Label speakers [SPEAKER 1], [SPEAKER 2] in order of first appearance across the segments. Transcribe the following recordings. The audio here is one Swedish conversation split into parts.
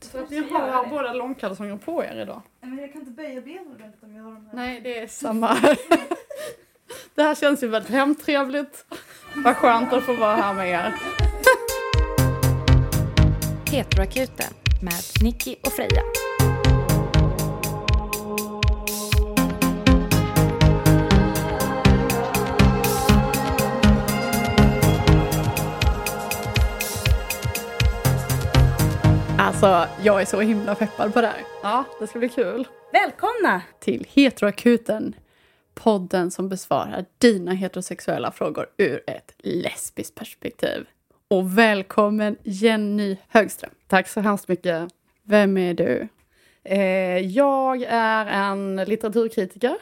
[SPEAKER 1] Så att ni
[SPEAKER 2] Kanske göra
[SPEAKER 1] har
[SPEAKER 2] det.
[SPEAKER 1] båda långkalsonger på er idag.
[SPEAKER 3] Nej, Men jag kan inte böja benen ordentligt om jag har de här.
[SPEAKER 1] Nej, det är samma. Det här känns ju väldigt hemtrevligt. Vad skönt att få vara här med er.
[SPEAKER 4] Petroakuten med Nicky och Freja.
[SPEAKER 1] Alltså, jag är så himla peppad på det här. Ja, det ska bli kul.
[SPEAKER 2] Välkomna!
[SPEAKER 1] Till Heteroakuten, podden som besvarar dina heterosexuella frågor ur ett lesbiskt perspektiv. Och välkommen Jenny Högström. Tack så hemskt mycket. Vem är du? Eh, jag är en litteraturkritiker,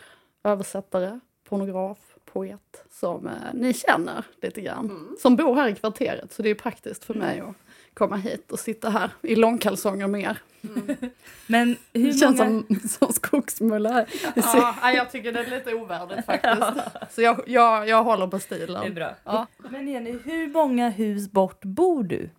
[SPEAKER 1] översättare, pornograf, poet som eh, ni känner lite grann. Som bor här i kvarteret, så det är praktiskt för mig att komma hit och sitta här i långkalsonger med er.
[SPEAKER 2] Men hur
[SPEAKER 1] Det känns
[SPEAKER 2] många...
[SPEAKER 1] som, som skogsmulla här. Ja, nej, jag tycker det är lite ovärdigt faktiskt. Så jag, jag, jag håller
[SPEAKER 2] Det
[SPEAKER 1] på
[SPEAKER 2] är
[SPEAKER 1] stilen.
[SPEAKER 2] bra.
[SPEAKER 1] Ja.
[SPEAKER 2] Men Jenny, hur många hus bort bor du?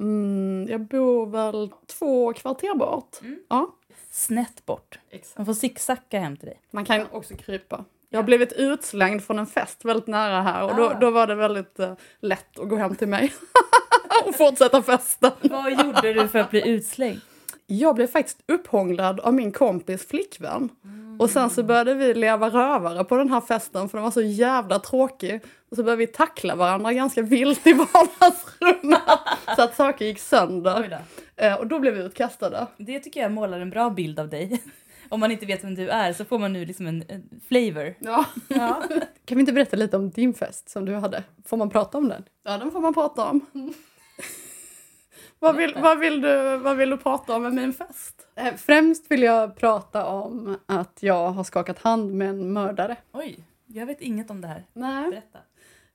[SPEAKER 1] Mm, jag bor väl två kvarter bort. Ja.
[SPEAKER 2] Snett bort.
[SPEAKER 1] Exakt.
[SPEAKER 2] Man får zigzacka hem till dig.
[SPEAKER 1] Man kan också krypa. Jag har blivit utslängd från en fest väldigt nära här och då,
[SPEAKER 2] Ah.
[SPEAKER 1] då var det väldigt eh, lätt att gå hem till mig och fortsätta festa.
[SPEAKER 2] Vad gjorde du för att bli utslängd?
[SPEAKER 1] Jag blev faktiskt upphånglad av min kompis flickvän. Och sen så började vi leva rövare på den här festen för den var så jävla tråkig. Och så började vi tackla varandra ganska vilt i vardagsrummet. så att saker gick sönder. Eh, Och då blev vi utkastade.
[SPEAKER 2] Det tycker jag målar en bra bild av dig. Om man inte vet vem du är så får man nu liksom en, en flavor.
[SPEAKER 1] Ja. Kan vi inte berätta lite om din fest som du hade? Får man prata om den? Ja, den får man prata om. vad, vill, vad, vill du, vad vill du prata om med min fest? Eh, Främst vill jag prata om att jag har skakat hand med en mördare.
[SPEAKER 2] Oj, jag vet inget om det här.
[SPEAKER 1] Nej.
[SPEAKER 2] Berätta.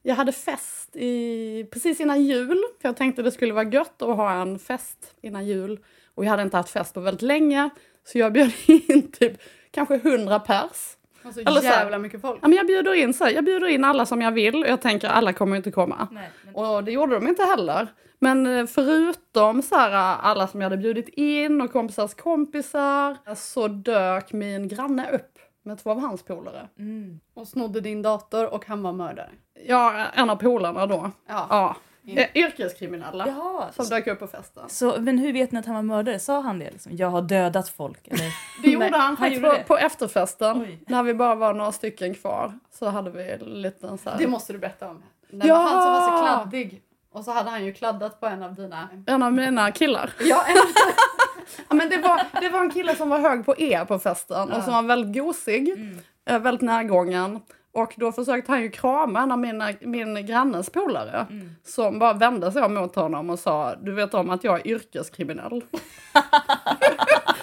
[SPEAKER 1] Jag hade fest i, precis innan jul. För jag tänkte det skulle vara gött att ha en fest innan jul. Och jag hade inte haft fest på väldigt länge. Så jag bjöd in typ kanske 100 pers.
[SPEAKER 4] Alltså,
[SPEAKER 1] Eller så här-
[SPEAKER 4] jävla mycket folk.
[SPEAKER 1] Ja, men jag, bjuder in, så här, jag bjuder in alla som jag vill. Och jag tänker alla kommer ju inte komma.
[SPEAKER 2] Nej, men...
[SPEAKER 1] Och det gjorde de inte heller. Men eh, förutom så här, alla som jag hade bjudit in och kompisars kompisar så dök min granne upp med två av hans polare.
[SPEAKER 2] mm.
[SPEAKER 4] Och snodde din dator och han var mördare.
[SPEAKER 1] Ja, en av polarna då.
[SPEAKER 4] Ja. Mm.
[SPEAKER 1] Ja. Eh, Yrkeskriminella
[SPEAKER 2] Jaha.
[SPEAKER 1] som dök upp på festen.
[SPEAKER 2] Så, men hur vet ni att han var mördare? Sa han det? Liksom? Jag har dödat folk. Eller?
[SPEAKER 1] Det gjorde han faktiskt
[SPEAKER 2] gjorde
[SPEAKER 1] på,
[SPEAKER 2] det.
[SPEAKER 1] på efterfesten.
[SPEAKER 2] Oj.
[SPEAKER 1] När vi bara var några stycken kvar så hade vi en liten så här...
[SPEAKER 4] Det måste du berätta om. Den
[SPEAKER 1] Ja!
[SPEAKER 4] Han som var så kladdig. Och så hade han ju kladdat på en av dina...
[SPEAKER 1] en av mina killar.
[SPEAKER 4] Ja, en...
[SPEAKER 1] Ja, men det, var, det var en kille som var hög på E på festen och som var väldigt gosig, eh, väldigt närgången. Och då försökte han ju krama en av mina, min grannes polare som bara vände sig om mot honom och sa du vet om att jag är yrkeskriminell.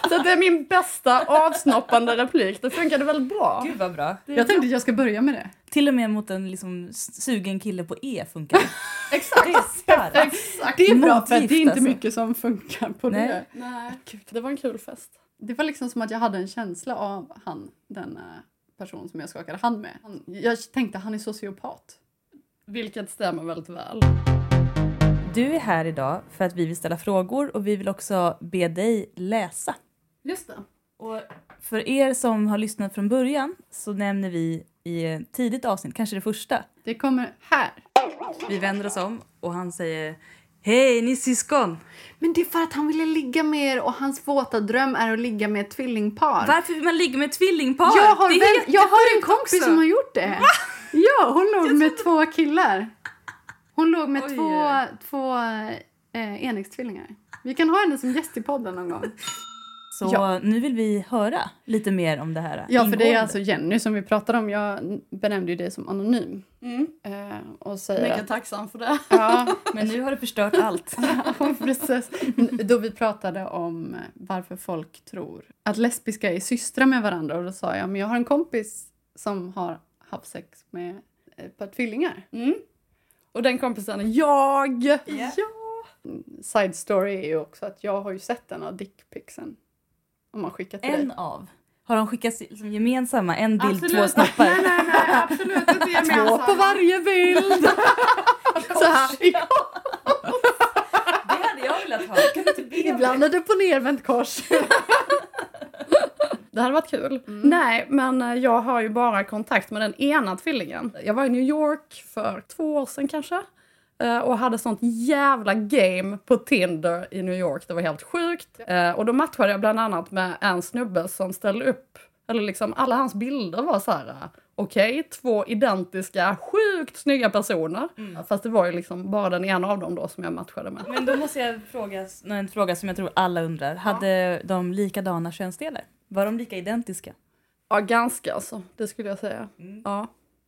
[SPEAKER 1] Så det är min bästa avsnoppande replik. Det funkade väldigt bra.
[SPEAKER 2] Gud vad bra.
[SPEAKER 4] Jag tänkte att jag ska börja med det.
[SPEAKER 2] Till och med mot en liksom, s- sugen kille på E funkar det.
[SPEAKER 1] Exakt.
[SPEAKER 2] Det är starkt.
[SPEAKER 1] Exakt.
[SPEAKER 4] Det är bra för
[SPEAKER 2] Motgift,
[SPEAKER 4] det är inte
[SPEAKER 2] alltså.
[SPEAKER 4] mycket som funkar på
[SPEAKER 2] Nej.
[SPEAKER 4] det.
[SPEAKER 1] Nej, gud, det var en kul fest.
[SPEAKER 4] Det var liksom som att jag hade en känsla av han, den eh, person som jag skakade hand med. Han, jag tänkte han är sociopat.
[SPEAKER 1] Vilket stämmer väldigt väl.
[SPEAKER 2] Du är här idag för att vi vill ställa frågor och vi vill också be dig läsa.
[SPEAKER 1] Just det.
[SPEAKER 2] Och för er som har lyssnat från början så nämner vi i ett tidigt avsnitt, kanske det första,
[SPEAKER 4] Det kommer här.
[SPEAKER 2] vi vänder oss om och han säger Hej ni syskon!
[SPEAKER 4] Men det är för att han ville ligga med er och hans våta dröm är att ligga med ett tvillingpar.
[SPEAKER 2] Varför vill man ligga med ett tvillingpar?
[SPEAKER 4] Jag har,
[SPEAKER 2] Det är
[SPEAKER 4] väl, jag har en kompis
[SPEAKER 2] också.
[SPEAKER 4] som har gjort det. Ja, hon låg med två killar. Hon låg med
[SPEAKER 2] Oj.
[SPEAKER 4] två, två eh, enäggstvillingar. Vi kan ha henne som gäst i podden någon gång.
[SPEAKER 2] Så nu vill vi höra lite mer om det här.
[SPEAKER 4] Ja, för det
[SPEAKER 2] ingående.
[SPEAKER 4] är alltså Jenny som vi pratar om. Jag benämnde ju dig som anonym. Eh, och säger
[SPEAKER 1] Mm. Mycket
[SPEAKER 4] att,
[SPEAKER 1] tacksam för det.
[SPEAKER 4] ja,
[SPEAKER 2] Men nu har du förstört allt.
[SPEAKER 4] precis. Då vi pratade om eh, varför folk tror att lesbiska är systrar med varandra. Och då sa jag, men jag har en kompis som har haft sex med ett par tvillingar.
[SPEAKER 1] Mm. Och den kompisen är jag.
[SPEAKER 4] side story är ju också att jag har ju sett den av dickpixen. Om man skickar till
[SPEAKER 2] En
[SPEAKER 4] dig.
[SPEAKER 2] av. Har de skickat liksom gemensamma? En bild,
[SPEAKER 1] Absolut.
[SPEAKER 2] två snoppar?
[SPEAKER 1] Nej, nej, nej, absolut inte gemensamma.
[SPEAKER 4] Två på varje bild! så här.
[SPEAKER 2] Det hade jag velat ha. Kan du inte be mig?
[SPEAKER 1] Ibland är det på nervänt kors. Det hade varit kul. Nej, men eh, jag har ju bara kontakt med den ena tvillingen. Jag var i New York för två år sedan kanske. eh, Och hade sånt jävla game på Tinder i New York. Det var helt sjukt. Eh, Och då matchade jag bland annat med en snubbe som ställde upp, eller liksom alla hans bilder var så här. eh, Okej, två identiska, sjukt snygga personer. Fast det var ju liksom bara den ena av dem då som jag matchade med.
[SPEAKER 2] Men då måste jag fråga s- en fråga som jag tror alla undrar. Hade de likadana könsdelar? Var de lika identiska?
[SPEAKER 1] Ja, ganska alltså. Det skulle jag säga. Ja.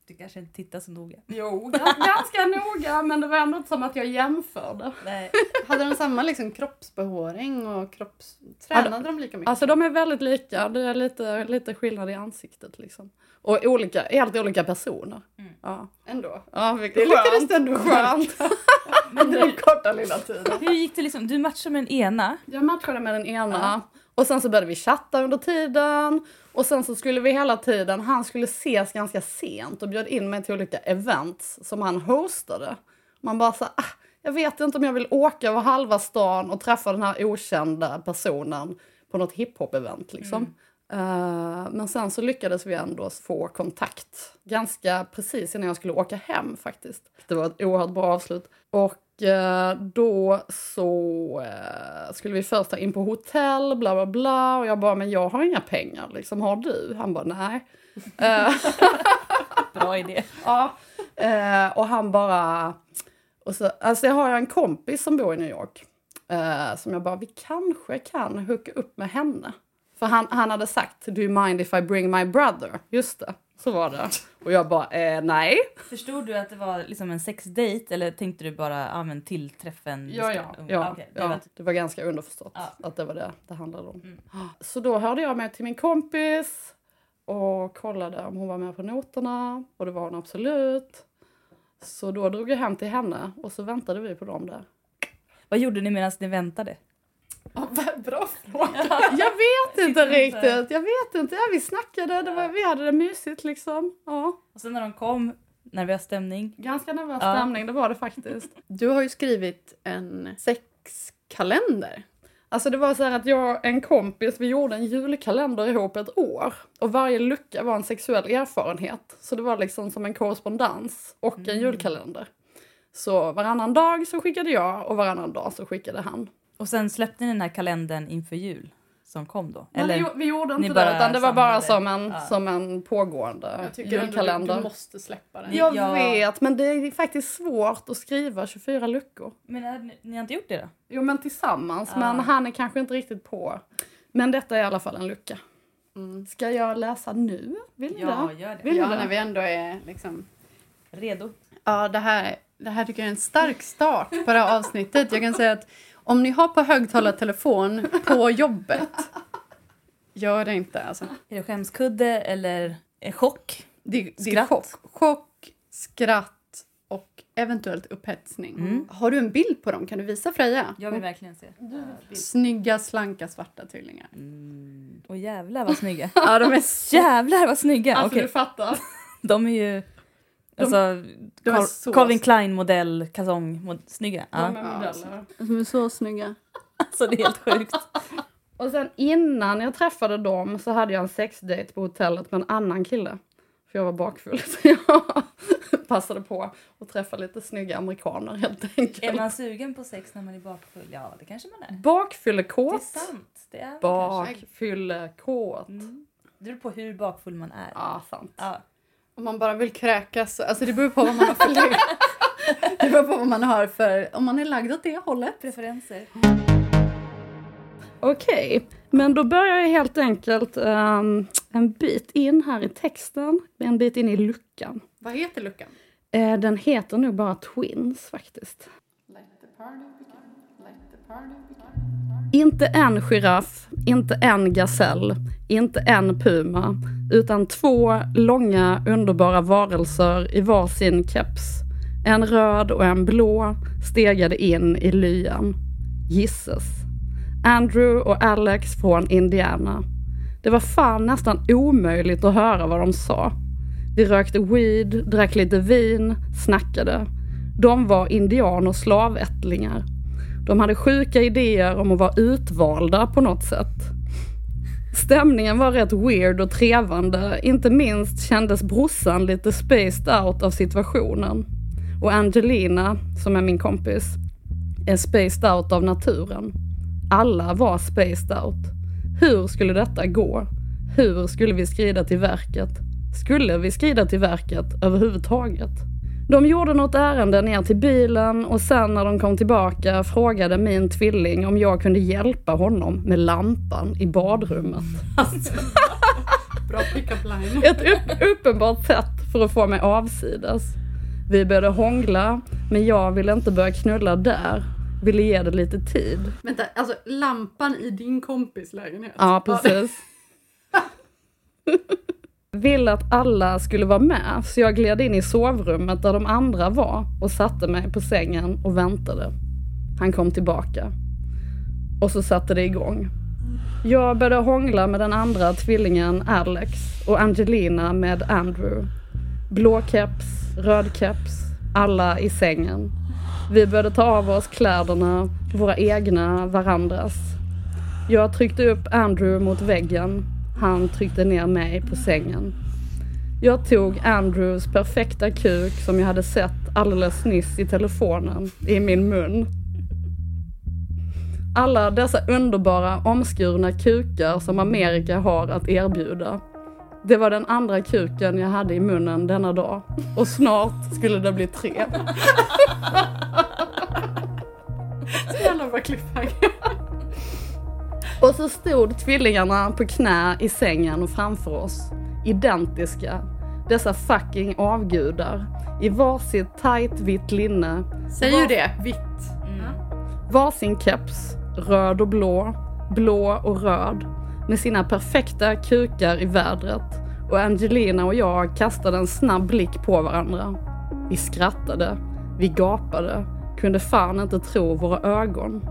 [SPEAKER 2] Du kanske inte tittar så noga.
[SPEAKER 1] Jo, gans- ganska noga, men det var ändå inte som att jag jämförde.
[SPEAKER 2] Nej.
[SPEAKER 4] Hade de samma liksom kroppsbehåring och kropps... Tränade de lika mycket?
[SPEAKER 1] Alltså de är väldigt lika, det är lite, lite skillnad i ansiktet liksom. Och olika, helt olika personer.
[SPEAKER 2] Mm.
[SPEAKER 1] Ja.
[SPEAKER 4] Ändå.
[SPEAKER 1] Ja,
[SPEAKER 4] Det
[SPEAKER 1] vilket
[SPEAKER 4] lyckades
[SPEAKER 1] skönt.
[SPEAKER 4] du ändå med.
[SPEAKER 1] Skönt. Under den korta lilla tiden.
[SPEAKER 2] Hur gick det liksom? Du matchade med den ena.
[SPEAKER 1] Jag matchade med den ena. Och sen så började vi chatta under tiden. Och sen så skulle vi hela tiden, han skulle ses ganska sent och bjöd in mig till olika events som han hostade. Man bara så ah, jag vet inte om jag vill åka över halva stan och träffa den här okända personen på något hiphop-event liksom. Eh, men sen så lyckades vi ändå få kontakt ganska precis innan jag skulle åka hem faktiskt. Det var ett oerhört bra avslut. Och eh, då så eh, skulle vi först ta in på hotell, bla bla bla. Och jag bara, men jag har inga pengar liksom, har du? Han bara, nej. Eh,
[SPEAKER 2] Bra idé.
[SPEAKER 1] ja. Eh, och han bara... Och så, alltså jag har en kompis som bor i New York. Eh, som jag bara, vi kanske kan hooka upp med henne. För han, han hade sagt, do you mind if I bring my brother? Just det, så var det. Och jag bara, eh, nej.
[SPEAKER 2] Förstod du att det var liksom en sexdejt eller tänkte du bara ah, men tillträffen? vi
[SPEAKER 1] Ja,
[SPEAKER 2] ska-
[SPEAKER 1] ja,
[SPEAKER 2] Mm,
[SPEAKER 1] ja,
[SPEAKER 2] okej, det
[SPEAKER 1] ja.
[SPEAKER 2] var-
[SPEAKER 1] Det var ganska underförstått
[SPEAKER 2] Ja.
[SPEAKER 1] att det var det det handlade om. Ah,
[SPEAKER 2] Mm.
[SPEAKER 1] Så då hörde jag mig till min kompis och kollade om hon var med på noterna och det var hon absolut. Så då drog jag hem till henne och så väntade vi på dem där.
[SPEAKER 2] Vad gjorde ni medan ni väntade?
[SPEAKER 1] Bra fråga. Jag vet
[SPEAKER 2] Sitter
[SPEAKER 1] inte
[SPEAKER 2] inte.
[SPEAKER 1] riktigt. Jag vet inte. Ja, vi snackade, det var, vi hade det mysigt liksom. Ja.
[SPEAKER 2] Och sen när de kom, nervös stämning.
[SPEAKER 1] Ganska nervös
[SPEAKER 2] Ja.
[SPEAKER 1] stämning, det var det faktiskt.
[SPEAKER 4] Du har ju skrivit en sexkalender.
[SPEAKER 1] Alltså det var så här att jag och en kompis, vi gjorde en julkalender ihop ett år. Och varje lucka var en sexuell erfarenhet. Så det var liksom som en korrespondens och en
[SPEAKER 2] Mm.
[SPEAKER 1] julkalender. Så varannan dag så skickade jag och varannan dag så skickade han.
[SPEAKER 2] Och sen släppte ni den här kalendern inför jul som kom då?
[SPEAKER 1] Men vi,
[SPEAKER 2] Eller?
[SPEAKER 1] gjo- vi gjorde
[SPEAKER 2] ni
[SPEAKER 1] inte
[SPEAKER 2] bara
[SPEAKER 1] det utan det var bara som
[SPEAKER 2] samlade?
[SPEAKER 1] en,
[SPEAKER 2] Ja.
[SPEAKER 1] som en pågående
[SPEAKER 4] Jag tycker ändå du,
[SPEAKER 1] julkalender.
[SPEAKER 4] du måste släppa den.
[SPEAKER 1] Jag
[SPEAKER 2] Ja.
[SPEAKER 1] vet, men det är faktiskt svårt att skriva 24 luckor.
[SPEAKER 2] Men hade ni, ni har inte gjort det då?
[SPEAKER 1] Jo, men tillsammans.
[SPEAKER 2] Ja.
[SPEAKER 1] Men han är kanske inte riktigt på. Men detta är i alla fall en lucka.
[SPEAKER 4] Mm.
[SPEAKER 1] Ska jag läsa nu? Vill ni det?
[SPEAKER 2] gör det.
[SPEAKER 1] Vill
[SPEAKER 4] Ja,
[SPEAKER 1] du det?
[SPEAKER 4] när vi ändå är liksom...
[SPEAKER 2] Redo.
[SPEAKER 4] Ja, det här, det här tycker jag är en stark start på det här avsnittet. Jag kan säga att om ni har på högtalartelefon på jobbet, gör det inte alltså.
[SPEAKER 2] Är det skämskudde eller en chock?
[SPEAKER 4] Det, det är
[SPEAKER 2] Skratt.
[SPEAKER 4] chock. chock, skratt och eventuellt upphetsning.
[SPEAKER 2] Mm.
[SPEAKER 4] Har du en bild på dem? Kan du visa Freja?
[SPEAKER 2] Jag vill verkligen se.
[SPEAKER 4] Snygga, slanka, svarta tvillingar. Alltså,
[SPEAKER 2] Mm. Och jävlar vad snygga.
[SPEAKER 4] Ja, de är
[SPEAKER 2] jävlar vad snygga!
[SPEAKER 1] Alltså
[SPEAKER 2] Okej,
[SPEAKER 1] du fattar.
[SPEAKER 2] de är ju... Alltså,
[SPEAKER 4] de är
[SPEAKER 2] Cal-
[SPEAKER 4] så-
[SPEAKER 2] Calvin Klein modell, kalsong, mod- snygga.
[SPEAKER 1] De
[SPEAKER 2] Ja.
[SPEAKER 1] är modeller.
[SPEAKER 4] De är så snygga.
[SPEAKER 2] Alltså det är helt sjukt.
[SPEAKER 1] Och sen innan jag träffade dem så hade jag en sexdate på hotellet med en annan kille. För jag var bakfull så jag passade på att träffa lite snygga amerikaner helt
[SPEAKER 2] Är
[SPEAKER 1] enkelt.
[SPEAKER 2] man sugen på sex när man är bakfull? Ja, det kanske man är. Det är
[SPEAKER 1] Bakfyllekåt.
[SPEAKER 2] sant. Det är man kanske.
[SPEAKER 1] Bakfyllekåt.
[SPEAKER 2] Mm. Det beror på hur bakfull man är.
[SPEAKER 1] Ja, sant.
[SPEAKER 2] Ja.
[SPEAKER 4] Om man bara vill kräkas. så- Alltså det beror på vad man har för lägg. Det beror på vad man har för... Om man är lagd åt det hållet.
[SPEAKER 2] Preferenser.
[SPEAKER 1] Okej, men då börjar jag helt enkelt ehm, en bit in här i texten. En bit in i luckan.
[SPEAKER 4] Vad heter luckan?
[SPEAKER 1] Eh, den heter nog bara Twins faktiskt. Inte en giraff, inte en gasell, inte en puma, utan två långa underbara varelser i var sin keps. En röd och en blå stegade in i lyan. Gisses. Andrew och Alex från Indiana. Det var fan nästan omöjligt att höra vad de sa. Vi rökte weed, drack lite vin, snackade. De var indian och slavättlingar. De hade sjuka idéer om att vara utvalda på något sätt. Stämningen var rätt weird och trevande. Inte minst kändes brorsan lite spaced out av situationen. Och Angelina, som är min kompis, är spaced out av naturen. Alla var spaced out. Hur skulle detta gå? Hur skulle vi skrida till verket? Skulle vi skrida till verket överhuvudtaget? De gjorde något ärende ner till bilen och sen när de kom tillbaka frågade min tvilling om jag kunde hjälpa honom med lampan i badrummet.
[SPEAKER 4] Bra pick-up line.
[SPEAKER 1] Ett upp, uppenbart sätt för att få mig avsides. Vi började hångla, men jag ville inte börja knulla där. Ville ge det lite tid.
[SPEAKER 4] Vänta, alltså lampan i din kompis lägenhet?
[SPEAKER 1] Ja, precis. Ville att alla skulle vara med, så jag gled in i sovrummet där de andra var och satte mig på sängen och väntade. Han kom tillbaka. Och så satte det igång. Jag började hångla med den andra tvillingen Alex och Angelina med Andrew. Blå keps, röd keps, alla i sängen. Vi började ta av oss kläderna, våra egna, varandras. Jag tryckte upp Andrew mot väggen. Han tryckte ner mig på sängen. Jag tog Andrews perfekta kuk som jag hade sett alldeles nyss i telefonen i min mun. Alla dessa underbara omskurna kukar som Amerika har att erbjuda. Det var den andra kuken jag hade i munnen denna dag och snart skulle det bli tre.
[SPEAKER 4] Så jävla bra cliffhanger.
[SPEAKER 1] Och så stod tvillingarna på knä i sängen framför oss. Identiska. Dessa fucking avgudar. I varsitt tight vitt linne.
[SPEAKER 4] Säg ju det, vitt.
[SPEAKER 1] Varsin keps. Röd och blå. Blå och röd. Med sina perfekta kukar i vädret. Och Angelina och jag kastade en snabb blick på varandra. Vi skrattade. Vi gapade. Kunde fan inte tro våra ögon.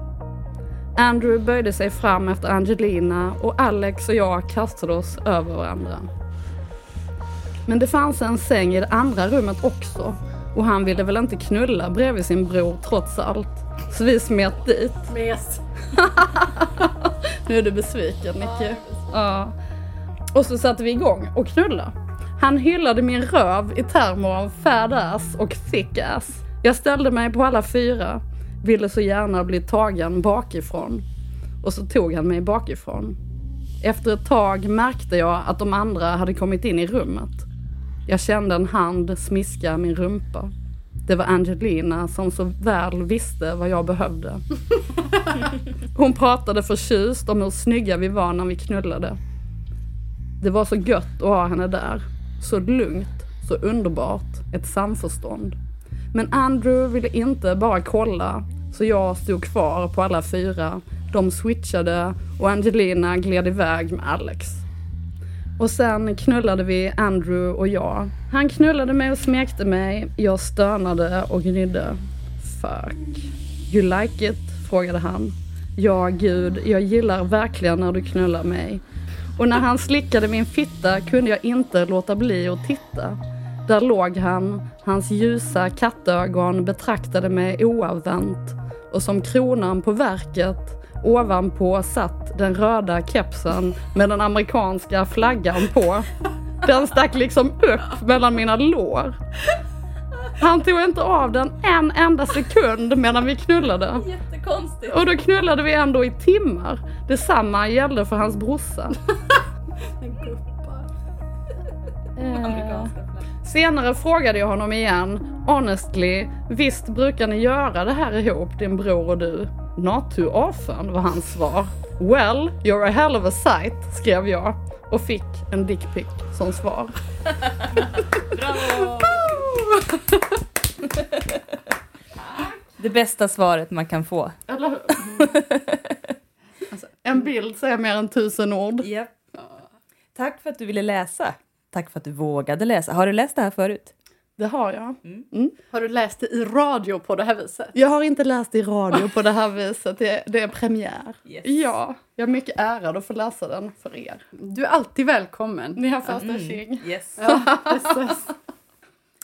[SPEAKER 1] Andrew böjde sig fram efter Angelina och Alex och jag kastade oss över varandra. Men det fanns en säng i det andra rummet också och han ville väl inte knulla bredvid sin bror trots allt. Så vi smet dit.
[SPEAKER 4] Mes.
[SPEAKER 1] Nu är du besviken Nicky. Ja. Och så satte vi igång och knulla. Han hyllade min röv i termer av fat ass och thick ass. Jag ställde mig på alla fyra. Ville så gärna bli tagen bakifrån. Och så tog han mig bakifrån. Efter ett tag märkte jag att de andra hade kommit in i rummet. Jag kände en hand smiska min rumpa. Det var Angelina som så väl visste vad jag behövde. Hon pratade förtjust om hur snygga vi var när vi knullade. Det var så gött att ha henne där. Så lugnt, så underbart, ett samförstånd. Men Andrew ville inte bara kolla, så jag stod kvar på alla fyra. De switchade och Angelina gled iväg med Alex. Och sen knullade vi Andrew och jag. Han knullade mig och smekte mig. Jag stönade och gnydde. Fuck. You like it? frågade han. Ja, gud, jag gillar verkligen när du knullar mig. Och när han slickade min fitta kunde jag inte låta bli att titta. Där låg han, hans ljusa kattögon betraktade mig oavvänt och som kronan på verket ovanpå satt den röda kepsen med den amerikanska flaggan på. Den stack liksom upp mellan mina lår. Han tog inte av den en enda sekund medan vi knullade.
[SPEAKER 2] Jättekonstigt.
[SPEAKER 1] Och då knullade vi ändå i timmar. Detsamma gällde för hans brorsa. Eh, Senare frågade jag honom igen. Honestly, visst brukar ni göra det här ihop, din bror och du? Not too often, var hans svar. Well, you're a hell of a sight, skrev jag och fick en dickpic som svar.
[SPEAKER 2] Bravo! Det bästa svaret man kan få.
[SPEAKER 4] Eller hur?
[SPEAKER 1] Alltså, en bild säger mer än tusen ord.
[SPEAKER 2] Yep. Tack för att du ville läsa. Tack för att du vågade läsa. Har du läst det här förut?
[SPEAKER 1] Det har jag.
[SPEAKER 4] Har du läst det i radio på det här viset?
[SPEAKER 1] Jag har inte läst i radio på det här viset. Det är, det är premiär.
[SPEAKER 2] Yes.
[SPEAKER 1] Ja, jag är mycket ärad att få läsa den för er.
[SPEAKER 4] Du är alltid välkommen. Mm.
[SPEAKER 2] Mm.
[SPEAKER 1] Ni har första tjing.
[SPEAKER 2] Yes.
[SPEAKER 4] Ja, precis.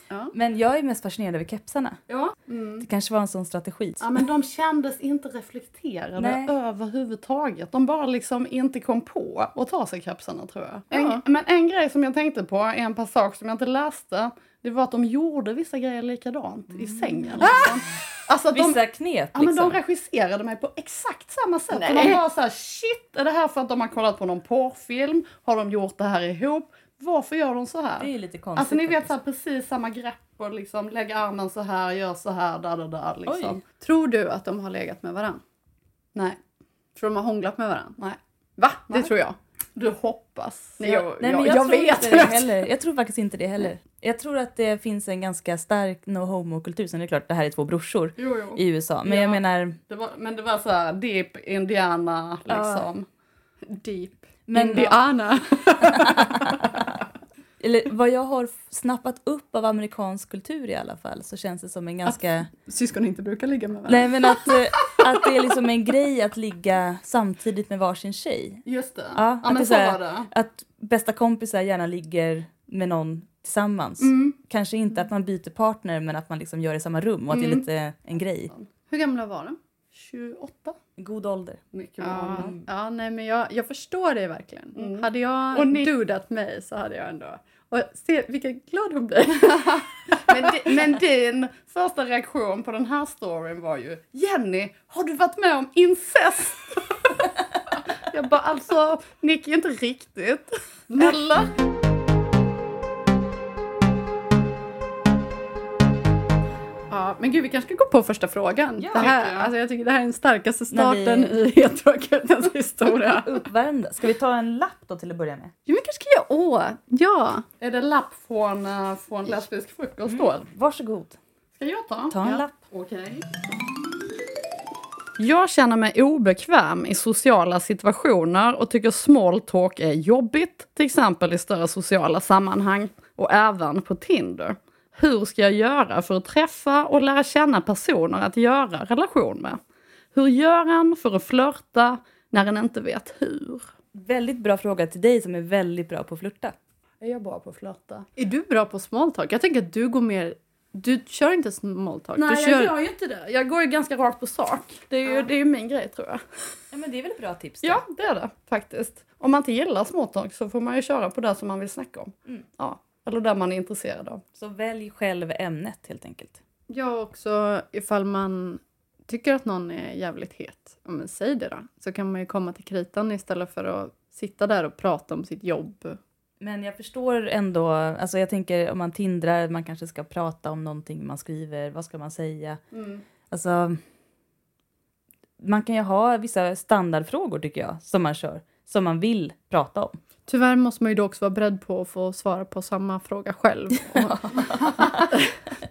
[SPEAKER 1] Ja.
[SPEAKER 2] Men jag är mest fascinerad över kepsarna.
[SPEAKER 5] Ja.
[SPEAKER 2] Det kanske var en sån strategi.
[SPEAKER 1] Mm. Ja men de kändes inte reflekterade
[SPEAKER 2] Nej.
[SPEAKER 1] överhuvudtaget. De bara liksom inte kom på att ta sig kepsarna tror jag. En, men en grej som jag tänkte på, en passage som jag inte läste, det var att de gjorde vissa grejer likadant i sängen. Liksom. Alltså att de,
[SPEAKER 2] Mm. Vissa knep
[SPEAKER 1] ja, men
[SPEAKER 2] liksom.
[SPEAKER 1] de regisserade mig på exakt samma sätt. Och de var så här, shit, är det här för att de har kollat på någon porrfilm? Har de gjort det här ihop? Varför gör de så här?
[SPEAKER 2] det är ju lite konstigt.
[SPEAKER 1] Alltså ni
[SPEAKER 2] faktiskt.
[SPEAKER 1] vet så här, precis samma grepp och liksom lägga armen så här, gör så här, där, där, där. Liksom.
[SPEAKER 2] Oj.
[SPEAKER 4] Tror du att de har legat med varandra?
[SPEAKER 1] Nej,
[SPEAKER 4] Tror de har hånglat med varandra?
[SPEAKER 1] nej.
[SPEAKER 4] Va? Det tror jag.
[SPEAKER 1] Du hoppas.
[SPEAKER 4] Nej, jag,
[SPEAKER 2] Nej,
[SPEAKER 4] jag,
[SPEAKER 2] men jag,
[SPEAKER 4] jag,
[SPEAKER 2] tror
[SPEAKER 4] vet.
[SPEAKER 2] Inte det heller. Jag tror faktiskt inte det heller. Jag tror att det finns en ganska stark no homo-kultur. Sen är det klart, det här är två brorsor
[SPEAKER 1] Jo, jo.
[SPEAKER 2] i USA. Men
[SPEAKER 1] Ja.
[SPEAKER 2] jag menar,
[SPEAKER 1] Det var, men det var så här deep indiana liksom.
[SPEAKER 4] Deep.
[SPEAKER 2] men,
[SPEAKER 4] Indiana.
[SPEAKER 2] eller, vad jag har f- snappat upp av amerikansk kultur i alla fall så känns det som en ganska...
[SPEAKER 1] Syskon inte brukar ligga med varandra.
[SPEAKER 2] Nej men att, eh, att det är liksom en grej att ligga samtidigt med varsin tjej.
[SPEAKER 1] Just det.
[SPEAKER 2] Ja, att
[SPEAKER 1] Ja,
[SPEAKER 2] det är
[SPEAKER 1] men
[SPEAKER 2] så
[SPEAKER 1] så
[SPEAKER 2] här-
[SPEAKER 1] var det.
[SPEAKER 2] Att bästa kompisar gärna ligger med någon tillsammans. Kanske inte att man byter partner men att man liksom gör det i samma rum och att det är lite en grej.
[SPEAKER 1] Hur gamla var de? 28?
[SPEAKER 2] God ålder.
[SPEAKER 1] Mycket
[SPEAKER 4] Ja, ja nej, men jag, jag förstår det verkligen. Hade jag
[SPEAKER 1] Och ni-
[SPEAKER 4] dudat mig så hade jag ändå... Och se vilken glad hon blir.
[SPEAKER 1] Men, di- men din första reaktion på den här storyn var ju Jenny, har du varit med om incest? Jag bara alltså, Nick är inte riktigt. Eller?
[SPEAKER 4] Ja, men gud, vi kanske ska gå på första frågan.
[SPEAKER 1] Ja,
[SPEAKER 4] det här,
[SPEAKER 1] tycker jag.
[SPEAKER 4] Alltså, jag tycker det här är den starkaste
[SPEAKER 2] När vi-
[SPEAKER 4] starten i heteroakutens historia.
[SPEAKER 2] Uppvärmda. Ska vi ta en lapp då till att börja med?
[SPEAKER 4] Jo, men kanske ska jag... Åh, ja.
[SPEAKER 1] Är det lapp från, eh, från lesbisk frukost då?
[SPEAKER 4] Mm.
[SPEAKER 2] Varsågod.
[SPEAKER 1] Ska jag ta?
[SPEAKER 2] Ta en
[SPEAKER 1] ja.
[SPEAKER 2] lapp.
[SPEAKER 1] Okej.
[SPEAKER 4] Jag känner mig obekväm i sociala situationer och tycker small talk är jobbigt, till exempel i större sociala sammanhang och även på Tinder. Hur ska jag göra för att träffa och lära känna personer att göra relation med? Hur gör en för att flörta när en inte vet hur?
[SPEAKER 2] Väldigt bra fråga till dig som är väldigt bra på att flirta.
[SPEAKER 1] Är jag bra på att flirta?
[SPEAKER 4] Är du bra på small talk? Jag tänker att du går mer... Du kör inte small talk.
[SPEAKER 1] Nej,
[SPEAKER 4] du
[SPEAKER 1] jag
[SPEAKER 4] kör...
[SPEAKER 1] gör
[SPEAKER 4] ju inte det. Jag går ju ganska rakt på sak. Det är ju, det är ju min grej, tror jag.
[SPEAKER 2] Ja, men det är väl ett bra tips? då.
[SPEAKER 4] Ja, det är det faktiskt. Om man inte gillar småtalk så får man ju köra på det som man vill snacka om.
[SPEAKER 2] Mm.
[SPEAKER 4] Ja, eller det man är intresserad av.
[SPEAKER 2] Så välj själv ämnet helt enkelt.
[SPEAKER 4] Jag också, ifall man tycker att någon är jävligt het, ja, men säg det då. Så kan man ju komma till kritan istället för att sitta där och prata om sitt jobb.
[SPEAKER 2] Men jag förstår ändå, alltså jag tänker om man tindrar, man kanske ska prata om någonting man skriver, vad ska man säga?
[SPEAKER 1] Mm.
[SPEAKER 2] Alltså, man kan ju ha vissa standardfrågor tycker jag, som man kör, som man vill prata om.
[SPEAKER 4] Tyvärr måste man ju då också vara beredd på att få svara på samma fråga själv. Och,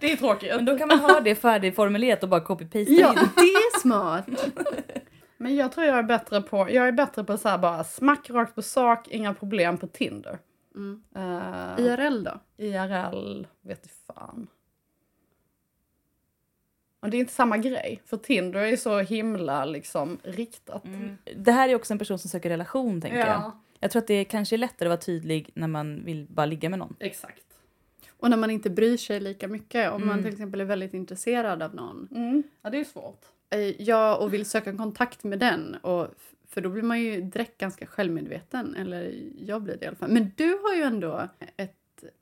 [SPEAKER 1] Det är tråkigt.
[SPEAKER 2] Men då kan man ha det färdigformulerat och bara copy-pasta
[SPEAKER 4] ja,
[SPEAKER 2] in.
[SPEAKER 4] det är smart!
[SPEAKER 1] Men jag tror jag är bättre på, jag är bättre på så här bara smack rakt på sak, inga problem på Tinder.
[SPEAKER 4] Mm.
[SPEAKER 1] Eh,
[SPEAKER 4] IRL då?
[SPEAKER 1] IRL vet du fan. Och det är inte samma grej, för Tinder är så himla liksom riktat.
[SPEAKER 2] Mm. Det här är också en person som söker relation tänker jag. Jag tror att det kanske är lättare att vara tydlig när man vill bara ligga med någon.
[SPEAKER 1] exakt.
[SPEAKER 4] Och när man inte bryr sig lika mycket, om man
[SPEAKER 2] Mm.
[SPEAKER 4] till exempel är väldigt intresserad av någon.
[SPEAKER 1] Mm. Ja, det är svårt.
[SPEAKER 4] Eh, Ja, och vill söka kontakt med den. Och, för då blir man ju direkt ganska självmedveten. Eller jag blir det i alla fall. Men du har ju ändå ett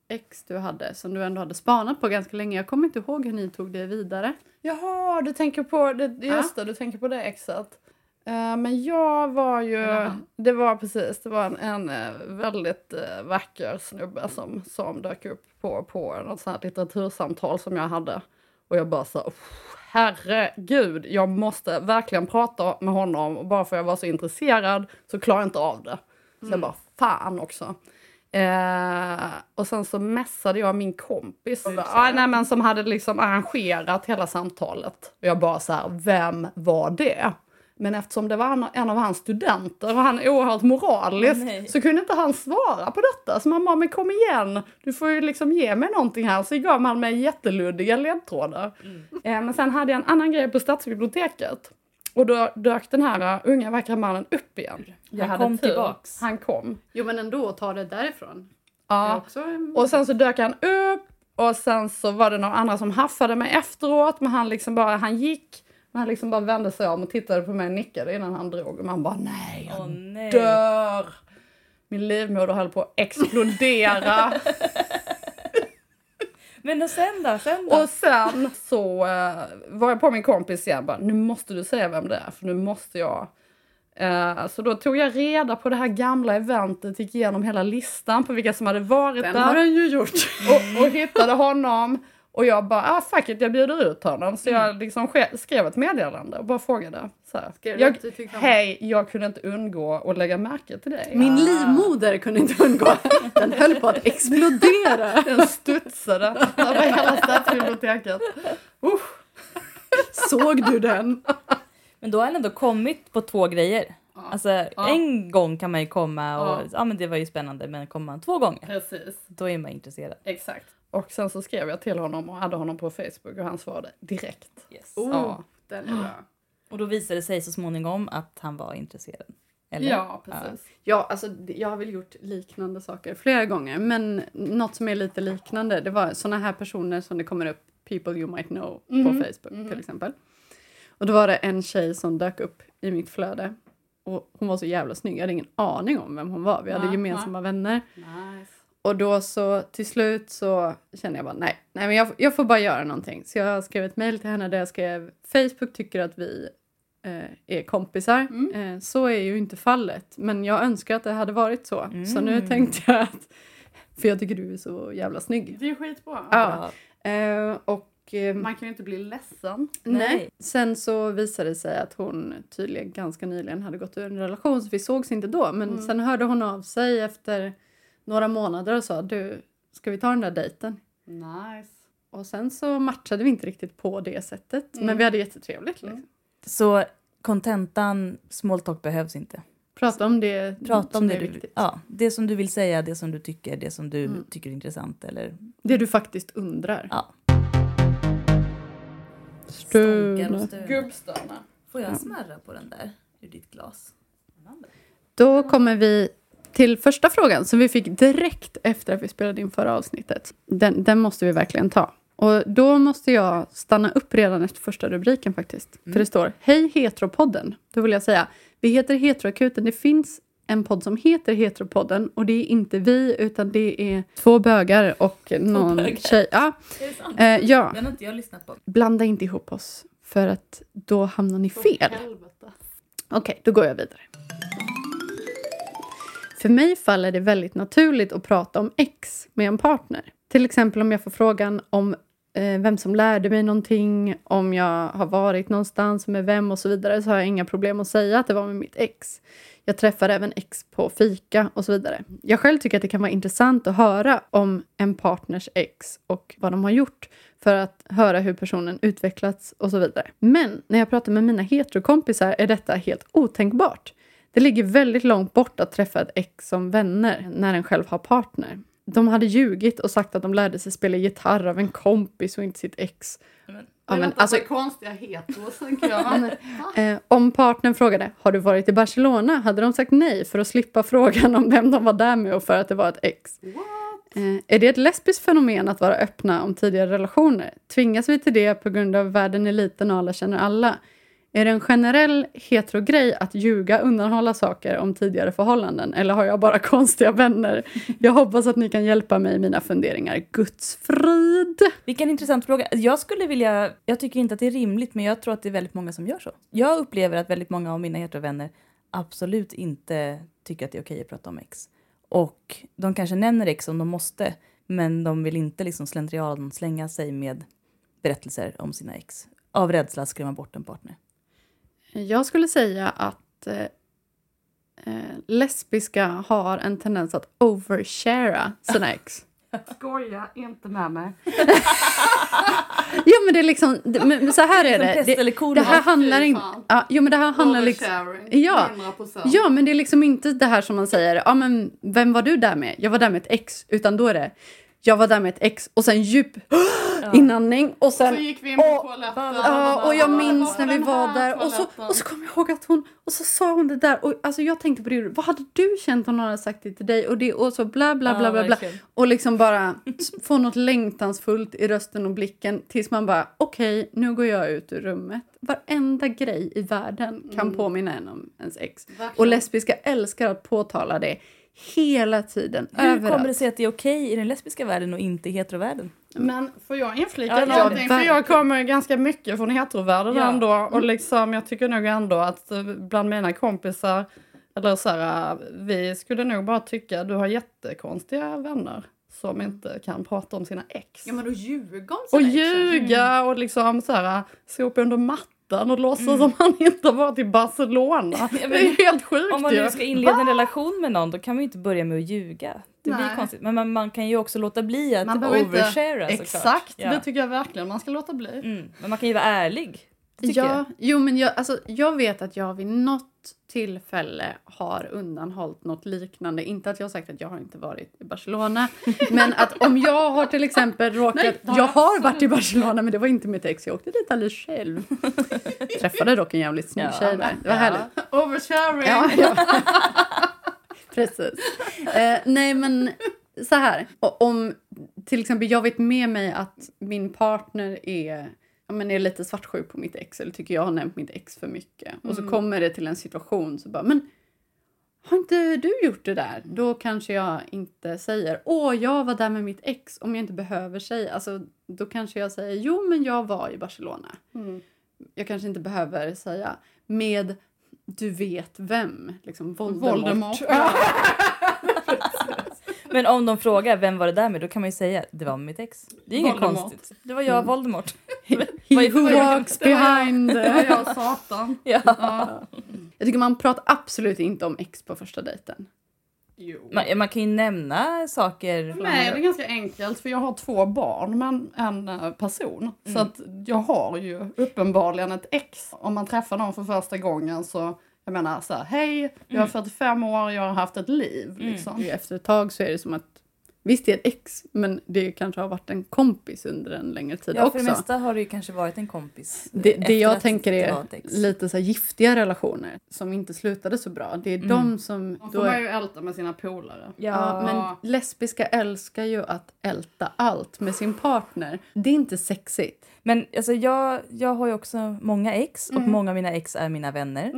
[SPEAKER 4] ex du hade som du ändå hade spanat på ganska länge. Jag kommer inte ihåg hur ni tog det vidare.
[SPEAKER 1] Jaha, du tänker på det, just det, du tänker på det exet. Eh, men jag var ju,
[SPEAKER 2] En annan.
[SPEAKER 1] det var precis, det var en, en eh, väldigt eh, vacker snubbe som, som dök upp på, på något sånt här litteratursamtal som jag hade. Och jag bara så här, "Uff, herregud, jag måste verkligen prata med honom. Och bara för jag var så intresserad så klarar jag inte av det. Så jag bara, fan också. Eh, och sen så messade jag min kompis ah, nej, men som hade liksom arrangerat hela samtalet. Och jag bara så här, vem var det? Men eftersom det var en, en av hans studenter och han är oerhört moralisk
[SPEAKER 2] Åh, nej.
[SPEAKER 1] så kunde inte han svara på detta. Så man bara, men kom igen, du får ju liksom ge mig någonting här. Så gav han mig jätteluddiga ledtrådar.
[SPEAKER 2] Mm.
[SPEAKER 1] Eh, men sen hade jag en annan grej på stadsbiblioteket. Och då dök den här eh, unga vackra mannen upp igen. Jag hade
[SPEAKER 2] kom
[SPEAKER 1] tur.
[SPEAKER 2] tillbaks.
[SPEAKER 1] Han kom.
[SPEAKER 4] Jo men ändå, ta det därifrån.
[SPEAKER 1] Ja.
[SPEAKER 4] också en...
[SPEAKER 1] Och sen så dök han upp Och sen så var det någon annan som haffade mig efteråt, men han liksom bara, han gick, men han liksom bara vände sig om och tittade på mig och nickade innan han drog. Och man bara nej, jag
[SPEAKER 2] Åh nej.
[SPEAKER 1] dör! Min livmoder höll på att explodera.
[SPEAKER 2] Men och sen då? Sen då?
[SPEAKER 1] och sen så eh, var jag på min kompis igen bara, nu måste du säga vem det är för nu måste jag. Eh, så då tog jag reda på det här gamla eventet, gick igenom hela listan på vilka som hade varit
[SPEAKER 4] Den
[SPEAKER 1] där.
[SPEAKER 4] har den ju gjort.
[SPEAKER 1] och, och hittade honom. Och jag bara, ah fuck it, jag bjuder ut honom. Så jag liksom ske- skrev ett meddelande och bara frågade. Så här.
[SPEAKER 4] Mm. Skrev du
[SPEAKER 1] jag,
[SPEAKER 4] att du tyckte om-
[SPEAKER 1] Hej, jag kunde inte undgå att lägga märke till dig.
[SPEAKER 4] Min livmoder kunde inte undgå. Den höll på att explodera.
[SPEAKER 1] Den studsade över hela stadsbiblioteket.
[SPEAKER 4] Såg du den?
[SPEAKER 2] Men då har han ändå kommit på två grejer. Alltså en gång kan man ju komma och ja. men det var ju spännande men kommer man två gånger
[SPEAKER 1] Precis,
[SPEAKER 2] då är man intresserad.
[SPEAKER 1] exakt. Och sen så skrev jag till honom och hade honom på Facebook och han svarade direkt.
[SPEAKER 2] Yes.
[SPEAKER 4] Oh.
[SPEAKER 1] Ja.
[SPEAKER 4] Den är bra.
[SPEAKER 2] Och då visade det sig så småningom att han var intresserad. Eller?
[SPEAKER 1] Ja, precis.
[SPEAKER 4] Ja, alltså, det- jag har väl gjort liknande saker flera gånger. Men något som är lite liknande, det var såna här personer som det kommer upp, people you might know,
[SPEAKER 1] Mhm,
[SPEAKER 4] på Facebook till exempel. Och då var det en tjej som dök upp i mitt flöde. Och hon var så jävla snygg, jag hade ingen aning om vem hon var. Vi hade
[SPEAKER 1] Nej,
[SPEAKER 4] gemensamma vänner.
[SPEAKER 1] Nice.
[SPEAKER 4] Och då så till slut så kände jag bara nej, nej men jag, jag får bara göra någonting. Så jag skrev ett mejl till henne där jag skrev Facebook tycker att vi eh, är kompisar. Eh, så är ju inte fallet, men jag önskar att det hade varit så. Så nu tänkte jag att, för jag tycker du är så jävla snygg.
[SPEAKER 1] Det är skitbra.
[SPEAKER 4] Ja. Eh, och eh,
[SPEAKER 1] Man kan ju inte bli ledsen.
[SPEAKER 4] Nej.
[SPEAKER 2] Nej.
[SPEAKER 4] Sen så visade det sig att hon tydligen ganska nyligen hade gått ur en relation så vi sågs inte då. Men
[SPEAKER 2] Mm.
[SPEAKER 4] sen hörde hon av sig efter några månader och sa du, ska vi ta den där dejten?
[SPEAKER 1] Nice.
[SPEAKER 4] Och sen så matchade vi inte riktigt på det sättet.
[SPEAKER 2] Mm.
[SPEAKER 4] Men vi hade jättetrevligt. Liksom.
[SPEAKER 2] Så kontentan, small talk behövs inte.
[SPEAKER 4] Prata om det
[SPEAKER 2] Prata
[SPEAKER 4] som
[SPEAKER 2] om
[SPEAKER 4] är
[SPEAKER 2] det du,
[SPEAKER 4] viktigt.
[SPEAKER 2] ja, det som du vill säga, det som du tycker, det som du
[SPEAKER 4] Mm.
[SPEAKER 2] tycker är intressant. Eller,
[SPEAKER 4] Det du faktiskt undrar.
[SPEAKER 2] ja.
[SPEAKER 4] Stuna.
[SPEAKER 1] Gubbstöna.
[SPEAKER 2] Får jag smarra på den där ur ditt glas?
[SPEAKER 4] Då kommer vi till första frågan som vi fick direkt efter att vi spelade in förra avsnittet. Den, den måste vi verkligen ta. Och då måste jag stanna upp redan efter första rubriken faktiskt.
[SPEAKER 1] Mm.
[SPEAKER 4] För det står Hej Heteropodden. Då vill jag säga Vi heter Heteroakuten. Det finns en podd som heter Heteropodden och det är inte vi utan det är två bögar och någon
[SPEAKER 2] bögar.
[SPEAKER 4] tjej. Ja,
[SPEAKER 2] Är det sant?
[SPEAKER 4] eh, ja.
[SPEAKER 2] Den har inte jag lyssnat på.
[SPEAKER 4] Blanda inte ihop oss för att då hamnar ni fel. Okej, då går jag vidare. För mig faller det väldigt naturligt att prata om ex med en partner. Till exempel om jag får frågan om eh, vem som lärde mig någonting, om jag har varit någonstans med vem och så vidare så har jag inga problem att säga att det var med mitt ex. Jag träffar även ex på fika och så vidare. Jag själv tycker att det kan vara intressant att höra om en partners ex och vad de har gjort för att höra hur personen utvecklats och så vidare. Men när jag pratar med mina heterokompisar är detta helt otänkbart. Det ligger väldigt långt bort att träffa ett ex som vänner när en själv har partner. De hade ljugit och sagt att de lärde sig spela gitarr av en kompis och inte sitt ex. Ja, men, alltså,
[SPEAKER 1] konstiga heteros tänker jag.
[SPEAKER 4] Eh, om partnern frågade har du varit i Barcelona hade de sagt nej för att slippa frågan om vem de var där med och för att det var ett ex. Eh, är det ett lesbiskt fenomen att vara öppna om tidigare relationer? Tvingas vi till det på grund av världen är liten och alla känner alla? Är det en generell heterogrej att ljuga, undanhålla saker om tidigare förhållanden? Eller har jag bara konstiga vänner? Jag hoppas att ni kan hjälpa mig i mina funderingar. Guds frid!
[SPEAKER 2] Vilken intressant fråga. Jag skulle vilja, jag tycker inte att det är rimligt men jag tror att det är väldigt många som gör så. Jag upplever att väldigt många av mina heterovänner absolut inte tycker att det är okej att prata om ex. Och de kanske nämner ex om de måste men de vill inte liksom slentrian slänga sig med berättelser om sina ex. Av rädsla att skrämma bort en partner.
[SPEAKER 4] Jag skulle säga att eh, eh, lesbiska har en tendens att overshara sina ex.
[SPEAKER 1] Skoja inte med mig.
[SPEAKER 4] Jo men det är liksom, det, men men så här är
[SPEAKER 2] Som
[SPEAKER 4] det.
[SPEAKER 2] pest
[SPEAKER 4] Det,
[SPEAKER 2] eller kolera.
[SPEAKER 4] det här handlar inte... Ja, jo men det här handlar liksom... Ja.
[SPEAKER 1] 100%.
[SPEAKER 4] Ja men det är liksom inte det här som man säger, ja men vem var du där med? Jag var där med ett ex. Utan då är det,
[SPEAKER 1] Jag var där med ett ex och sen djup inandning och
[SPEAKER 4] Så
[SPEAKER 1] sen...
[SPEAKER 4] gick vi in på
[SPEAKER 1] Åh,
[SPEAKER 4] toaletten.
[SPEAKER 1] Ja, och jag
[SPEAKER 4] Vad
[SPEAKER 1] minns
[SPEAKER 4] var
[SPEAKER 1] när vi
[SPEAKER 4] den
[SPEAKER 1] var
[SPEAKER 4] här
[SPEAKER 1] där och så, och så
[SPEAKER 4] toaletten?
[SPEAKER 1] kom jag ihåg att hon... Och så sa hon det där och alltså jag tänkte på det. Vad hade du känt om någon hade sagt det till dig? Och det och så bla bla bla bla bla. Och liksom bara få något längtansfullt i rösten och blicken tills man bara okej, nu går jag ut ur rummet. Varenda grej i världen kan påminna en om ens ex.
[SPEAKER 4] Mm. Verkligen.
[SPEAKER 1] Och lesbiska älskar att påtala det hela tiden,
[SPEAKER 2] Hur
[SPEAKER 1] överallt.
[SPEAKER 2] kommer det sig att det är okej i den lesbiska världen och inte i heterovärlden?
[SPEAKER 6] Men får jag inflika
[SPEAKER 2] Ja, gör det.
[SPEAKER 6] någonting? För jag kommer ganska mycket från heterovärlden
[SPEAKER 2] Ja. Mm.
[SPEAKER 6] ändå. Och liksom, jag tycker nog ändå att eh, bland mina kompisar, eller så här, eh, vi skulle nog bara tycka du har jättekonstiga vänner som
[SPEAKER 2] Mm.
[SPEAKER 6] inte kan prata om sina ex.
[SPEAKER 4] Ja men då ljuger om
[SPEAKER 6] och
[SPEAKER 4] sina ex,
[SPEAKER 6] ljuga
[SPEAKER 2] Mm.
[SPEAKER 6] och liksom så här, eh, sopa under mattan och låtsas som man inte varit i Barcelona.
[SPEAKER 2] Ja, men-
[SPEAKER 6] det är helt sjukt
[SPEAKER 2] Om man
[SPEAKER 6] ju.
[SPEAKER 2] nu ska inleda en relation med någon då kan man ju inte börja med att ljuga. Det blir
[SPEAKER 6] Nej.
[SPEAKER 2] konstigt. Men man, man kan ju också låta bli att
[SPEAKER 6] Man behöver inte-
[SPEAKER 2] overshara såklart.
[SPEAKER 6] Exakt,
[SPEAKER 2] Ja.
[SPEAKER 6] det tycker jag verkligen man ska låta bli.
[SPEAKER 2] mm. Men man kan ju vara ärlig. det tycker
[SPEAKER 1] Ja, jo men jag, alltså, jag vet att jag vid något tillfälle har undanhållit något liknande. Inte att jag har sagt att jag har inte varit i Barcelona. men att om jag har till exempel råkat...
[SPEAKER 4] Nej, det har
[SPEAKER 1] jag
[SPEAKER 4] jag
[SPEAKER 1] har varit i Barcelona men det var inte mitt ex. Jag åkte dit alldeles själv. Träffade dock en jävligt snygg
[SPEAKER 2] Ja,
[SPEAKER 1] tjej där. Det var
[SPEAKER 2] ja.
[SPEAKER 1] härligt.
[SPEAKER 4] Oversharing.
[SPEAKER 1] Ja, ja. Precis. Eh, nej, men så här. O- Om till exempel jag vet med mig att min partner är, ja, men är lite svartsjuk på mitt ex eller tycker jag har nämnt mitt ex för mycket och så kommer det till en situation så bara men har inte du gjort det där? Då kanske jag inte säger åh jag var där med mitt ex om jag inte behöver säga. Alltså, då kanske jag säger jo men jag var i Barcelona.
[SPEAKER 6] Mm.
[SPEAKER 1] Jag kanske inte behöver säga med du vet vem, liksom Voldemort.
[SPEAKER 6] Voldemort.
[SPEAKER 2] jag. Men om de frågar vem var det där med då kan man ju säga det var mitt ex. Det är inget
[SPEAKER 6] Voldemort. Mm.
[SPEAKER 2] konstigt. Det var jag, Voldemort.
[SPEAKER 1] He who walks
[SPEAKER 6] Det var jag.
[SPEAKER 1] behind.
[SPEAKER 6] Ja, jag och Satan.
[SPEAKER 2] Ja.
[SPEAKER 1] Jag tycker man pratar absolut inte om ex på första dejten.
[SPEAKER 6] Jo.
[SPEAKER 2] Man, man kan ju nämna saker.
[SPEAKER 6] Nej, det är ganska enkelt för jag har två barn men en eh, person. Så
[SPEAKER 2] Mm.
[SPEAKER 6] att jag har ju uppenbarligen ett ex. Om man träffar någon för första gången så, jag menar så här, hej, jag
[SPEAKER 2] Mm.
[SPEAKER 6] är 45 år, jag har haft ett liv liksom.
[SPEAKER 1] Efter ett tag så är det som att Visst, det är ett ex, men det kanske har varit en kompis under en längre tid
[SPEAKER 2] ja, för det
[SPEAKER 1] också.
[SPEAKER 2] mesta har det ju kanske varit en kompis.
[SPEAKER 1] Det,
[SPEAKER 2] efter
[SPEAKER 1] det jag
[SPEAKER 2] att
[SPEAKER 1] tänker
[SPEAKER 2] det var
[SPEAKER 1] är
[SPEAKER 2] ett ex.
[SPEAKER 1] lite så här giftiga relationer som inte slutade så bra. Det är
[SPEAKER 2] Mm.
[SPEAKER 1] de som...
[SPEAKER 6] Då
[SPEAKER 1] då
[SPEAKER 6] får
[SPEAKER 1] är-
[SPEAKER 6] man ju älta med sina polare.
[SPEAKER 1] Ja,
[SPEAKER 2] Ja,
[SPEAKER 1] men lesbiska älskar ju att älta allt med sin partner. Det är inte sexigt.
[SPEAKER 2] Men alltså, jag, jag har ju också många ex
[SPEAKER 6] Mm.
[SPEAKER 2] och många av mina ex är mina vänner.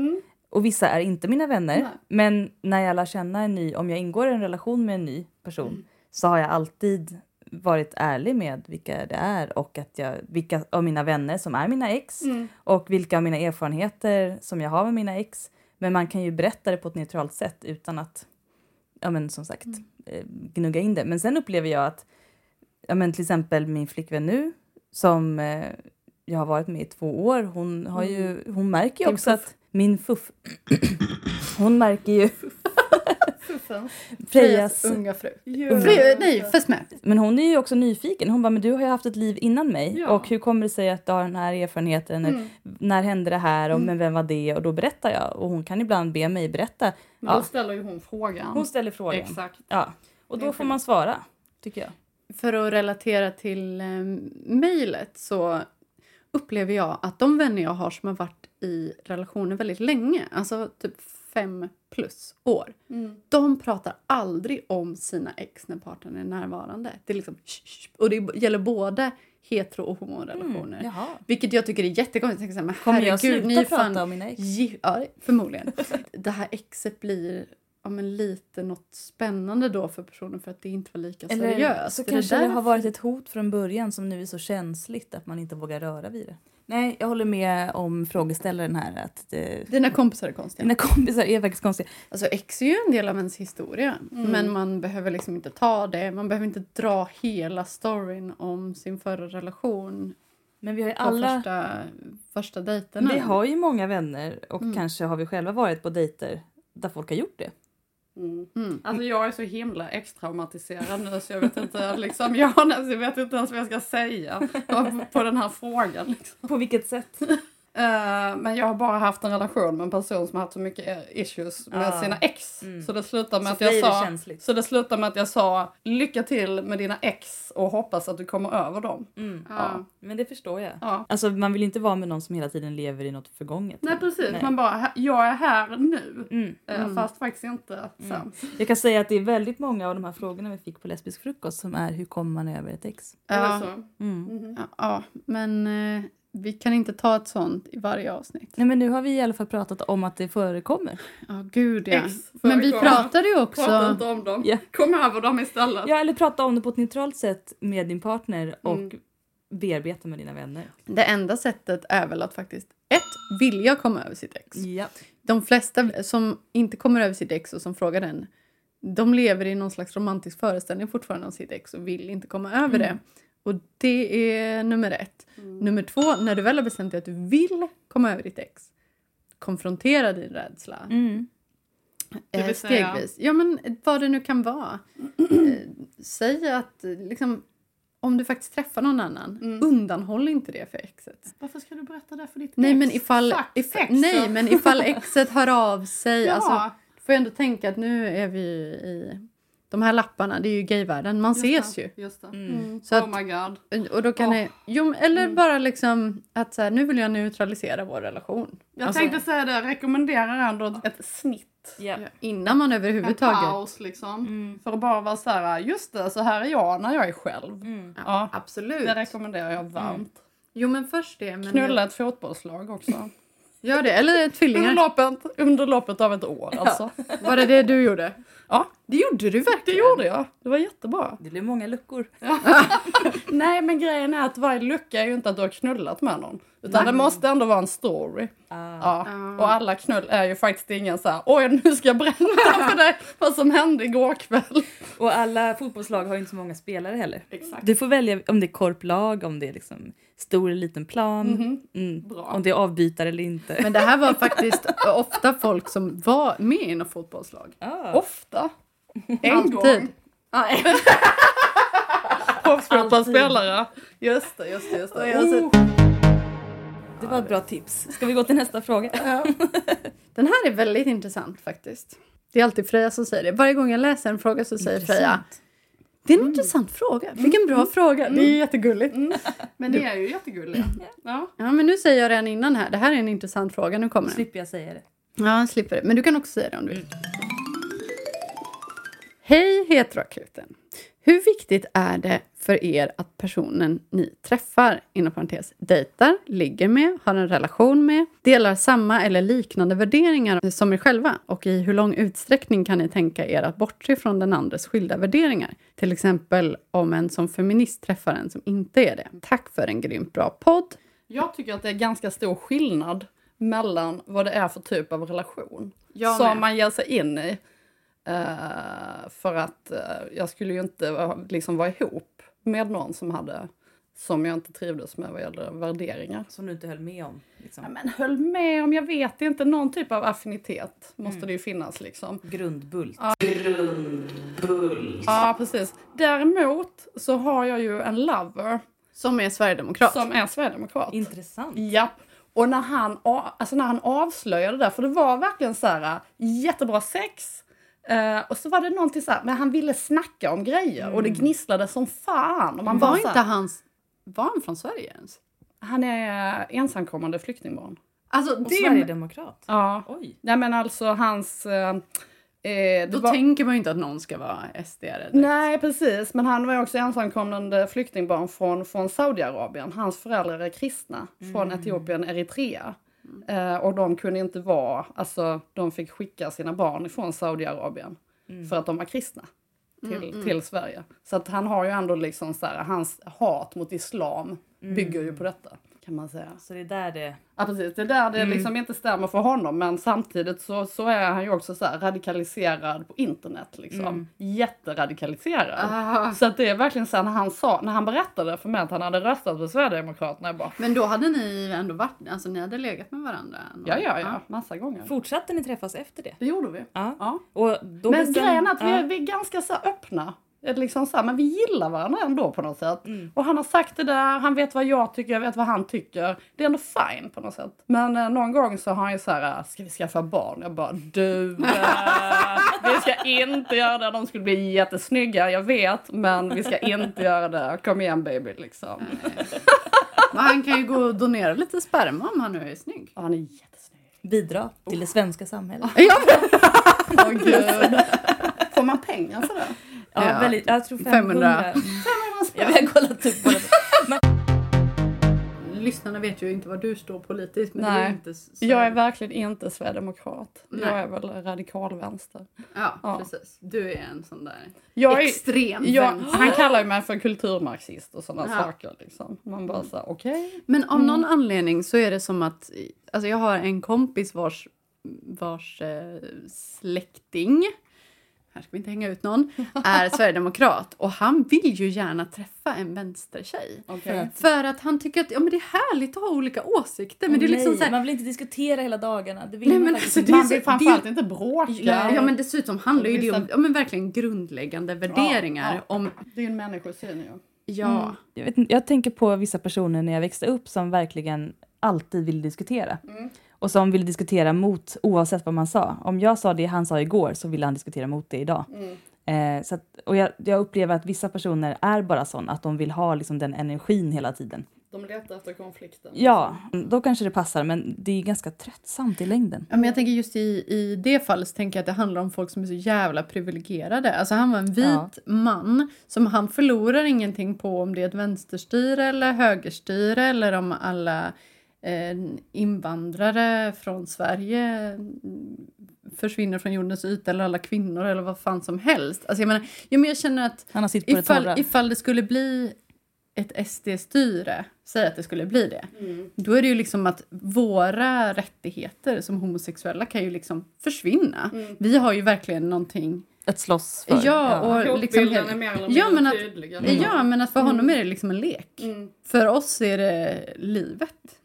[SPEAKER 2] Och vissa är inte mina vänner. Men när jag lär känna en ny, om jag ingår i en relation med en ny person så har jag alltid varit ärlig med vilka det är och att jag, vilka av mina vänner som är mina ex och vilka av mina erfarenheter som jag har med mina ex. Men man kan ju berätta det på ett neutralt sätt utan att ja, men som sagt, eh, gnugga in det. Men sen upplever jag att ja, men till exempel min flickvän nu som eh, jag har varit med i två år, hon, har ju, hon märker ju också att min fuff... hon märker ju Frejas...
[SPEAKER 1] unga fru.
[SPEAKER 4] Jo.
[SPEAKER 1] fru nej, fäst med.
[SPEAKER 2] Men hon är ju också nyfiken. Hon bara, men du har ju haft ett liv innan mig
[SPEAKER 6] Ja.
[SPEAKER 2] och hur kommer det sig att du har den här erfarenheten? När hände det här? Och, Men vem var det? Och då berättar jag. Och hon kan ibland be mig berätta.
[SPEAKER 6] Men
[SPEAKER 2] Ja.
[SPEAKER 6] Då ställer ju hon frågan.
[SPEAKER 2] Hon ställer frågan.
[SPEAKER 6] Exakt.
[SPEAKER 2] Ja. Och då får man svara, tycker jag.
[SPEAKER 1] för att relatera till eh, mejlet så upplever jag att de vänner jag har som har varit i relationer väldigt länge, alltså typ fem plus år, de pratar aldrig om sina ex när partnern är närvarande. Det är liksom, "Shh, shh." och det gäller både hetero och homorelationer.
[SPEAKER 2] Jaha.
[SPEAKER 1] Vilket jag tycker är jättekonstigt. Jag tänker så här, men
[SPEAKER 2] Kommer jag
[SPEAKER 1] herregud,
[SPEAKER 2] sluta
[SPEAKER 1] ni är ju
[SPEAKER 2] prata
[SPEAKER 1] fan
[SPEAKER 2] om mina ex?
[SPEAKER 1] Gi- Ja, det- förmodligen. Det här exet blir ja, men lite något spännande då för personen för att det inte var lika
[SPEAKER 2] Eller
[SPEAKER 1] seriöst.
[SPEAKER 2] så
[SPEAKER 1] Är
[SPEAKER 2] kanske det,
[SPEAKER 1] där-
[SPEAKER 2] har varit ett hot från början som nu är så känsligt att man inte vågar röra vid det. Nej, jag håller med om frågeställaren här att eh,
[SPEAKER 1] Dina kompisar är konstiga.
[SPEAKER 2] mina kompisar är faktiskt konstiga.
[SPEAKER 1] Alltså ex är ju en del av ens historia.
[SPEAKER 2] Mm.
[SPEAKER 1] Men man behöver liksom inte ta det. Man behöver inte dra hela storyn om sin förra relation
[SPEAKER 2] Men vi har ju
[SPEAKER 1] på
[SPEAKER 2] alla
[SPEAKER 1] första, första dejterna.
[SPEAKER 2] Vi har ju många vänner och kanske har vi själva varit på dejter där folk har gjort det. Mm.
[SPEAKER 6] Alltså jag är så himla extraumatiserad nu så jag vet inte, liksom, jag, har nästan- jag vet inte ens vad jag ska säga på den här frågan. Liksom.
[SPEAKER 2] På vilket sätt?
[SPEAKER 1] Eh, men jag har bara haft en relation med en person som har haft så mycket eh, issues med
[SPEAKER 2] Ah.
[SPEAKER 1] sina ex.
[SPEAKER 2] Mm.
[SPEAKER 1] Så det slutade med
[SPEAKER 2] Så
[SPEAKER 1] att
[SPEAKER 2] för
[SPEAKER 1] jag
[SPEAKER 2] dig är det
[SPEAKER 1] sa...
[SPEAKER 2] känsligt.
[SPEAKER 1] Så det slutade med att jag sa lycka till med dina ex och hoppas att du kommer över dem.
[SPEAKER 2] Mm.
[SPEAKER 1] Ja.
[SPEAKER 2] Men det förstår jag.
[SPEAKER 1] Ja.
[SPEAKER 2] Alltså man vill inte vara med någon som hela tiden lever i något förgånget.
[SPEAKER 1] Nej precis,
[SPEAKER 2] Nej.
[SPEAKER 1] man bara "Här- jag är här nu.
[SPEAKER 2] Mm.
[SPEAKER 1] Eh, Fast faktiskt inte sen.
[SPEAKER 2] Jag kan säga att det är väldigt många av de här frågorna vi fick på lesbisk frukost som är hur kommer man över ett ex?
[SPEAKER 1] Ja.
[SPEAKER 2] Mm.
[SPEAKER 1] Ja, ja, men eh, vi kan inte ta ett sånt i varje avsnitt.
[SPEAKER 2] Nej men nu har vi i alla fall pratat om att det förekommer.
[SPEAKER 1] Ja, gud ja.
[SPEAKER 4] Ex
[SPEAKER 1] Men vi
[SPEAKER 4] förekommer.
[SPEAKER 1] pratade ju
[SPEAKER 4] Prata
[SPEAKER 1] också...
[SPEAKER 4] inte om dem.
[SPEAKER 2] Ja.
[SPEAKER 4] Kom över dem istället.
[SPEAKER 2] Ja eller prata om det på ett neutralt sätt med din partner och bearbeta med dina vänner.
[SPEAKER 1] Det enda sättet är väl att faktiskt ett, vilja komma över sitt ex.
[SPEAKER 2] Ja.
[SPEAKER 1] De flesta som inte kommer över sitt ex och som frågar den, de lever i någon slags romantisk föreställning fortfarande om sitt ex och vill inte komma över det. Och det är nummer ett.
[SPEAKER 4] Mm.
[SPEAKER 1] Nummer två, när du väl har bestämt dig att du vill komma över ditt ex, konfrontera din rädsla.
[SPEAKER 2] Mm.
[SPEAKER 1] Eh,
[SPEAKER 4] Det vill säga-
[SPEAKER 1] Stegvis. Ja, men vad det nu kan vara. Eh, Säg att eh, liksom, om du faktiskt träffar någon annan,
[SPEAKER 4] Mm.
[SPEAKER 1] undanhåll inte det för exet.
[SPEAKER 4] Varför ska du berätta det för ditt
[SPEAKER 1] Nej
[SPEAKER 4] ex?
[SPEAKER 1] men, ifall,
[SPEAKER 4] Fuck
[SPEAKER 1] if,
[SPEAKER 4] exet.
[SPEAKER 1] nej, men ifall exet hör av sig.
[SPEAKER 4] Ja.
[SPEAKER 1] Alltså, får jag ändå tänka att nu är vi ju i de här lapparna, det är ju gayvärlden, man ses ju.
[SPEAKER 4] Just det.
[SPEAKER 2] Mm.
[SPEAKER 1] Så
[SPEAKER 4] oh my oh. Mm. god.
[SPEAKER 1] att, och då kan
[SPEAKER 4] Åh.
[SPEAKER 1] det, jo, men- eller bara liksom att så här, nu vill jag neutralisera vår relation.
[SPEAKER 4] Jag
[SPEAKER 1] Alltså-
[SPEAKER 4] tänkte säga det, jag rekommenderar ändå ett snitt.
[SPEAKER 2] Ja.
[SPEAKER 1] Innan man
[SPEAKER 4] En
[SPEAKER 1] överhuvudtaget...
[SPEAKER 4] paus liksom.
[SPEAKER 2] Mm.
[SPEAKER 4] För att bara vara så här, just det, så här är jag när jag är själv.
[SPEAKER 2] Mm.
[SPEAKER 4] Ja,
[SPEAKER 1] Absolut.
[SPEAKER 4] det rekommenderar jag varmt.
[SPEAKER 1] Jo men först det. Men
[SPEAKER 4] Knulla ett fotbollslag också.
[SPEAKER 1] Gör det, eller tvillingar.
[SPEAKER 4] Under loppet, under loppet av ett år alltså.
[SPEAKER 1] Var det det du gjorde?
[SPEAKER 4] Ja.
[SPEAKER 1] Det gjorde du
[SPEAKER 4] Det
[SPEAKER 1] verkligen.
[SPEAKER 4] gjorde jag, det var jättebra.
[SPEAKER 2] Det blir många luckor.
[SPEAKER 4] Nej men grejen är att varje lucka är ju inte att du har knullat med någon. Utan det måste ändå vara en story.
[SPEAKER 2] Ah.
[SPEAKER 4] Ja. Och alla knull är ju faktiskt ingen så här, oj nu ska jag berätta för dig vad som hände igår kväll.
[SPEAKER 2] Och alla fotbollslag har ju inte så många spelare heller.
[SPEAKER 4] Exakt.
[SPEAKER 2] Du får välja om det är korplag, om det är liksom stor eller liten plan, mm.
[SPEAKER 4] Mhm. Bra.
[SPEAKER 2] om det är avbytare eller inte.
[SPEAKER 1] Men det här var faktiskt ofta folk som var med i något fotbollslag.
[SPEAKER 2] Ah.
[SPEAKER 4] Ofta. En gång.
[SPEAKER 1] Alltid.
[SPEAKER 4] Proffsfotbollsspelare. Just det, just det, just det. Oh.
[SPEAKER 2] Det var ett bra tips. Ska vi gå till nästa fråga?
[SPEAKER 1] Den här är väldigt intressant faktiskt. Det är alltid Freja som säger det. Varje gång jag läser en fråga så säger Freja det är en intressant fråga.
[SPEAKER 4] Mm.
[SPEAKER 1] Vilken bra fråga. Det är jättegulligt.
[SPEAKER 4] Men ni är ju jättegulliga. Ja.
[SPEAKER 1] Ja, men nu säger jag redan innan här. Det här är en intressant fråga. Nu kommer den.
[SPEAKER 2] Slipper jag säga det.
[SPEAKER 1] Ja, slipper det. Men du kan också säga det om du vill. Hej heteroakuten. Hur viktigt är det för er att personen ni träffar, inom parentes, dejtar, ligger med, har en relation med, delar samma eller liknande värderingar som er själva? Och i hur lång utsträckning kan ni tänka er att bortse från den andres skilda värderingar? Till exempel om en som feminist träffar en som inte är det. Tack för en grymt bra podd.
[SPEAKER 4] Jag tycker att det är ganska stor skillnad mellan vad det är för typ av relation
[SPEAKER 1] Jag
[SPEAKER 4] som
[SPEAKER 1] med.
[SPEAKER 4] man ger sig in i. Eh, för att eh, jag skulle ju inte eh, liksom vara ihop med någon som hade som jag inte trivdes med vad gäller värderingar.
[SPEAKER 2] Som du inte höll med om. Liksom.
[SPEAKER 4] Ja, men höll med om, jag vet inte, någon typ av affinitet måste det ju finnas liksom.
[SPEAKER 2] Grundbult.
[SPEAKER 4] Ja, precis. Däremot så har jag ju en lover
[SPEAKER 1] Som är sverigedemokrat.
[SPEAKER 4] som är sverigedemokrat.
[SPEAKER 2] Intressant.
[SPEAKER 4] Japp. Och när han, a- alltså när han avslöjade det där, för det var verkligen så här äh, jättebra sex. Eh, och så var det någonting så här, men han ville snacka om grejer och det gnisslade som fan. Och man
[SPEAKER 1] Mm. Var
[SPEAKER 4] bara
[SPEAKER 1] inte
[SPEAKER 4] så här,
[SPEAKER 1] hans... Var han från Sverige ens?
[SPEAKER 4] han är ensamkommande flyktingbarn.
[SPEAKER 1] Alltså,
[SPEAKER 2] Och
[SPEAKER 1] det,
[SPEAKER 2] sverigedemokrat.
[SPEAKER 4] Ja.
[SPEAKER 2] Oj.
[SPEAKER 4] Nej men alltså hans... Eh, eh, det
[SPEAKER 1] då
[SPEAKER 4] var-
[SPEAKER 1] tänker man ju inte att någon ska vara sd eller
[SPEAKER 4] Nej precis, men han var ju också ensamkommande flyktingbarn från, från Saudiarabien. Hans föräldrar är kristna från Etiopien, Eritrea. Eh, och de kunde inte vara, alltså de fick skicka sina barn ifrån Saudiarabien för att de var kristna till, till Sverige. Så att han har ju ändå liksom så här, hans hat mot islam bygger ju på detta kan man säga.
[SPEAKER 2] Så det är där det...
[SPEAKER 4] Ja precis, det är där det liksom inte stämmer för honom men samtidigt så, så är han ju också så här radikaliserad på internet liksom. Jätteradikaliserad. Så att det är verkligen så här, när han sa, när han berättade för mig att han hade röstat på Sverigedemokraterna, jag bara
[SPEAKER 1] Men då hade ni ändå varit... Alltså ni hade legat med varandra? ändå.
[SPEAKER 4] ja ja ja, massa gånger.
[SPEAKER 2] Fortsatte ni träffas efter det?
[SPEAKER 4] Det gjorde vi.
[SPEAKER 2] Ja.
[SPEAKER 4] Ja.
[SPEAKER 2] Och då
[SPEAKER 4] Men
[SPEAKER 2] bestäm-
[SPEAKER 4] grejen är att vi,
[SPEAKER 2] Ja.
[SPEAKER 4] är- vi är ganska så här öppna. liksom så här, men vi gillar varandra ändå på något sätt.
[SPEAKER 2] Mm.
[SPEAKER 4] Och han har sagt det där, han vet vad jag tycker, jag vet vad han tycker. Det är ändå fine på något sätt. Men eh, någon gång så har han ju så här, "Ah, ska vi skaffa barn? Jag bara, du, eh, vi ska inte göra det. De skulle bli jättesnygga, jag vet, men vi ska inte göra det. Kom igen baby, liksom.
[SPEAKER 1] Men han kan ju gå och donera lite sperma om han nu är snygg.
[SPEAKER 4] Och han är jättesnygg.
[SPEAKER 2] Bidra
[SPEAKER 4] Oh.
[SPEAKER 2] till det svenska samhället.
[SPEAKER 4] Åh gud. Får man pengar för det?
[SPEAKER 2] Ja,
[SPEAKER 1] Ja.
[SPEAKER 2] Väldigt, jag tror 500.
[SPEAKER 1] 500.
[SPEAKER 2] 500 jag har kollat typ upp båda.
[SPEAKER 1] Lyssnarna vet ju inte var du står politiskt. Men
[SPEAKER 4] Nej.
[SPEAKER 1] Det är ju inte så...
[SPEAKER 4] Jag är verkligen inte sverigedemokrat. Jag
[SPEAKER 1] Nej.
[SPEAKER 4] är väl radikalvänster.
[SPEAKER 1] ja,
[SPEAKER 4] Ja.
[SPEAKER 1] precis. Du är en sån där
[SPEAKER 4] Jag är,
[SPEAKER 1] extrem
[SPEAKER 4] jag,
[SPEAKER 1] vänster.
[SPEAKER 4] han kallar ju mig för kulturmarxist och sådana
[SPEAKER 1] Ja.
[SPEAKER 4] saker. Liksom. Man bara såhär, okej.
[SPEAKER 1] Men av någon anledning så är det som att... Alltså jag har en kompis vars, vars eh, släkting, här ska vi inte hänga ut någon, är sverigedemokrat. Och han vill ju gärna träffa en vänstertjej.
[SPEAKER 4] Okej. Alltså,
[SPEAKER 1] För att han tycker att ja, men det är härligt att ha olika åsikter. Men det är liksom
[SPEAKER 2] Nej,
[SPEAKER 1] så här,
[SPEAKER 2] Man vill inte diskutera hela dagarna. Det vill
[SPEAKER 1] Nej,
[SPEAKER 2] man
[SPEAKER 1] men
[SPEAKER 2] faktiskt
[SPEAKER 1] alltså,
[SPEAKER 2] inte.
[SPEAKER 1] det är
[SPEAKER 4] Man
[SPEAKER 1] så-
[SPEAKER 4] vill framförallt inte bråka.
[SPEAKER 1] Ja, ja men dessutom handlar ju det om ja, men verkligen grundläggande värderingar.
[SPEAKER 4] ja.
[SPEAKER 1] Om,
[SPEAKER 4] Det är ju en människosyn ju.
[SPEAKER 1] ja,
[SPEAKER 2] Mm. Jag, vet, inte, jag tänker på vissa personer när jag växte upp som verkligen alltid ville diskutera. Och som ville diskutera mot oavsett vad man sa. Om jag sa det han sa igår så ville han diskutera mot det idag. Eh, så att, och jag, jag upplever att vissa personer är bara sån att de vill ha liksom, den energin hela tiden.
[SPEAKER 4] De letar efter konflikten.
[SPEAKER 2] Ja, då kanske det passar men det är ganska tröttsamt i längden.
[SPEAKER 1] Ja, men jag tänker just i, i det fallet så tänker jag att det handlar om folk som är så jävla privilegierade. Alltså han var en vit
[SPEAKER 2] Ja.
[SPEAKER 1] man som han förlorar ingenting på om det är ett vänsterstyre eller högerstyre eller om alla eh, invandrare från Sverige mm, försvinner från jordens yta eller alla kvinnor eller vad fan som helst. Alltså jag menar, jo, men jag känner att
[SPEAKER 2] Han har sitt på det torra.
[SPEAKER 1] ifall, ifall det skulle bli ett SD-styre, säg att det skulle bli det,
[SPEAKER 2] Mm.
[SPEAKER 1] då är det ju liksom att våra rättigheter som homosexuella kan ju liksom försvinna.
[SPEAKER 2] Mm.
[SPEAKER 1] Vi har ju verkligen någonting...
[SPEAKER 2] Att slåss för.
[SPEAKER 1] Ja, och
[SPEAKER 4] Hotbilden är
[SPEAKER 1] liksom...
[SPEAKER 4] mer eller
[SPEAKER 1] Ja, men
[SPEAKER 4] mindre
[SPEAKER 1] att-
[SPEAKER 4] tydlig.
[SPEAKER 1] Ja, men att för
[SPEAKER 2] Mm.
[SPEAKER 1] honom är det liksom en lek.
[SPEAKER 4] Mm.
[SPEAKER 1] För oss är det livet.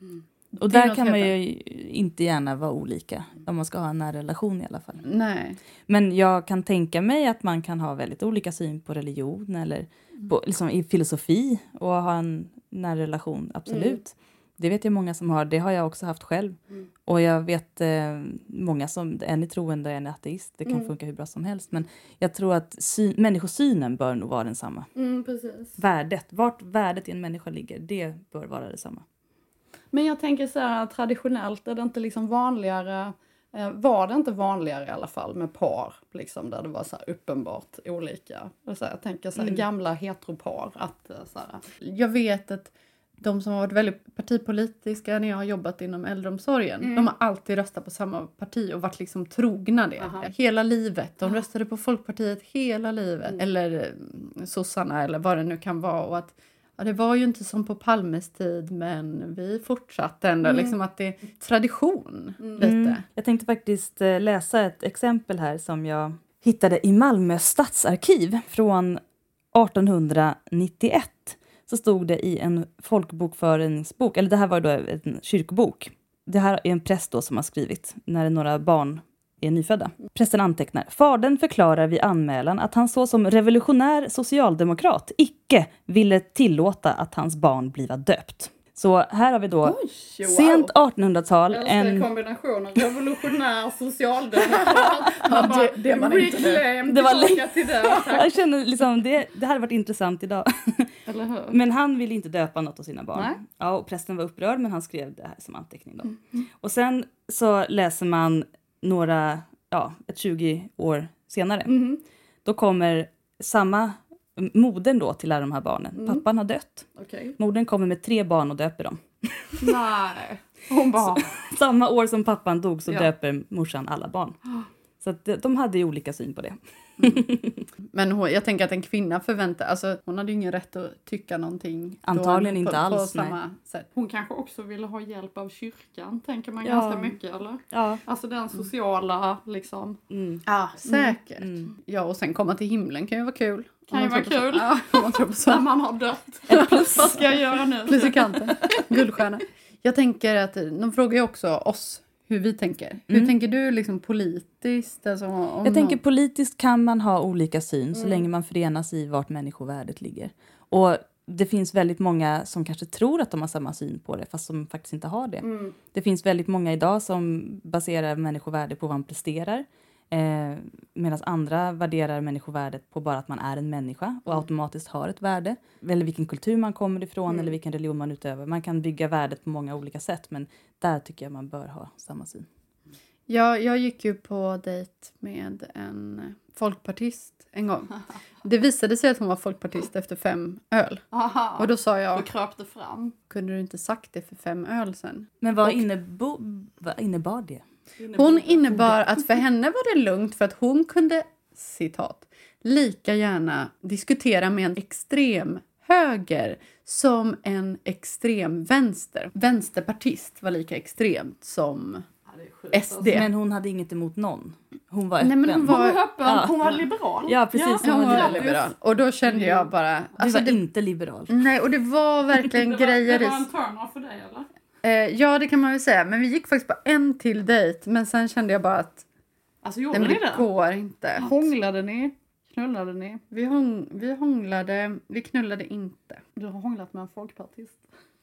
[SPEAKER 2] Och
[SPEAKER 1] Det är
[SPEAKER 2] där
[SPEAKER 1] något
[SPEAKER 2] kan man
[SPEAKER 1] helt
[SPEAKER 2] ju inte gärna vara olika om man ska ha en nära relation i alla fall.
[SPEAKER 1] Nej.
[SPEAKER 2] Men jag kan tänka mig att man kan ha väldigt olika syn på religion eller på, liksom i filosofi och ha en nära relation, absolut.
[SPEAKER 1] Mm.
[SPEAKER 2] Det vet jag många som har, det har jag också haft själv. Och jag vet eh, många som, en är troende och en är ateist, det kan
[SPEAKER 1] Mm.
[SPEAKER 2] funka hur bra som helst. Men jag tror att syn, människosynen bör nog vara densamma.
[SPEAKER 1] Mm.
[SPEAKER 4] Mm, precis.
[SPEAKER 2] Värdet, vart värdet i en människa ligger, det bör vara detsamma.
[SPEAKER 4] Men jag tänker så här traditionellt, är det inte liksom vanligare eh, var det inte vanligare i alla fall med par liksom, där det var så här uppenbart olika? Och Så här, jag tänker så här, gamla heteropar. Att, eh, så här,
[SPEAKER 1] Jag vet att de som har varit väldigt partipolitiska när jag har jobbat inom äldreomsorgen,
[SPEAKER 2] Mm.
[SPEAKER 1] de har alltid röstat på samma parti och varit liksom trogna det. Hela livet. De röstade på Folkpartiet hela livet. Eller mm, sossarna eller vad det nu kan vara. Och att, ja, det var ju inte som på Palmes tid men vi fortsatte ändå.
[SPEAKER 2] Mm.
[SPEAKER 1] Liksom att det är tradition lite.
[SPEAKER 2] Jag tänkte faktiskt eh, läsa ett exempel här som jag hittade i Malmö stadsarkiv från 1891. Så stod det i en folkbokföringsbok, eller det här var då en kyrkobok. Det här är en präst då som har skrivit när några barn är nyfödda. Prästen antecknar. Fadern förklarar vid anmälan att han såsom revolutionär socialdemokrat icke ville tillåta att hans barn bliva döpt. Så här har vi då
[SPEAKER 4] Oj, wow.
[SPEAKER 2] sent 1800-tal. en-
[SPEAKER 4] kombinationen revolutionär socialdemokrat. Man bara,
[SPEAKER 1] det- det man inte nu.
[SPEAKER 4] reclaim,
[SPEAKER 2] Det var
[SPEAKER 4] tillbaka
[SPEAKER 2] länge-
[SPEAKER 4] till det.
[SPEAKER 2] Jag känner liksom, det, det hade varit intressant idag.
[SPEAKER 4] Eller hur?
[SPEAKER 2] Men han ville inte döpa något av sina barn.
[SPEAKER 4] Nej. Mm,
[SPEAKER 2] Ja, och prästen var upprörd men han skrev det här som anteckning. Då. Och sen så läser man några, ja, ett 20 år senare.
[SPEAKER 4] Mm-hmm.
[SPEAKER 2] Då kommer samma modern då till alla de här barnen. Pappan har dött.
[SPEAKER 4] Mm. Okej.
[SPEAKER 2] Modern kommer med tre barn och döper dem.
[SPEAKER 4] Nej. Hon bara,
[SPEAKER 2] Samma år som pappan dog så
[SPEAKER 4] Ja.
[SPEAKER 2] döper morsan alla barn. Så att de- de hade ju olika syn på det.
[SPEAKER 1] Men hon, jag tänker att en kvinna förväntar alltså hon hade ju ingen rätt att tycka någonting. då,
[SPEAKER 2] Antagligen inte
[SPEAKER 1] på, På
[SPEAKER 2] alls, nej.
[SPEAKER 1] samma sätt.
[SPEAKER 4] hon kanske också ville ha hjälp av kyrkan, tänker man
[SPEAKER 2] Ja.
[SPEAKER 4] ganska mycket eller?
[SPEAKER 2] Ja.
[SPEAKER 4] Alltså den sociala liksom.
[SPEAKER 2] Mm.
[SPEAKER 1] Ja, säkert.
[SPEAKER 2] Mm.
[SPEAKER 1] Ja, och sen komma till himlen kan ju vara kul.
[SPEAKER 4] Kan
[SPEAKER 1] Om
[SPEAKER 4] ju
[SPEAKER 1] man
[SPEAKER 4] vara
[SPEAKER 1] tror på
[SPEAKER 4] kul.
[SPEAKER 1] så- Ja, om man tror på
[SPEAKER 4] När
[SPEAKER 1] så.
[SPEAKER 4] man har dött. Vad ska jag göra nu?
[SPEAKER 1] eh, Musikanten, guldstjärna. Jag tänker att de frågar ju också oss hur vi tänker. Hur
[SPEAKER 2] Mm.
[SPEAKER 1] tänker du liksom politiskt? Alltså, om
[SPEAKER 2] Jag tänker politiskt kan man ha olika syn så länge man förenas i vart människovärdet ligger. Och det finns väldigt många som kanske tror att de har samma syn på det fast som faktiskt inte har det. Det finns väldigt många idag som baserar människovärde på vad man presterar. Eh, Medan andra värderar människovärdet på bara att man är en människa och automatiskt har ett värde. Eller vilken kultur man kommer ifrån eller vilken religion man utövar. Man kan bygga värdet på många olika sätt men där tycker jag man bör ha samma syn.
[SPEAKER 1] Jag, jag gick ju på dejt med en folkpartist en gång. Det visade sig att hon var folkpartist efter fem öl.
[SPEAKER 6] Aha,
[SPEAKER 1] Och då sa
[SPEAKER 6] då
[SPEAKER 1] jag,
[SPEAKER 6] kröp det fram.
[SPEAKER 1] kunde du inte sagt det för fem öl sen?
[SPEAKER 2] Men vad, innebo, vad innebar det?
[SPEAKER 1] Hon innebar att för henne var det lugnt för att hon kunde, citat, lika gärna diskutera med en extrem höger som en extrem vänster. Vänsterpartist var lika extremt som
[SPEAKER 6] Ja, det är sjukt.
[SPEAKER 1] SD.
[SPEAKER 2] Men hon hade inget emot någon. Hon var öppen.
[SPEAKER 1] Nej, men hon var-
[SPEAKER 6] Hon var öppen,
[SPEAKER 2] Ja.
[SPEAKER 6] hon var liberal.
[SPEAKER 2] Ja, precis.
[SPEAKER 1] Ja,
[SPEAKER 2] hon
[SPEAKER 1] hon
[SPEAKER 2] var
[SPEAKER 1] var
[SPEAKER 2] liberal.
[SPEAKER 1] liberal. Och då kände jag bara...
[SPEAKER 2] Du
[SPEAKER 1] Alltså
[SPEAKER 2] var
[SPEAKER 1] det,
[SPEAKER 2] inte liberal.
[SPEAKER 1] nej, och det var verkligen
[SPEAKER 6] det var,
[SPEAKER 1] grejer
[SPEAKER 6] Det
[SPEAKER 1] i...
[SPEAKER 6] var en turn-off för dig eller?
[SPEAKER 1] Eh, ja, det kan man väl säga. Men vi gick faktiskt på en till dejt. Men sen kände jag bara att
[SPEAKER 6] Alltså gjorde
[SPEAKER 1] nej, men
[SPEAKER 6] ni
[SPEAKER 1] det
[SPEAKER 6] det?
[SPEAKER 1] går inte.
[SPEAKER 6] Hånglade ni? Knullade ni?
[SPEAKER 1] Vi, hång, vi hånglade, vi knullade inte.
[SPEAKER 6] Du har hånglat med en folkpartist.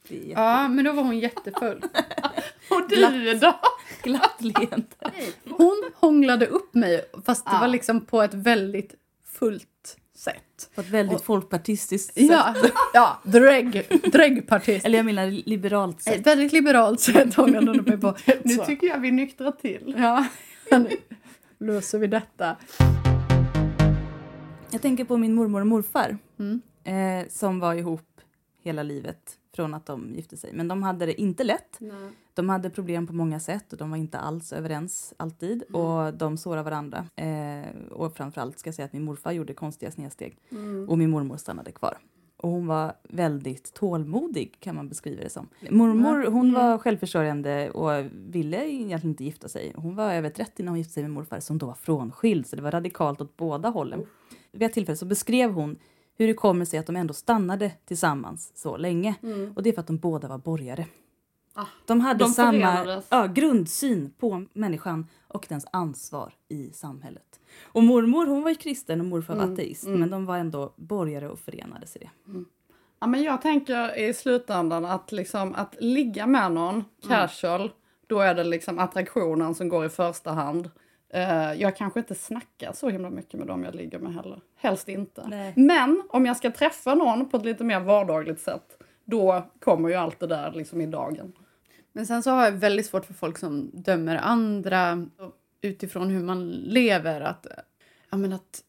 [SPEAKER 2] Ja.
[SPEAKER 1] Ja, men då var hon jättefull.
[SPEAKER 6] Och du då?
[SPEAKER 2] Glatt leende.
[SPEAKER 1] Hon hånglade upp mig, fast det
[SPEAKER 6] Ja.
[SPEAKER 1] var liksom på ett väldigt fullt sätt.
[SPEAKER 2] På ett väldigt folkpartistiskt sätt.
[SPEAKER 1] Ja, ja drägg, dräggpartist.
[SPEAKER 2] Eller jag menar liberalt sätt.
[SPEAKER 1] Ett väldigt liberalt sätt hånglade hon upp mig på.
[SPEAKER 6] Nu
[SPEAKER 1] Så.
[SPEAKER 6] tycker jag vi nyktrar till.
[SPEAKER 1] Ja, men löser vi detta.
[SPEAKER 2] Jag tänker på min mormor och morfar
[SPEAKER 1] Mm.
[SPEAKER 2] eh, som var ihop hela livet från att de gifte sig. Men de hade det inte lätt. De hade problem på många sätt och de var inte alls överens alltid och de sårade varandra. Eh, och framförallt ska jag säga att min morfar gjorde konstiga snedsteg och min mormor stannade kvar. Och hon var väldigt tålmodig kan man beskriva det som. Mormor hon var självförsörjande och ville egentligen inte gifta sig. Hon var över 30 när hon gifte sig med morfar som då var frånskild så det var radikalt åt båda hållen. Vid ett tillfälle så beskrev hon hur det kommer sig att de ändå stannade tillsammans så länge. Och det är för att de båda var borgare. De hade
[SPEAKER 6] de
[SPEAKER 2] samma
[SPEAKER 6] förenades.
[SPEAKER 2] ja, grundsyn på människan och dens ansvar i samhället. Och mormor hon var ju kristen och morfar
[SPEAKER 6] Mm,
[SPEAKER 2] var ateist men de var ändå borgare och förenades i det.
[SPEAKER 6] Ja, men jag tänker i slutändan att, liksom, att ligga med
[SPEAKER 2] Mm.
[SPEAKER 6] någon casual, då är det liksom attraktionen som går i första hand. Eh, jag kanske inte snackar så himla mycket med dem jag ligger med heller. Helst inte.
[SPEAKER 2] Nej.
[SPEAKER 6] Men om jag ska träffa någon på ett lite mer vardagligt sätt, då kommer ju allt det där liksom i dagen.
[SPEAKER 1] Men sen så har jag väldigt svårt för folk som dömer andra utifrån hur man lever. Att, ja, men att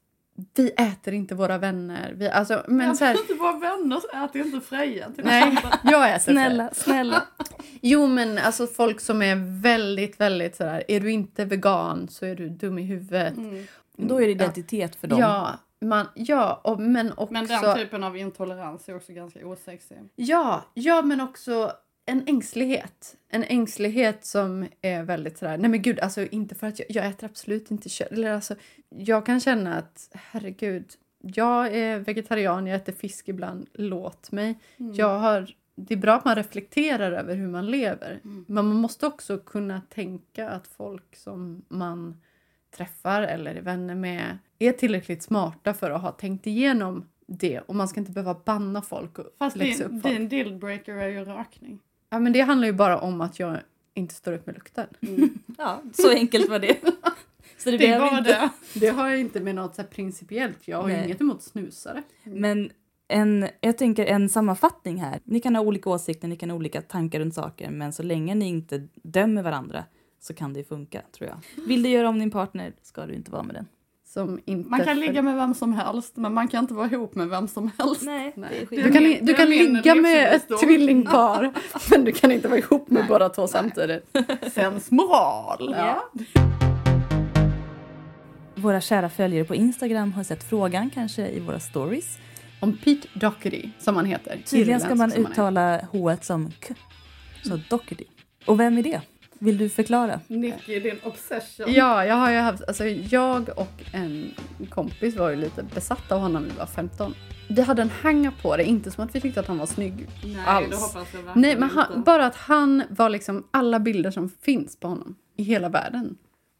[SPEAKER 1] vi äter inte våra vänner. Vi, alltså, men så här,
[SPEAKER 6] inte vara vänner, så äter inte Freja. Till
[SPEAKER 1] nej, jag äter Snälla.
[SPEAKER 2] Snälla, snälla.
[SPEAKER 1] Jo, men alltså folk som är väldigt, väldigt så här, är du inte vegan så är du dum i huvudet.
[SPEAKER 2] Då är det identitet för dem.
[SPEAKER 1] Ja, man, ja och, men också...
[SPEAKER 6] Men den typ. typen av intolerans är också ganska osexig.
[SPEAKER 1] Ja, ja men också en ängslighet. En ängslighet som är väldigt sådär, nej men gud, alltså inte för att jag, jag äter absolut inte kött. Eller alltså, jag kan känna att herregud, jag är vegetarian, jag äter fisk ibland, låt mig. Jag har, det är bra att man reflekterar över hur man lever. Men man måste också kunna tänka att folk som man träffar eller är vänner med är tillräckligt smarta för att ha tänkt igenom det och man ska inte behöva banna folk och
[SPEAKER 6] Fast
[SPEAKER 1] läxa upp
[SPEAKER 6] din,
[SPEAKER 1] folk.
[SPEAKER 6] din dealbreaker är ju rökning.
[SPEAKER 1] Ja, men det handlar ju bara om att jag inte står upp med lukten.
[SPEAKER 2] Ja, så enkelt var det. Så det,
[SPEAKER 6] Det är
[SPEAKER 2] behöver
[SPEAKER 6] bara
[SPEAKER 2] inte...
[SPEAKER 6] det.
[SPEAKER 1] Det har jag inte med något så här principiellt. Jag har ju
[SPEAKER 2] Nej.
[SPEAKER 1] inget emot snusare.
[SPEAKER 2] Men en, jag tänker en sammanfattning här. Ni kan ha olika åsikter, ni kan ha olika tankar runt saker men så länge ni inte dömer varandra så kan det ju funka, tror jag. Vill du göra om din partner ska du inte vara med den.
[SPEAKER 1] Som inte
[SPEAKER 6] Man kan
[SPEAKER 1] för-
[SPEAKER 6] ligga med vem som helst, men man kan inte vara ihop med vem som helst.
[SPEAKER 2] Nej, det är
[SPEAKER 1] Du kan, li-
[SPEAKER 6] Det är
[SPEAKER 1] du kan
[SPEAKER 6] min
[SPEAKER 1] ligga med ett
[SPEAKER 6] livshistoria.
[SPEAKER 1] tvillingpar men du kan inte vara ihop med båda två samtidigt.
[SPEAKER 6] Sensmoral!
[SPEAKER 1] Ja.
[SPEAKER 2] Våra kära följare på Instagram har sett frågan kanske i våra stories.
[SPEAKER 1] Om Pete Dockery, som han heter.
[SPEAKER 2] Tydligen ska man
[SPEAKER 1] irländsk som han är.
[SPEAKER 2] uttala H som K. Så Doherty. Och vem är det? Vill du förklara?
[SPEAKER 6] Nicky, din obsession.
[SPEAKER 1] Ja, jag har ju haft, alltså jag och en kompis var ju lite besatta av honom när vi var 15. Vi hade en hanga på det, inte som att vi tyckte att han var snygg
[SPEAKER 6] Nej,
[SPEAKER 1] alls.
[SPEAKER 6] det hoppas jag verkligen
[SPEAKER 1] Nej, men han,
[SPEAKER 6] inte.
[SPEAKER 1] bara att han var liksom alla bilder som finns på honom. i hela världen.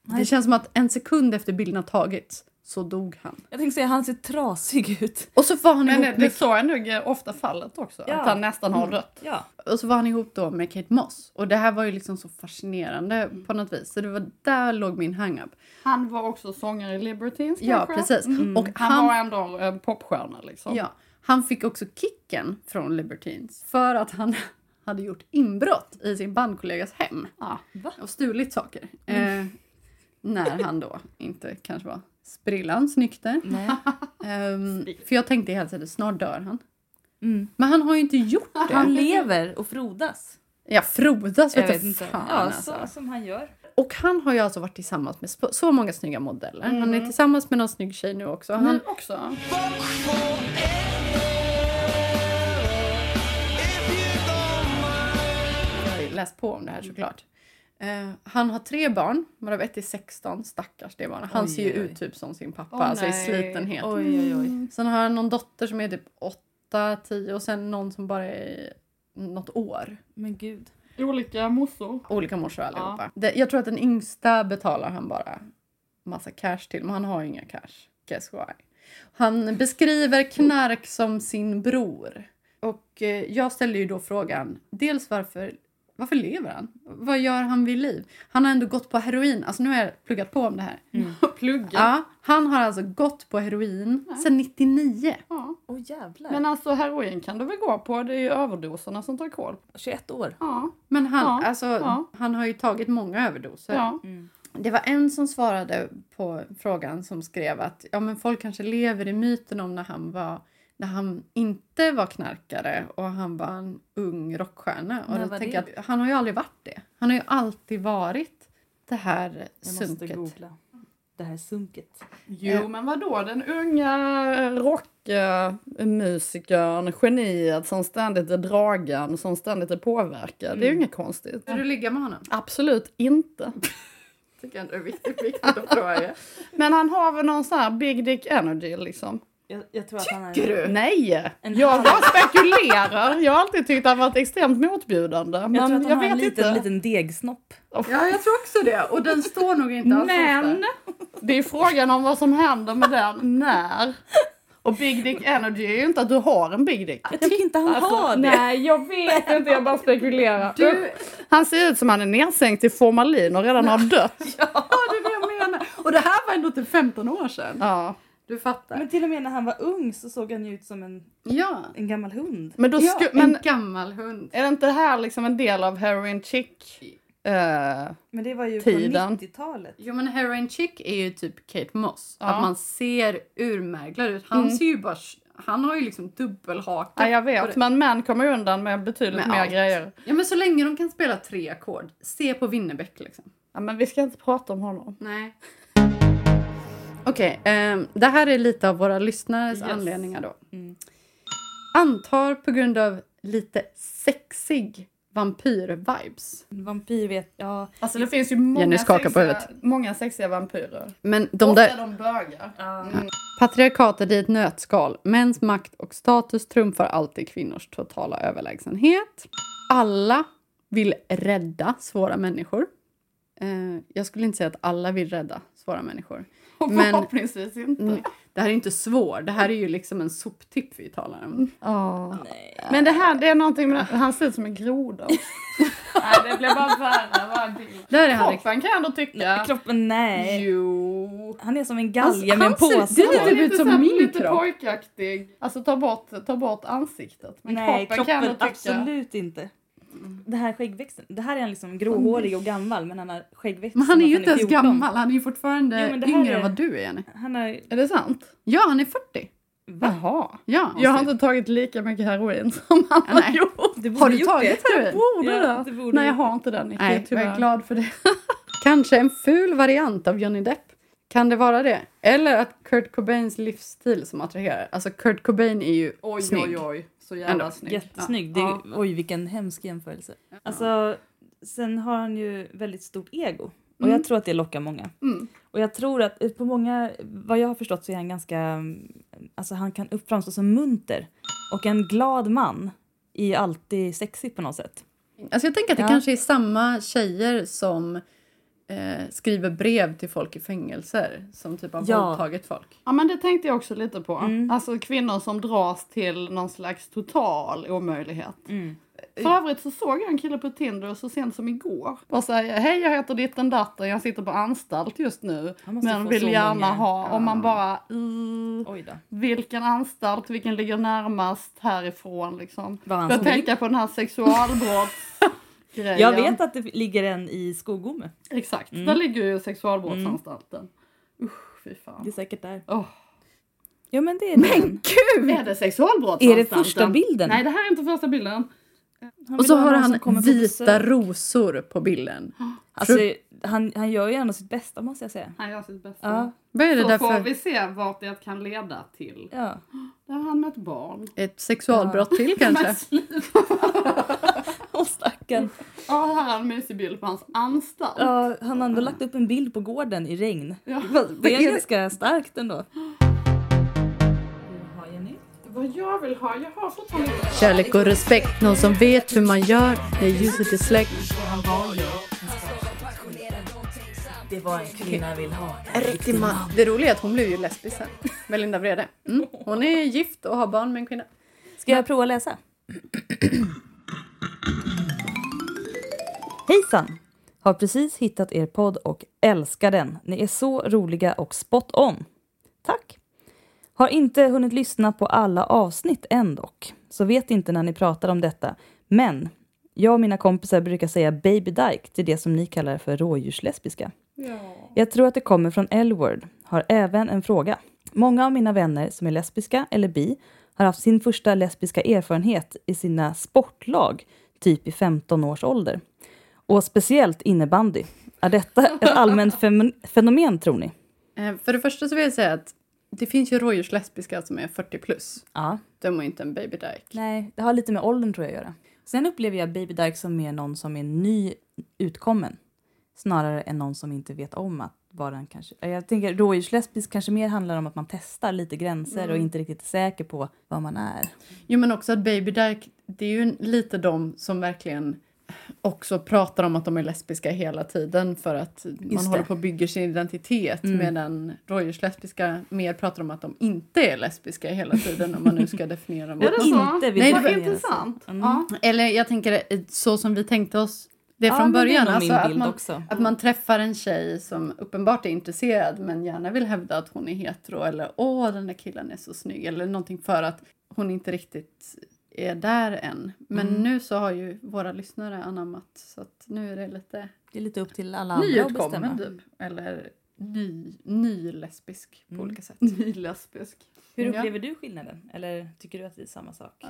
[SPEAKER 2] Nej.
[SPEAKER 1] Det känns som att en sekund efter bilden har tagits så dog han.
[SPEAKER 2] Jag tänkte säga, han ser trasig ut.
[SPEAKER 1] Och så var han
[SPEAKER 6] Men
[SPEAKER 1] ihop
[SPEAKER 6] det, det
[SPEAKER 1] med,
[SPEAKER 6] såg jag nog ofta fallet också,
[SPEAKER 2] Ja. Mm.
[SPEAKER 6] att han nästan har dött.
[SPEAKER 2] Ja.
[SPEAKER 1] och så var han ihop då med Kate Moss. Och det här var ju liksom så fascinerande på något vis. Så det var där låg min hang-up.
[SPEAKER 6] Han var också sångare i Libertines
[SPEAKER 1] Ja,
[SPEAKER 6] kanske?
[SPEAKER 1] precis. Och
[SPEAKER 6] Han,
[SPEAKER 1] han
[SPEAKER 6] var ändå en popstjärna liksom.
[SPEAKER 1] Ja, han fick också kicken från Libertines för att han hade gjort inbrott i sin bandkollegas hem
[SPEAKER 2] Ah,
[SPEAKER 6] Ja.
[SPEAKER 1] och stulit saker. Eh, när han då inte kanske var sprillans nykter.
[SPEAKER 2] Nej.
[SPEAKER 1] Ehm, för jag tänkte hela tiden, snart dör han.
[SPEAKER 2] Mm.
[SPEAKER 1] Men han har ju inte gjort
[SPEAKER 2] Ah, Han
[SPEAKER 1] det.
[SPEAKER 2] lever och frodas.
[SPEAKER 1] Ja, frodas
[SPEAKER 2] Jag
[SPEAKER 1] vet,
[SPEAKER 2] vet inte.
[SPEAKER 1] fan
[SPEAKER 2] Ja,
[SPEAKER 1] alltså.
[SPEAKER 2] så, som han gör.
[SPEAKER 1] Och han har ju alltså varit tillsammans med sp- så många snygga modeller. Han
[SPEAKER 2] Mm.
[SPEAKER 1] är tillsammans med någon snygg tjej nu också. Han,
[SPEAKER 6] Nu också.
[SPEAKER 1] Jag har ju läst på om det här såklart. Eh, han har tre barn, varav ett är 16. Stackars det barnet. Han
[SPEAKER 2] Oj,
[SPEAKER 1] ser ju
[SPEAKER 2] oj, oj.
[SPEAKER 1] ut typ som sin pappa,
[SPEAKER 6] Åh,
[SPEAKER 1] alltså i
[SPEAKER 6] nej.
[SPEAKER 1] slitenhet.
[SPEAKER 2] Oj, oj, oj.
[SPEAKER 1] Sen har han någon dotter som är typ 8, 10 och sen någon som bara är något år.
[SPEAKER 2] Men gud.
[SPEAKER 6] Olika morsor.
[SPEAKER 1] Olika morsor allihopa. Det, jag tror att den yngsta betalar han bara massa cash till, men han har ju inga cash. Guess why. Han beskriver knark som sin bror. Och eh, jag ställde ju då frågan, dels varför, varför lever han? Vad gör han vid liv? Han har ändå gått på heroin, alltså nu har jag pluggat på om det här.
[SPEAKER 6] Plugga.
[SPEAKER 1] Ja, han har alltså gått på heroin sedan 99.
[SPEAKER 6] Ja.
[SPEAKER 2] Åh jävlar.
[SPEAKER 6] Men alltså heroin kan du väl gå på? Det är ju överdoserna som tar koll.
[SPEAKER 2] 21 år.
[SPEAKER 6] Ja.
[SPEAKER 1] Men han,
[SPEAKER 6] Ja,
[SPEAKER 1] alltså,
[SPEAKER 6] ja.
[SPEAKER 1] han har ju tagit många överdoser.
[SPEAKER 6] ja.
[SPEAKER 2] Mm.
[SPEAKER 1] Det var en som svarade på frågan som skrev att ja, men folk kanske lever i myten om när han, var, när han inte var knarkare och han var en ung rockstjärna. Och
[SPEAKER 2] När
[SPEAKER 1] då
[SPEAKER 2] var
[SPEAKER 1] tänker
[SPEAKER 2] det?
[SPEAKER 1] jag att han har ju aldrig varit det. Han har ju alltid varit det här
[SPEAKER 2] Jag måste
[SPEAKER 1] sunket.
[SPEAKER 2] googla. Det här sunket.
[SPEAKER 6] Jo, men vadå? Den unga rockmusikern, geniet som ständigt är dragen, som ständigt är påverkad. Det är ju
[SPEAKER 2] Mm.
[SPEAKER 6] inget konstigt.
[SPEAKER 1] Ska du ligga med honom?
[SPEAKER 6] Absolut inte.
[SPEAKER 1] Tycker jag det är viktigt, viktigt att fråga.
[SPEAKER 6] Men han har väl någon sån här big dick energy liksom.
[SPEAKER 2] Jag, jag tror att han
[SPEAKER 1] Tycker
[SPEAKER 2] är...
[SPEAKER 1] du?
[SPEAKER 6] Nej!
[SPEAKER 2] En
[SPEAKER 6] Jag bara spekulerar. Jag har alltid tyckt att han varit extremt motbjudande. Men
[SPEAKER 2] Jag tror att
[SPEAKER 6] jag,
[SPEAKER 2] han har en
[SPEAKER 6] vet
[SPEAKER 2] liten,
[SPEAKER 6] inte.
[SPEAKER 2] liten degsnopp.
[SPEAKER 1] Ja, jag tror också det. Och den står nog inte alls
[SPEAKER 6] Men det är frågan om vad som händer med den när. Och big dick energy är ju inte att du har en big dick.
[SPEAKER 2] Jag tycker inte han har det.
[SPEAKER 6] Nej, jag vet inte. Jag bara spekulerar.
[SPEAKER 1] Du,
[SPEAKER 6] Han ser ut som han är nedsänkt i formalin och redan har dött.
[SPEAKER 1] ja, det är det jag menar. Och det här var ändå typ 15 år sedan.
[SPEAKER 6] Ja.
[SPEAKER 1] Du fattar.
[SPEAKER 2] Men till och med när han var ung så såg han ju ut som en,
[SPEAKER 1] Ja,
[SPEAKER 2] en gammal hund.
[SPEAKER 6] Men då
[SPEAKER 1] ja
[SPEAKER 6] sku-
[SPEAKER 1] en
[SPEAKER 6] men
[SPEAKER 1] gammal hund.
[SPEAKER 6] är det inte här liksom en del av heroin chick? Eh,
[SPEAKER 2] Men det var ju
[SPEAKER 6] Tiden.
[SPEAKER 2] på 90-talet.
[SPEAKER 1] Jo men heroin chick är ju typ Kate Moss.
[SPEAKER 6] Ja. Mm.
[SPEAKER 1] Att man ser urmärglad ut. Han ser ju bara... Han har ju liksom dubbelhaka.
[SPEAKER 6] ja, jag
[SPEAKER 1] på
[SPEAKER 6] vet.
[SPEAKER 1] det.
[SPEAKER 6] Men män kommer undan med betydligt
[SPEAKER 1] Med
[SPEAKER 6] mer
[SPEAKER 1] allt.
[SPEAKER 6] grejer.
[SPEAKER 1] Ja men så länge de kan spela tre ackord. Se på Winnerbäck liksom.
[SPEAKER 6] Ja, men vi ska inte prata om honom.
[SPEAKER 1] Nej. Okej, ehm, det här är lite av våra lyssnares
[SPEAKER 6] Yes.
[SPEAKER 1] anledningar då.
[SPEAKER 2] Mm.
[SPEAKER 1] Antar på grund av lite sexig vampyr-vibes.
[SPEAKER 2] Vampyr vet... Ja.
[SPEAKER 6] Alltså det finns ju många,
[SPEAKER 1] Jenny skakar på
[SPEAKER 6] sexiga,
[SPEAKER 1] huvudet.
[SPEAKER 6] många sexiga vampyrer.
[SPEAKER 1] Men de
[SPEAKER 6] Ofta
[SPEAKER 1] där...
[SPEAKER 6] är de bögar.
[SPEAKER 1] Patriarkatet i ett nötskal. Mäns makt och status trumfar alltid kvinnors totala överlägsenhet. Alla vill rädda svåra människor. Eh, jag skulle inte säga att alla vill rädda svåra människor.
[SPEAKER 6] Och
[SPEAKER 1] Men-
[SPEAKER 6] förhoppningsvis inte.
[SPEAKER 1] Mm, Det här är ju inte svår, det här är ju liksom en soptipp vi talar
[SPEAKER 2] Mm.
[SPEAKER 1] om.
[SPEAKER 6] Men det här, det är någonting med han ser ut som en groda. Nej, det blir bara värre varje
[SPEAKER 1] Där är han riktigt...
[SPEAKER 6] Kroppen kan jag ändå tycka.
[SPEAKER 2] Kroppen, nej.
[SPEAKER 6] Jo.
[SPEAKER 2] Han är som en galge
[SPEAKER 1] Alltså,
[SPEAKER 2] med en
[SPEAKER 1] han ser-
[SPEAKER 2] påse.
[SPEAKER 1] det är
[SPEAKER 6] Han är
[SPEAKER 1] typ ut
[SPEAKER 6] lite
[SPEAKER 1] som
[SPEAKER 6] så här-
[SPEAKER 1] min
[SPEAKER 6] lite
[SPEAKER 1] kropp.
[SPEAKER 6] pojkaktig. Alltså ta bort, ta bort ansiktet. Men
[SPEAKER 2] Nej,
[SPEAKER 6] kroppen, kan jag
[SPEAKER 2] kroppen
[SPEAKER 6] ändå tycka.
[SPEAKER 2] absolut inte.
[SPEAKER 1] Mm.
[SPEAKER 2] Det här skäggväxten. Det här är han liksom gråhårig och gammal men han har skäggväxt
[SPEAKER 1] Men han
[SPEAKER 2] som
[SPEAKER 1] är ju
[SPEAKER 2] att
[SPEAKER 1] inte ens
[SPEAKER 2] 14.
[SPEAKER 1] gammal, han är ju fortfarande
[SPEAKER 2] Jo, men det här
[SPEAKER 1] yngre
[SPEAKER 2] är-
[SPEAKER 1] än vad du är Jenny.
[SPEAKER 2] Han har...
[SPEAKER 6] Är det sant?
[SPEAKER 1] Ja, han är 40.
[SPEAKER 6] Jaha.
[SPEAKER 1] Ja,
[SPEAKER 6] Jag har inte tagit lika mycket heroin som han har
[SPEAKER 1] Nej.
[SPEAKER 6] gjort.
[SPEAKER 2] Du borde
[SPEAKER 1] Har du
[SPEAKER 2] gjort
[SPEAKER 1] tagit heroin?
[SPEAKER 6] Borde
[SPEAKER 2] Ja,
[SPEAKER 6] det?
[SPEAKER 2] det borde
[SPEAKER 6] Nej, jag
[SPEAKER 2] du.
[SPEAKER 6] har inte den Nicky,
[SPEAKER 1] Nej, jag är
[SPEAKER 6] tyvärr.
[SPEAKER 1] glad för det. Kanske en ful variant av Johnny Depp. Kan det vara det? Eller att Kurt Cobains livsstil som attraherar. Alltså Kurt Cobain är ju
[SPEAKER 6] Oj,
[SPEAKER 1] snygg.
[SPEAKER 6] oj, oj. Så
[SPEAKER 1] Ändå.
[SPEAKER 6] jävla snygg.
[SPEAKER 2] Jättesnygg. Det är,
[SPEAKER 6] Ja.
[SPEAKER 2] Oj, vilken hemsk jämförelse. Alltså, sen har han ju väldigt stort ego. Och jag tror att det lockar många.
[SPEAKER 6] Mm.
[SPEAKER 2] Och jag tror att eh, på många, vad jag har förstått så är han ganska, mm, alltså han kan upp- framstå som munter. Och en glad man är ju alltid sexig på något sätt.
[SPEAKER 1] Alltså jag tänker att det
[SPEAKER 2] Ja.
[SPEAKER 1] kanske är samma tjejer som eh, skriver brev till folk i fängelser som typ har
[SPEAKER 2] Ja.
[SPEAKER 1] våldtagit folk.
[SPEAKER 6] Ja men det tänkte jag också lite på.
[SPEAKER 2] Mm.
[SPEAKER 6] Alltså kvinnor som dras till någon slags total omöjlighet.
[SPEAKER 2] Mm.
[SPEAKER 6] För övrigt så såg jag en kille på Tinder så sent som igår. Och säger hej jag heter ditten datten, jag sitter på anstalt just nu.
[SPEAKER 2] Han måste
[SPEAKER 6] Men
[SPEAKER 2] få
[SPEAKER 6] vill
[SPEAKER 2] så
[SPEAKER 6] gärna
[SPEAKER 2] många.
[SPEAKER 6] ha, om man
[SPEAKER 2] Ja.
[SPEAKER 6] bara "Mm,
[SPEAKER 2] Oj då.
[SPEAKER 6] vilken anstalt, vilken ligger närmast härifrån liksom.
[SPEAKER 2] Var han
[SPEAKER 6] Jag
[SPEAKER 2] snygg?
[SPEAKER 6] tänker på den här sexualbrottsgrejen.
[SPEAKER 2] Jag vet att det ligger en i Skogome.
[SPEAKER 6] Exakt,
[SPEAKER 2] Mm.
[SPEAKER 6] där ligger ju sexualbrottsanstalten. Usch fy fan.
[SPEAKER 2] Det är säkert där.
[SPEAKER 6] Åh.
[SPEAKER 2] Ja men det är den.
[SPEAKER 6] Är det sexualbrottsanstalten?
[SPEAKER 2] Är det första bilden?
[SPEAKER 6] Nej det här är inte första bilden.
[SPEAKER 2] Han
[SPEAKER 1] Och
[SPEAKER 2] vill
[SPEAKER 1] så
[SPEAKER 2] ha
[SPEAKER 1] har
[SPEAKER 2] någon som
[SPEAKER 1] han
[SPEAKER 2] kommer på
[SPEAKER 1] vita
[SPEAKER 2] besök.
[SPEAKER 1] rosor på bilden.
[SPEAKER 2] Alltså, han, han gör ju ändå sitt bästa måste jag säga.
[SPEAKER 6] Han gör sitt bästa.
[SPEAKER 2] Ja.
[SPEAKER 1] Vad är det
[SPEAKER 6] Så
[SPEAKER 1] där
[SPEAKER 6] får
[SPEAKER 1] för
[SPEAKER 6] vi se vart det kan leda till.
[SPEAKER 2] ja.
[SPEAKER 6] Där har han med ett barn.
[SPEAKER 1] ett sexualbrott till
[SPEAKER 6] Men
[SPEAKER 1] kanske?
[SPEAKER 6] sl-
[SPEAKER 2] Åh stackarn.
[SPEAKER 6] Ja, här har han en mysig bild på hans anstalt.
[SPEAKER 2] Ja, han har ändå lagt upp en bild på gården i regn.
[SPEAKER 6] Ja.
[SPEAKER 2] Det är ganska starkt ändå.
[SPEAKER 6] Vad jag vill ha, jag har fortfarande
[SPEAKER 1] Kärlek och respekt, någon som vet hur man gör när ljuset är släckt.
[SPEAKER 2] Det var en kvinna vill ha.
[SPEAKER 1] Det roliga är att hon blev ju lesbisk sen. Melinda Vrede. Mm. Hon är gift och har barn med en kvinna.
[SPEAKER 2] Ska jag prova att läsa? Hejsan! Har precis hittat er podd och älskar den. Ni är så roliga och spot on. Tack! Har inte hunnit lyssna på alla avsnitt än dock, så vet inte när ni pratar om detta. Men jag och mina kompisar brukar säga baby dyke till det som ni kallar för rådjurslesbiska. Jag tror att det kommer från L-word. Har även en fråga. Många av mina vänner som är lesbiska eller bi har haft sin första lesbiska erfarenhet i sina sportlag, typ i 15 års ålder. Och speciellt innebandy. Är detta ett allmänt fem- fenomen tror ni?
[SPEAKER 1] Eh, För det första så vill jag säga att det finns ju rådjurslesbiska som är 40 plus.
[SPEAKER 2] Ja.
[SPEAKER 1] De är ju inte en baby dyke.
[SPEAKER 2] Nej, det har lite med åldern tror jag att göra. Sen upplever jag baby dyke som mer någon som är ny utkommen. Snarare än någon som inte vet om att vad den kanske... Jag tänker rådjurslesbisk kanske mer handlar om att man testar lite gränser och inte riktigt är säker på vad man är.
[SPEAKER 1] Jo men också att baby dyke, det är ju en- lite de som verkligen också pratar om att de är lesbiska hela tiden för att man
[SPEAKER 2] Just det.
[SPEAKER 1] håller på och bygger sin identitet medan rådjurslesbiska mer pratar om att de inte är lesbiska hela tiden om man nu ska definiera vad
[SPEAKER 6] Är det så?
[SPEAKER 2] Inte vill
[SPEAKER 1] Nej,
[SPEAKER 6] Vad
[SPEAKER 1] det
[SPEAKER 2] definiera sig.
[SPEAKER 6] intressant.
[SPEAKER 2] Mm.
[SPEAKER 6] Ja.
[SPEAKER 1] Eller jag tänker eh, så som vi tänkte oss det
[SPEAKER 2] Ja,
[SPEAKER 1] från
[SPEAKER 2] men
[SPEAKER 1] början.
[SPEAKER 2] Det är nog min
[SPEAKER 1] alltså, att,
[SPEAKER 2] bild
[SPEAKER 1] man,
[SPEAKER 2] också.
[SPEAKER 1] att man träffar en tjej som uppenbart är intresserad men gärna vill hävda att hon är hetero eller åh den där killen är så snygg eller någonting för att hon inte riktigt är där än. Men nu så har ju våra lyssnare anammat så att nu är det lite
[SPEAKER 2] Det är lite upp till alla andra att bestämma.
[SPEAKER 1] nyutkommen typ. Eller ny, nylesbisk på
[SPEAKER 2] Mm.
[SPEAKER 1] olika sätt.
[SPEAKER 6] Ny lesbisk.
[SPEAKER 2] Hur
[SPEAKER 1] Ja.
[SPEAKER 2] upplever du skillnaden? Eller tycker du att det är samma sak?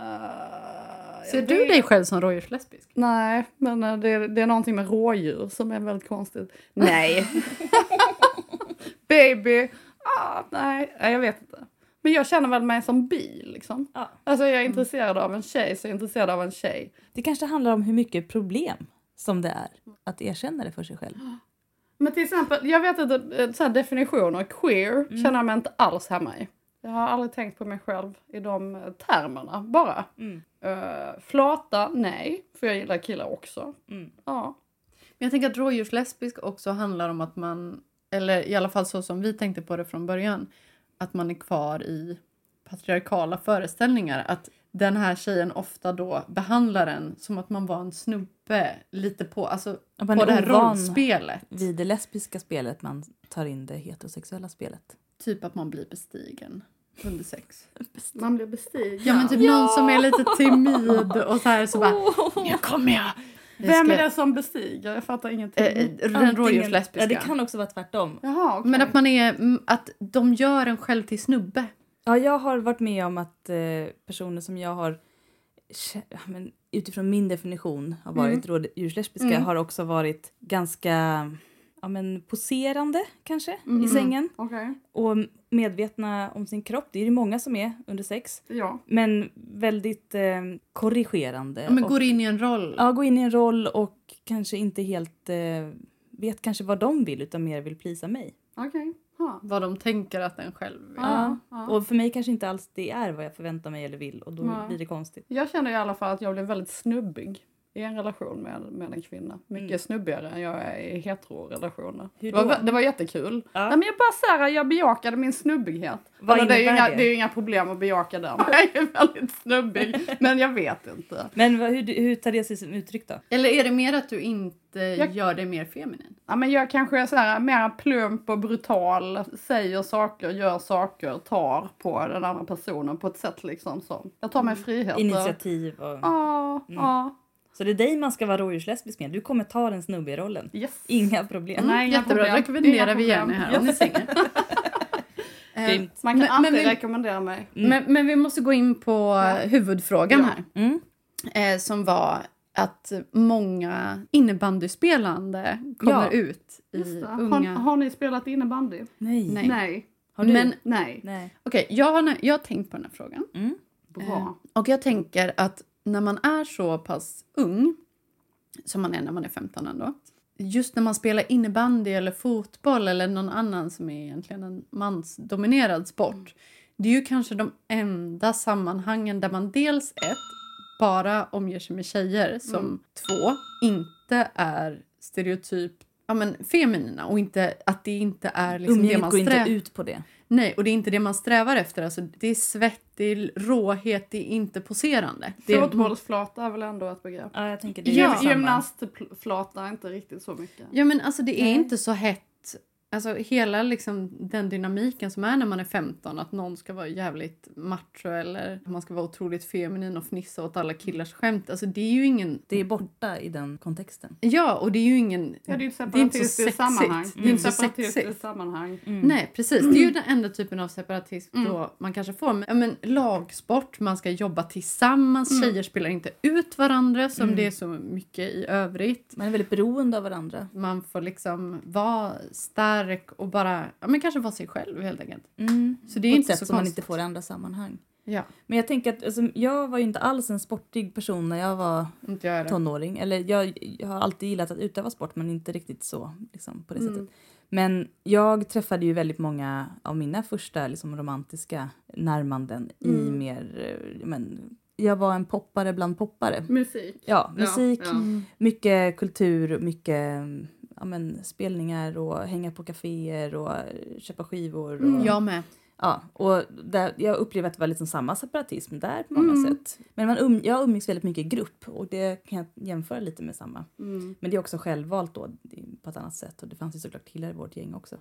[SPEAKER 1] Ser du dig själv som rådjurslesbisk?
[SPEAKER 6] Eh, Nej, men eh, det är, det är någonting med rådjur som är väldigt konstigt.
[SPEAKER 1] Nej.
[SPEAKER 6] Baby! Ah, nej, nej, jag vet inte. Men jag känner väl mig som bi liksom.
[SPEAKER 2] Ja. Mm.
[SPEAKER 6] Alltså jag är intresserad av en tjej så jag är intresserad av en tjej.
[SPEAKER 2] Det kanske handlar om hur mycket problem som det är att erkänna det för sig själv.
[SPEAKER 6] Men till exempel, jag vet inte, eh, så här definitioner, queer
[SPEAKER 2] Mm.
[SPEAKER 6] känner jag mig inte alls hemma i. Jag har aldrig tänkt på mig själv i de eh, termerna bara.
[SPEAKER 2] Mm.
[SPEAKER 6] Eh, flata, nej, för jag gillar killar också.
[SPEAKER 2] Mm.
[SPEAKER 6] Ja.
[SPEAKER 1] Men jag tänker att rådjurslesbisk också handlar om att man, eller i alla fall så som vi tänkte på det från början, att man är kvar i patriarkala föreställningar. Att den här tjejen ofta då behandlar en som att man var en snubbe lite på, alltså,
[SPEAKER 2] Att man
[SPEAKER 1] på
[SPEAKER 2] är
[SPEAKER 1] det här
[SPEAKER 2] ovan
[SPEAKER 1] rollspelet.
[SPEAKER 2] vid det lesbiska spelet man tar in det heterosexuella spelet.
[SPEAKER 1] Typ att man blir bestigen under sex.
[SPEAKER 6] Man blir bestigen.
[SPEAKER 1] Ja men typ någon som är lite timid och så här så bara nu kommer jag. Vi
[SPEAKER 6] Oh. Vem
[SPEAKER 1] ska-
[SPEAKER 6] är det som bestiger? Jag fattar ingenting.
[SPEAKER 1] Eh, eh, Den
[SPEAKER 2] Antingen-
[SPEAKER 1] rådjurslesbiska.
[SPEAKER 2] Ja, det kan också vara tvärtom.
[SPEAKER 6] Jaha, okej.
[SPEAKER 1] Men att man är, mm, att de gör en själv till snubbe.
[SPEAKER 2] Ja, jag har varit med om att eh, personer som jag har kä- ja, men utifrån min definition har
[SPEAKER 1] Mm.
[SPEAKER 2] varit rådjurslesbiska har också varit ganska ja, men poserande kanske
[SPEAKER 1] Mm.
[SPEAKER 2] i sängen
[SPEAKER 6] Okej,
[SPEAKER 2] och medvetna om sin kropp. Det är det många som är under sex.
[SPEAKER 6] ja.
[SPEAKER 2] Men väldigt eh, korrigerande.
[SPEAKER 1] Ja, men
[SPEAKER 2] och,
[SPEAKER 1] går in i en roll.
[SPEAKER 2] ja, gå in i en roll och kanske inte helt eh, vet kanske vad de vill utan mer vill plisa mig.
[SPEAKER 6] Okej. Ja.
[SPEAKER 1] Vad de tänker att den själv vill.
[SPEAKER 6] Ja, ja.
[SPEAKER 2] Och för mig kanske inte alls det är vad jag förväntar mig eller vill och då
[SPEAKER 6] Nej.
[SPEAKER 2] blir det konstigt.
[SPEAKER 6] Jag känner i alla fall att jag blev väldigt snubbig i en relation med, med en kvinna. Mycket
[SPEAKER 2] Mm.
[SPEAKER 6] snubbigare än jag är i heterorelationer.
[SPEAKER 2] Hur
[SPEAKER 6] Det var,
[SPEAKER 2] då?
[SPEAKER 6] det var jättekul.
[SPEAKER 2] Ja.
[SPEAKER 6] Nej, men jag bara så här, jag bejakade min snubbighet.
[SPEAKER 2] Vad
[SPEAKER 6] Eller, det, är ju
[SPEAKER 2] innebär
[SPEAKER 6] inga,
[SPEAKER 2] det?
[SPEAKER 6] det är ju inga problem att bejaka den. Jag är väldigt snubbig, men jag vet inte.
[SPEAKER 2] Men vad, hur, hur tar det sig som uttryck då?
[SPEAKER 1] Eller är det mer att du inte
[SPEAKER 6] Jag- Mm,
[SPEAKER 1] gör dig mer feminin?
[SPEAKER 6] Ja, men jag kanske är så här, mer plump och brutal, säger saker, gör saker, tar på den andra personen på ett sätt liksom som. Jag tar mig friheter.
[SPEAKER 2] Initiativ och...
[SPEAKER 6] Ja, ja.
[SPEAKER 2] Så det är dig man ska vara rådjurslesbisk med. Du kommer ta den snubbiga rollen.
[SPEAKER 6] Yes.
[SPEAKER 2] Inga problem.
[SPEAKER 6] Nej, inga
[SPEAKER 1] Jättebra,
[SPEAKER 6] problem.
[SPEAKER 1] rekommenderar
[SPEAKER 6] Inga
[SPEAKER 1] vi
[SPEAKER 6] problem.
[SPEAKER 1] Jenny här om ni sänger. Eh,
[SPEAKER 2] Grymt.
[SPEAKER 6] Man kan
[SPEAKER 1] Men-
[SPEAKER 6] alltid
[SPEAKER 1] men vi- Mm.
[SPEAKER 6] rekommendera mig.
[SPEAKER 1] men, men vi måste gå in på eh, huvudfrågan
[SPEAKER 6] Ja.
[SPEAKER 1] här.
[SPEAKER 2] Mm.
[SPEAKER 1] eh, som var att många innebandyspelande kommer
[SPEAKER 2] Ja.
[SPEAKER 1] ut i
[SPEAKER 6] Just det. Har,
[SPEAKER 1] unga...
[SPEAKER 6] har ni spelat innebandy?
[SPEAKER 2] Nej.
[SPEAKER 1] Nej.
[SPEAKER 6] Nej.
[SPEAKER 2] Har du?
[SPEAKER 1] Men
[SPEAKER 6] Nej.
[SPEAKER 2] Nej.
[SPEAKER 1] okej, jag, har, jag har tänkt på den här frågan.
[SPEAKER 2] Mm.
[SPEAKER 1] Eh,
[SPEAKER 6] Bra.
[SPEAKER 1] Och jag tänker att när man är så pass ung, som man är när man är 15 ändå, just när man spelar innebandy eller fotboll eller någon annan som är egentligen en mansdominerad sport, det är ju kanske de enda sammanhangen där man dels ett, bara omger sig med tjejer, som
[SPEAKER 2] Mm.
[SPEAKER 1] två, inte är stereotypt ja, men, feminina och inte, att det inte är liksom det
[SPEAKER 2] Umgänget
[SPEAKER 1] man
[SPEAKER 2] går inte
[SPEAKER 1] strävar
[SPEAKER 2] ut på det.
[SPEAKER 1] Nej, och det är inte det man strävar efter. Alltså, det är svett, det är råhet, det är inte poserande. Det är...
[SPEAKER 6] Fotbollsflata är väl ändå ett begrepp?
[SPEAKER 2] Ja, jag tänker det.
[SPEAKER 6] Gym-
[SPEAKER 2] är samma.
[SPEAKER 6] Gymnastflata är inte riktigt så mycket.
[SPEAKER 1] Ja, men alltså det är
[SPEAKER 2] Nej.
[SPEAKER 1] inte så hett. Alltså hela liksom, den dynamiken som är när man är 15, att någon ska vara jävligt macho eller att man ska vara otroligt feminin och fnissa åt alla killars skämt. Alltså det är ju ingen...
[SPEAKER 2] Det är borta i den kontexten.
[SPEAKER 1] Ja, och det är ju ingen...
[SPEAKER 6] Ja, det är ju ett
[SPEAKER 1] Det är inte så
[SPEAKER 6] separatistiskt
[SPEAKER 1] sexigt. Mm.
[SPEAKER 6] sammanhang.
[SPEAKER 1] Det är inte så
[SPEAKER 6] Ett separatistiskt
[SPEAKER 1] sexigt. Mm.
[SPEAKER 6] sammanhang. Mm.
[SPEAKER 1] Nej, precis. Det är ju den enda typen av separatism då man kanske får. Men, ja, men lagsport, man ska jobba tillsammans,
[SPEAKER 6] Mm.
[SPEAKER 1] tjejer spelar inte ut varandra som det är så mycket i övrigt.
[SPEAKER 2] Man är väldigt beroende av varandra.
[SPEAKER 1] Man får liksom vara stark och bara, ja men kanske vara sig själv helt enkelt.
[SPEAKER 2] Mm.
[SPEAKER 1] Så det är
[SPEAKER 2] på ett
[SPEAKER 1] inte
[SPEAKER 2] sätt
[SPEAKER 1] så
[SPEAKER 2] som man
[SPEAKER 1] konstigt.
[SPEAKER 2] inte får i andra sammanhang.
[SPEAKER 1] Ja,
[SPEAKER 2] Men jag tänker att alltså, jag var ju inte alls en sportig person när jag var
[SPEAKER 1] inte jag heller.
[SPEAKER 2] tonåring. Eller jag, jag har alltid gillat att utöva sport men inte riktigt så liksom, på det
[SPEAKER 1] Mm.
[SPEAKER 2] sättet. Men jag träffade ju väldigt många av mina första liksom, romantiska närmanden i
[SPEAKER 6] Mm.
[SPEAKER 2] mer, eh, men, jag var en poppare bland poppare.
[SPEAKER 6] Musik.
[SPEAKER 2] Ja, musik,
[SPEAKER 6] Ja,
[SPEAKER 1] Mm.
[SPEAKER 6] ja.
[SPEAKER 2] mycket kultur, mycket ja, men, spelningar och hänga på kaféer och eh, köpa skivor. Och,
[SPEAKER 1] Jag med.
[SPEAKER 2] Ja, och där, jag upplevde att det var liksom samma separatism där på många
[SPEAKER 6] Mm.
[SPEAKER 2] sätt. Men man um, jag umgicks väldigt mycket i grupp och det kan jag jämföra lite med samma.
[SPEAKER 6] Mm.
[SPEAKER 2] Men det är också självvalt då det- på ett annat sätt och det fanns ju såklart killar i vårt gäng också.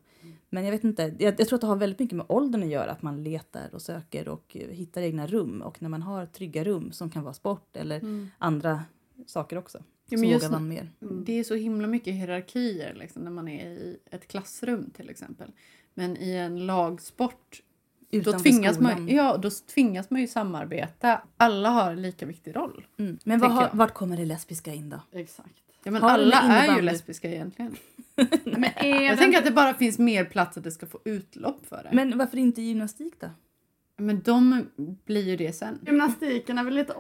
[SPEAKER 2] Men jag vet inte, jag, jag tror att det har väldigt mycket med åldern att göra att man letar och söker och eh, hittar egna rum och när man har trygga rum som kan vara sport eller andra saker också.
[SPEAKER 1] Mm. Ja,
[SPEAKER 2] så
[SPEAKER 1] men just
[SPEAKER 2] vågar man mer.
[SPEAKER 1] Det är så himla mycket hierarkier liksom, när man är i ett klassrum till exempel. Men i en lagsport då
[SPEAKER 2] Utanför
[SPEAKER 1] tvingas,
[SPEAKER 2] skolan.
[SPEAKER 1] man, ja, då tvingas man ju samarbeta. Alla har en lika viktig roll.
[SPEAKER 2] mm. Men vad
[SPEAKER 1] tänker
[SPEAKER 2] har,
[SPEAKER 1] jag.
[SPEAKER 2] vart kommer det lesbiska in då?
[SPEAKER 6] Exakt.
[SPEAKER 1] Ja, men
[SPEAKER 2] Har
[SPEAKER 1] alla
[SPEAKER 2] den
[SPEAKER 1] är ju
[SPEAKER 2] innebandy?
[SPEAKER 1] lesbiska egentligen.
[SPEAKER 6] Men är
[SPEAKER 1] Jag tänker att det bara finns mer plats att det ska få utlopp för det. Men,
[SPEAKER 2] Men varför inte gymnastik då?
[SPEAKER 1] de blir ju det sen.
[SPEAKER 6] Gymnastiken är väl lite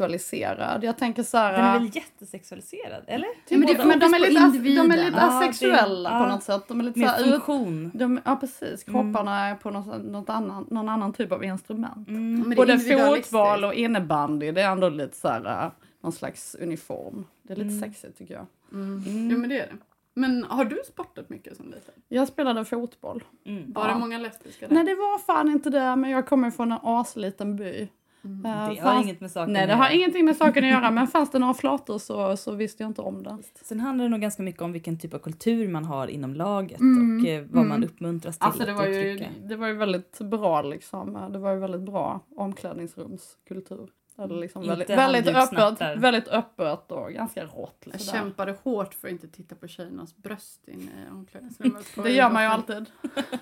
[SPEAKER 6] avsexualiserad. Jag tänker så
[SPEAKER 2] Den är
[SPEAKER 6] här...
[SPEAKER 2] väl jättesexualiserad, eller?
[SPEAKER 6] Ja, men, det,
[SPEAKER 1] Fokus
[SPEAKER 6] men de, är
[SPEAKER 1] på
[SPEAKER 6] lite, as- de är
[SPEAKER 1] individen.
[SPEAKER 6] lite
[SPEAKER 2] Ja, det-
[SPEAKER 6] asexuella på
[SPEAKER 2] ja.
[SPEAKER 6] något sätt. De är lite så
[SPEAKER 2] Med
[SPEAKER 6] här, ut-
[SPEAKER 2] funktion.
[SPEAKER 6] de, ja precis, kropparna är på något, något annan, någon annan typ av instrument.
[SPEAKER 1] Men det är
[SPEAKER 6] Både
[SPEAKER 1] individualistiskt.
[SPEAKER 6] Mm. fotboll och innebandy, det är ändå lite så här, äh, någon slags uniform. Det är lite sexigt tycker jag.
[SPEAKER 1] Ja, men det är det. Men har du sportat mycket som liten?
[SPEAKER 6] Jag spelade fotboll.
[SPEAKER 2] Mm.
[SPEAKER 1] Var
[SPEAKER 6] Ja.
[SPEAKER 1] det många lesbiska där?
[SPEAKER 6] Nej det var fan inte det, men jag kommer från en asliten by.
[SPEAKER 1] Mm.
[SPEAKER 6] Äh,
[SPEAKER 2] Det har
[SPEAKER 6] fanns-
[SPEAKER 2] inget med saken
[SPEAKER 6] Nej
[SPEAKER 2] att
[SPEAKER 6] det har
[SPEAKER 2] göra.
[SPEAKER 6] ingenting med saken att göra, men fanns det några flator så, så visste jag inte om det.
[SPEAKER 2] Sen handlar det nog ganska mycket om vilken typ av kultur man har inom laget
[SPEAKER 6] Mm.
[SPEAKER 2] och eh, vad man
[SPEAKER 6] Mm.
[SPEAKER 2] uppmuntras till
[SPEAKER 6] Alltså det
[SPEAKER 2] att
[SPEAKER 6] var, ju,
[SPEAKER 2] uttrycka.
[SPEAKER 6] det var ju väldigt bra liksom. Det var ju väldigt bra omklädningsrumskultur. Eller liksom
[SPEAKER 2] Mm, Inte
[SPEAKER 6] väldigt, väldigt, öppet,
[SPEAKER 2] handdukssnattar.
[SPEAKER 6] väldigt öppet och ganska rått. liksom.
[SPEAKER 1] Jag
[SPEAKER 6] sådär.
[SPEAKER 1] kämpade hårt för att inte titta på tjejernas bröst inne i omklädningsrummet.
[SPEAKER 6] Det gör man ju alltid.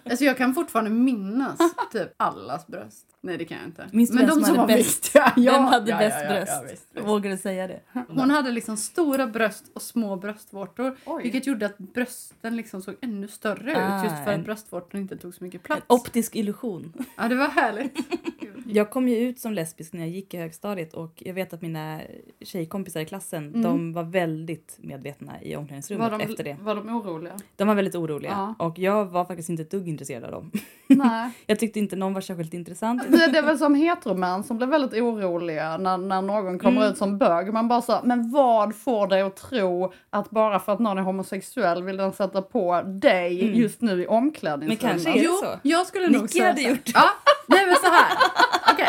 [SPEAKER 1] Alltså jag kan fortfarande minnas typ allas bröst. Nej det kan jag inte.
[SPEAKER 2] Minns du
[SPEAKER 1] Men
[SPEAKER 2] vem som
[SPEAKER 1] de som var
[SPEAKER 2] hade bäst?
[SPEAKER 1] viktiga. Ja,
[SPEAKER 2] Vem hade
[SPEAKER 1] ja,
[SPEAKER 2] bäst
[SPEAKER 1] ja, ja, ja,
[SPEAKER 2] bröst?
[SPEAKER 1] visst, visst.
[SPEAKER 2] Vågar du säga det?
[SPEAKER 1] Hon hade liksom stora bröst och små bröstvårtor.
[SPEAKER 6] Oj.
[SPEAKER 1] Vilket gjorde att brösten liksom såg ännu större
[SPEAKER 2] Ah,
[SPEAKER 1] ut just för
[SPEAKER 2] en-
[SPEAKER 1] att bröstvårtorna inte tog så mycket plats.
[SPEAKER 2] Optisk illusion.
[SPEAKER 1] Ja, det var härligt.
[SPEAKER 2] Jag kom ju ut som lesbisk när jag gick i högstadiet och jag vet att mina tjejkompisar i klassen
[SPEAKER 4] Mm.
[SPEAKER 2] de var väldigt medvetna i omklädningsrummet
[SPEAKER 4] Var de,
[SPEAKER 2] efter det.
[SPEAKER 4] var de oroliga?
[SPEAKER 2] De var väldigt oroliga och jag var faktiskt inte ett dugg intresserad av dem.
[SPEAKER 4] Nej.
[SPEAKER 2] Jag tyckte inte någon var särskilt intressant.
[SPEAKER 4] Det, det är väl som heteromän som blir väldigt oroliga när, när någon kommer
[SPEAKER 2] Mm.
[SPEAKER 4] ut som bög. Man bara så, men vad får dig att tro att bara för att någon är homosexuell vill den sätta på dig
[SPEAKER 2] Mm.
[SPEAKER 4] just nu i
[SPEAKER 2] Men
[SPEAKER 6] Alltså,
[SPEAKER 4] omklädningsrummet?
[SPEAKER 2] kanske är det så.
[SPEAKER 1] Jag skulle nog
[SPEAKER 2] Nicky
[SPEAKER 1] säga
[SPEAKER 2] hade
[SPEAKER 1] så.
[SPEAKER 2] gjort det.
[SPEAKER 1] Nej men så här. Okej.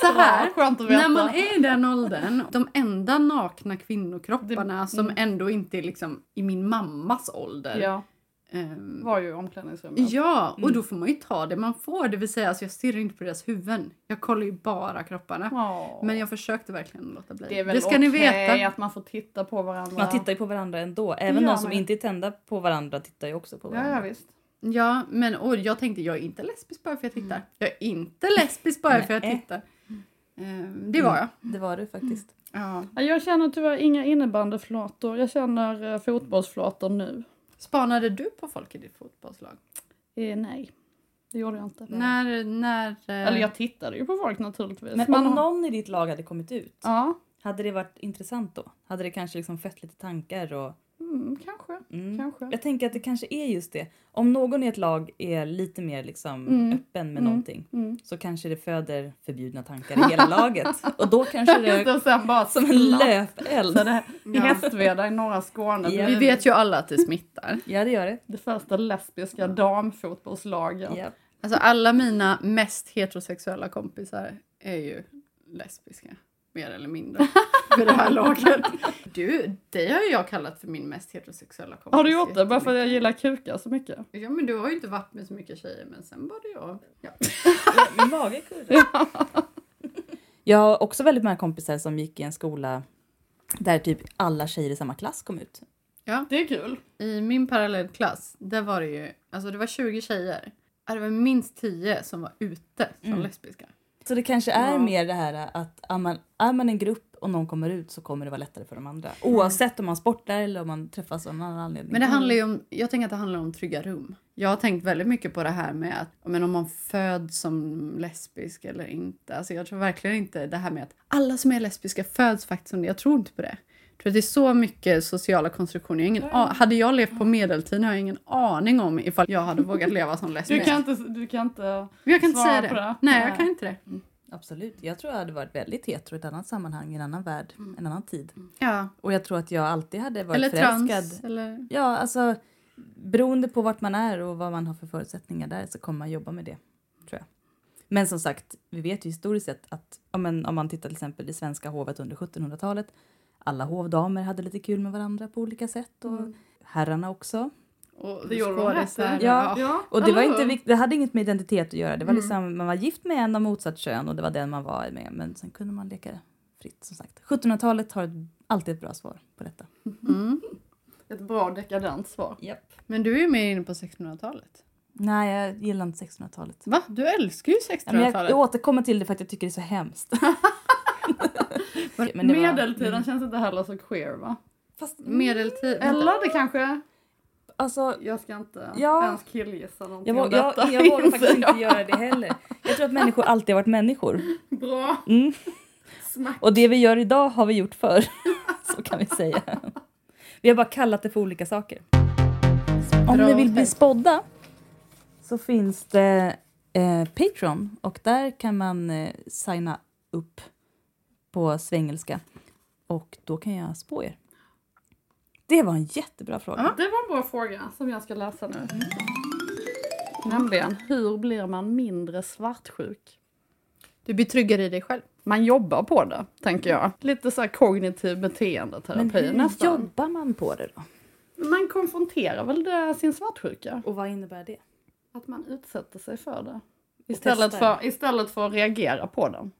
[SPEAKER 1] Så här.
[SPEAKER 4] Ja, skönt att
[SPEAKER 1] När
[SPEAKER 4] veta.
[SPEAKER 1] man är i den åldern, de enda nakna kvinnokropparna
[SPEAKER 2] mm.
[SPEAKER 1] som ändå inte är liksom i min mammas ålder.
[SPEAKER 4] Ja,
[SPEAKER 1] ehm,
[SPEAKER 4] var ju i omklädningsrummet.
[SPEAKER 1] ja och
[SPEAKER 2] Mm.
[SPEAKER 1] då får man ju ta det man får. Det vill säga, alltså, jag stirrar inte på deras huvuden. Jag kollar ju bara kropparna.
[SPEAKER 4] Ja.
[SPEAKER 1] Men jag försökte verkligen låta bli.
[SPEAKER 4] det är väl
[SPEAKER 1] ska ni
[SPEAKER 4] okej
[SPEAKER 1] veta.
[SPEAKER 4] att man får titta på varandra.
[SPEAKER 2] Man tittar ju på varandra ändå. Även
[SPEAKER 4] Ja,
[SPEAKER 2] de som
[SPEAKER 4] men-
[SPEAKER 2] inte är tända på varandra tittar ju också på
[SPEAKER 4] Ja,
[SPEAKER 2] varandra.
[SPEAKER 4] ja, visst.
[SPEAKER 1] Ja, men och jag tänkte jag är inte lesbisk bara för jag tittar. Jag är inte lesbisk bara för jag
[SPEAKER 2] Nej.
[SPEAKER 1] tittar. Ehm, det var jag.
[SPEAKER 2] Det var du faktiskt.
[SPEAKER 1] Ja.
[SPEAKER 6] Ja, Jag känner tyvärr inga innebandyflator. Jag känner eh, fotbollsflator nu.
[SPEAKER 1] Spanade du på folk i ditt fotbollslag?
[SPEAKER 6] Eh, nej, det gjorde jag inte.
[SPEAKER 1] När, när... eh,
[SPEAKER 6] Eller jag tittade ju på folk naturligtvis.
[SPEAKER 2] Men om någon i ditt lag hade kommit ut,
[SPEAKER 6] Mm. Ja,
[SPEAKER 2] hade det varit intressant då? Hade det kanske liksom fött lite tankar? Och,
[SPEAKER 4] Mm, kanske.
[SPEAKER 2] mm.
[SPEAKER 4] kanske.
[SPEAKER 2] Jag tänker att det kanske är just det. Om någon i ett lag är lite mer liksom
[SPEAKER 6] Mm.
[SPEAKER 2] öppen med
[SPEAKER 6] Mm.
[SPEAKER 2] någonting
[SPEAKER 6] Mm.
[SPEAKER 2] så kanske det föder förbjudna tankar i hela laget. Och då kanske
[SPEAKER 4] Just
[SPEAKER 2] det
[SPEAKER 4] det, och sen bara
[SPEAKER 2] som en löpeld.
[SPEAKER 4] slaktade Hästveda i norra Skåne.
[SPEAKER 2] Ja.
[SPEAKER 1] Vi vet ju alla att det smittar.
[SPEAKER 2] Ja, det gör det.
[SPEAKER 4] Det första lesbiska damfotbollslaget.
[SPEAKER 2] Ja.
[SPEAKER 1] Alltså alla mina mest heterosexuella kompisar är ju lesbiska. Mer eller mindre. Vid det här laget. Du, det har ju jag kallat för min mest heterosexuella kompis.
[SPEAKER 6] har du gjort det? Bara för att jag gillar kukar så mycket?
[SPEAKER 1] Ja men du har ju inte varit med så mycket tjejer men sen var det jag. Ja.
[SPEAKER 2] Min mage kurrar. Jag har också väldigt många kompisar som gick i en skola där typ alla tjejer i samma klass kom ut.
[SPEAKER 4] Det är kul.
[SPEAKER 1] I min parallellklass, där var det ju, alltså det var 20 tjejer. Ja, Det var minst 10 som var ute som
[SPEAKER 2] Mm.
[SPEAKER 1] lesbiska.
[SPEAKER 2] Så det kanske är
[SPEAKER 1] Ja.
[SPEAKER 2] mer det här att är man, är man en grupp och någon kommer ut så kommer det vara lättare för de andra. Oavsett om man sportar eller om man träffas av någon annan anledning.
[SPEAKER 1] Mm.
[SPEAKER 4] Mm.
[SPEAKER 1] Men det handlar ju om, jag tänker att det handlar om trygga rum. Jag har tänkt väldigt mycket på det här med att ja, men om man föds som lesbisk eller inte. Alltså jag tror verkligen inte det här med att alla som är lesbiska föds faktiskt som det. Jag tror inte på det. Jag tror att det är så mycket sociala konstruktioner. Jag har ingen a- hade jag levt på medeltiden har jag ingen aning om ifall jag hade vågat leva som
[SPEAKER 4] Du
[SPEAKER 1] lesbisk.
[SPEAKER 4] kan inte... Du kan inte
[SPEAKER 1] Men jag kan inte
[SPEAKER 4] svara
[SPEAKER 1] säga det.
[SPEAKER 4] på det.
[SPEAKER 1] Nej,
[SPEAKER 4] Nej.
[SPEAKER 1] jag kan inte det.
[SPEAKER 2] Mm. Absolut. Jag tror jag hade varit väldigt hetero i ett annat sammanhang, i en annan värld, en annan tid.
[SPEAKER 1] Ja.
[SPEAKER 2] Och jag tror att jag alltid hade varit
[SPEAKER 1] Mm. Eller
[SPEAKER 2] förälskad.
[SPEAKER 1] trans. Eller...
[SPEAKER 2] Ja, alltså beroende på vart man är och vad man har för förutsättningar där så kommer man jobba med det, tror jag. Men som sagt, vi vet ju historiskt sett att ja, men om man tittar till exempel i svenska hovet under 1700-talet, alla hovdamer hade lite kul med varandra på olika sätt och herrarna också.
[SPEAKER 1] Och
[SPEAKER 4] Det gjorde de
[SPEAKER 1] skådisar.
[SPEAKER 4] här.
[SPEAKER 2] Ja.
[SPEAKER 4] Ja,
[SPEAKER 2] Och det, var
[SPEAKER 4] eller
[SPEAKER 2] inte,
[SPEAKER 4] hur?
[SPEAKER 2] vikt- det hade inget med identitet att göra, det var liksom, man var gift med en av motsatt kön och det var den man var med, men sen kunde man leka fritt som sagt. 1700-talet har ett, alltid ett bra svar på detta.
[SPEAKER 1] Mm.
[SPEAKER 4] Ett bra dekadent svar.
[SPEAKER 1] Men du är ju mer inne på 1600-talet.
[SPEAKER 2] Nej, jag gillar inte 1600-talet.
[SPEAKER 1] Va? Du älskar ju
[SPEAKER 2] Ja, Men
[SPEAKER 1] 1600-talet.
[SPEAKER 2] jag, jag återkommer till det för att jag tycker det är så hemskt. Men det var- mm.
[SPEAKER 4] Medeltiden känns inte heller så queer va?
[SPEAKER 2] Fast,
[SPEAKER 1] Medeltid.
[SPEAKER 4] Eller det kanske...
[SPEAKER 2] alltså,
[SPEAKER 4] Jag ska inte
[SPEAKER 2] Ja.
[SPEAKER 4] ens killgissa någonting
[SPEAKER 2] jag,
[SPEAKER 4] om
[SPEAKER 2] våg, jag,
[SPEAKER 4] detta.
[SPEAKER 2] jag vågar
[SPEAKER 4] inser
[SPEAKER 2] faktiskt
[SPEAKER 4] jag.
[SPEAKER 2] inte göra det heller. Jag tror att människor alltid har varit människor.
[SPEAKER 4] Bra.
[SPEAKER 2] Mm.
[SPEAKER 4] Snack.
[SPEAKER 2] Och det vi gör idag har vi gjort förr. Så kan vi säga. Vi har bara kallat det för olika saker. Om
[SPEAKER 4] Bra
[SPEAKER 2] ni vill bli
[SPEAKER 4] tänkt.
[SPEAKER 2] spådda så finns det eh, Patreon och där kan man eh, signa upp på svengelska och då kan jag spå er. Det var en jättebra fråga.
[SPEAKER 4] Det var en bra fråga som jag ska läsa nu. Nämligen, hur blir man mindre svartsjuk?
[SPEAKER 1] Du blir tryggare i dig själv.
[SPEAKER 4] Man jobbar på det, tänker jag. Lite så här kognitiv
[SPEAKER 2] Men
[SPEAKER 4] beteendeterapi
[SPEAKER 2] hur
[SPEAKER 4] nästan.
[SPEAKER 2] jobbar man på det då?
[SPEAKER 4] Man konfronterar väl det, sin svartsjuka.
[SPEAKER 2] Och vad innebär det?
[SPEAKER 4] Att man utsätter sig för det.
[SPEAKER 2] testar.
[SPEAKER 4] Istället för, istället för att reagera på den.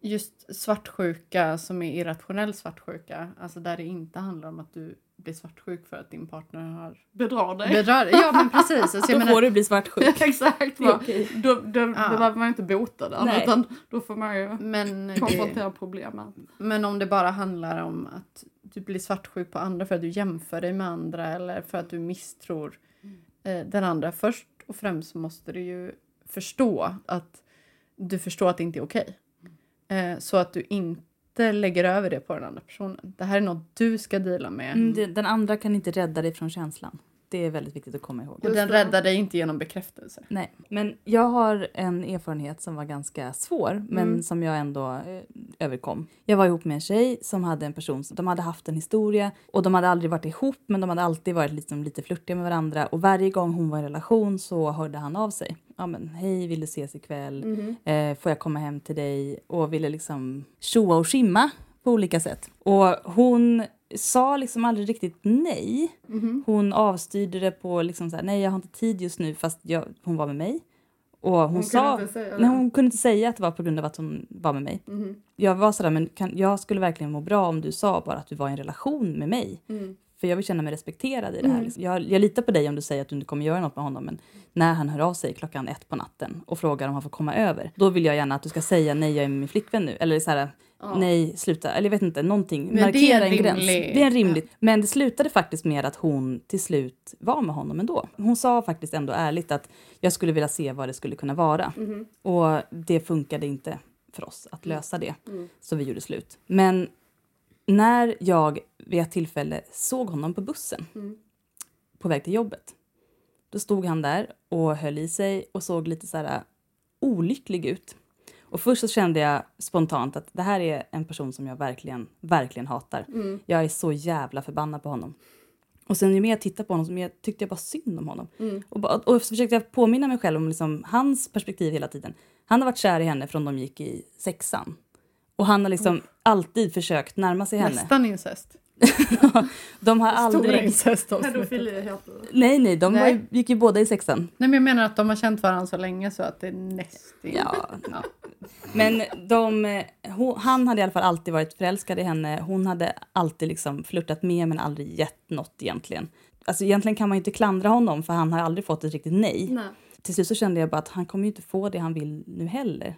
[SPEAKER 1] Just svartsjuka som är irrationell svartsjuka, alltså där det inte handlar om att du blir svartsjuk för att din partner har
[SPEAKER 4] Bedrar dig.
[SPEAKER 1] bedrar Ja men precis. Alltså,
[SPEAKER 2] Då
[SPEAKER 1] jag
[SPEAKER 2] får
[SPEAKER 1] menar,
[SPEAKER 2] du bli svartsjuk.
[SPEAKER 4] Exakt va. Då, då, då
[SPEAKER 1] Ja.
[SPEAKER 4] behöver man ju inte bota den
[SPEAKER 2] Nej.
[SPEAKER 4] utan då får man ju
[SPEAKER 1] men, det,
[SPEAKER 4] konfrontera problemen.
[SPEAKER 1] men om det bara handlar om att du blir svartsjuk på andra för att du jämför dig med andra eller för att du misstror eh, den andra. Först och främst så måste du ju förstå att du förstår att det inte är okej. Eh, så att du inte lägger över det på den andra personen. Det här är något du ska deala med.
[SPEAKER 2] Mm, det- Den andra kan inte rädda dig från känslan. Det är väldigt viktigt att komma ihåg.
[SPEAKER 1] Och den räddar dig inte genom bekräftelse.
[SPEAKER 2] Nej, men jag har en erfarenhet som var ganska svår, men som jag ändå eh, överkom. Jag var ihop med en tjej som hade en person, som- de hade haft en historia och de hade aldrig varit ihop, men de hade alltid varit liksom lite flörtiga med varandra och varje gång hon var i en relation så hörde han av sig. Ja men hej, vill du ses ikväll? Eh, får jag komma hem till dig? Och ville liksom tjoa och skimma på olika sätt. Och hon sa liksom aldrig riktigt nej. Hon avstyrde det på liksom så här, nej jag har inte tid just nu fast jag, hon var med mig. Och hon, sa,
[SPEAKER 1] kunde inte säga Mm-hmm.
[SPEAKER 2] nej, hon kunde inte säga att det var på grund av att hon var med mig. Jag var sådär, men kan, jag skulle verkligen må bra om du sa bara att du var i en relation med mig.
[SPEAKER 1] Mm.
[SPEAKER 2] För jag vill känna mig respekterad i det här. Liksom. Jag, jag litar på dig om du säger att du inte kommer göra något med honom, men när han hör av sig klockan ett på natten och frågar om han får komma över, då vill jag gärna att du ska säga nej, jag är med min flickvän nu. Eller så här, nej, sluta. Eller jag vet inte, någonting.
[SPEAKER 1] det är
[SPEAKER 2] Markera en
[SPEAKER 1] en
[SPEAKER 2] gräns.
[SPEAKER 1] rimlig-
[SPEAKER 2] Det är en rimligt. Men det slutade faktiskt med att hon till slut var med honom ändå. Hon sa faktiskt ändå ärligt att jag skulle vilja se vad det skulle kunna vara. Och det funkade inte för oss att lösa det, så vi gjorde slut. Men när jag vid ett tillfälle såg honom på bussen på väg till jobbet, då stod han där och höll i sig och såg lite så här äh, olycklig ut. Och först så kände jag spontant att det här är en person som jag verkligen, verkligen hatar.
[SPEAKER 1] Mm.
[SPEAKER 2] Jag är så jävla förbannad på honom. Och sen ju mer jag tittade på honom, så mer tyckte jag bara synd om honom.
[SPEAKER 1] Mm.
[SPEAKER 2] Och, bara, och så försökte jag påminna mig själv om liksom hans perspektiv hela tiden. Han har varit kär i henne från de gick i sexan. Och han har liksom alltid försökt närma sig henne.
[SPEAKER 1] Nästan incest.
[SPEAKER 2] De har
[SPEAKER 1] Stora
[SPEAKER 2] aldrig...
[SPEAKER 1] incest också.
[SPEAKER 7] Pedofili heter det.
[SPEAKER 2] Nej, nej, de var
[SPEAKER 1] Nej.
[SPEAKER 2] ju, gick ju båda i sexan.
[SPEAKER 1] Nej men jag menar att de har känt varandra så länge så att det är nästan...
[SPEAKER 2] Ja.
[SPEAKER 1] Ja.
[SPEAKER 2] Men de, eh, ho- han hade i alla fall alltid varit förälskad i henne. Hon hade alltid liksom flörtat med men aldrig gett något egentligen. Alltså egentligen kan man ju inte klandra honom för han har aldrig fått ett riktigt nej.
[SPEAKER 1] Nej.
[SPEAKER 2] Till slut så kände jag bara att han kommer ju inte få det han vill nu heller.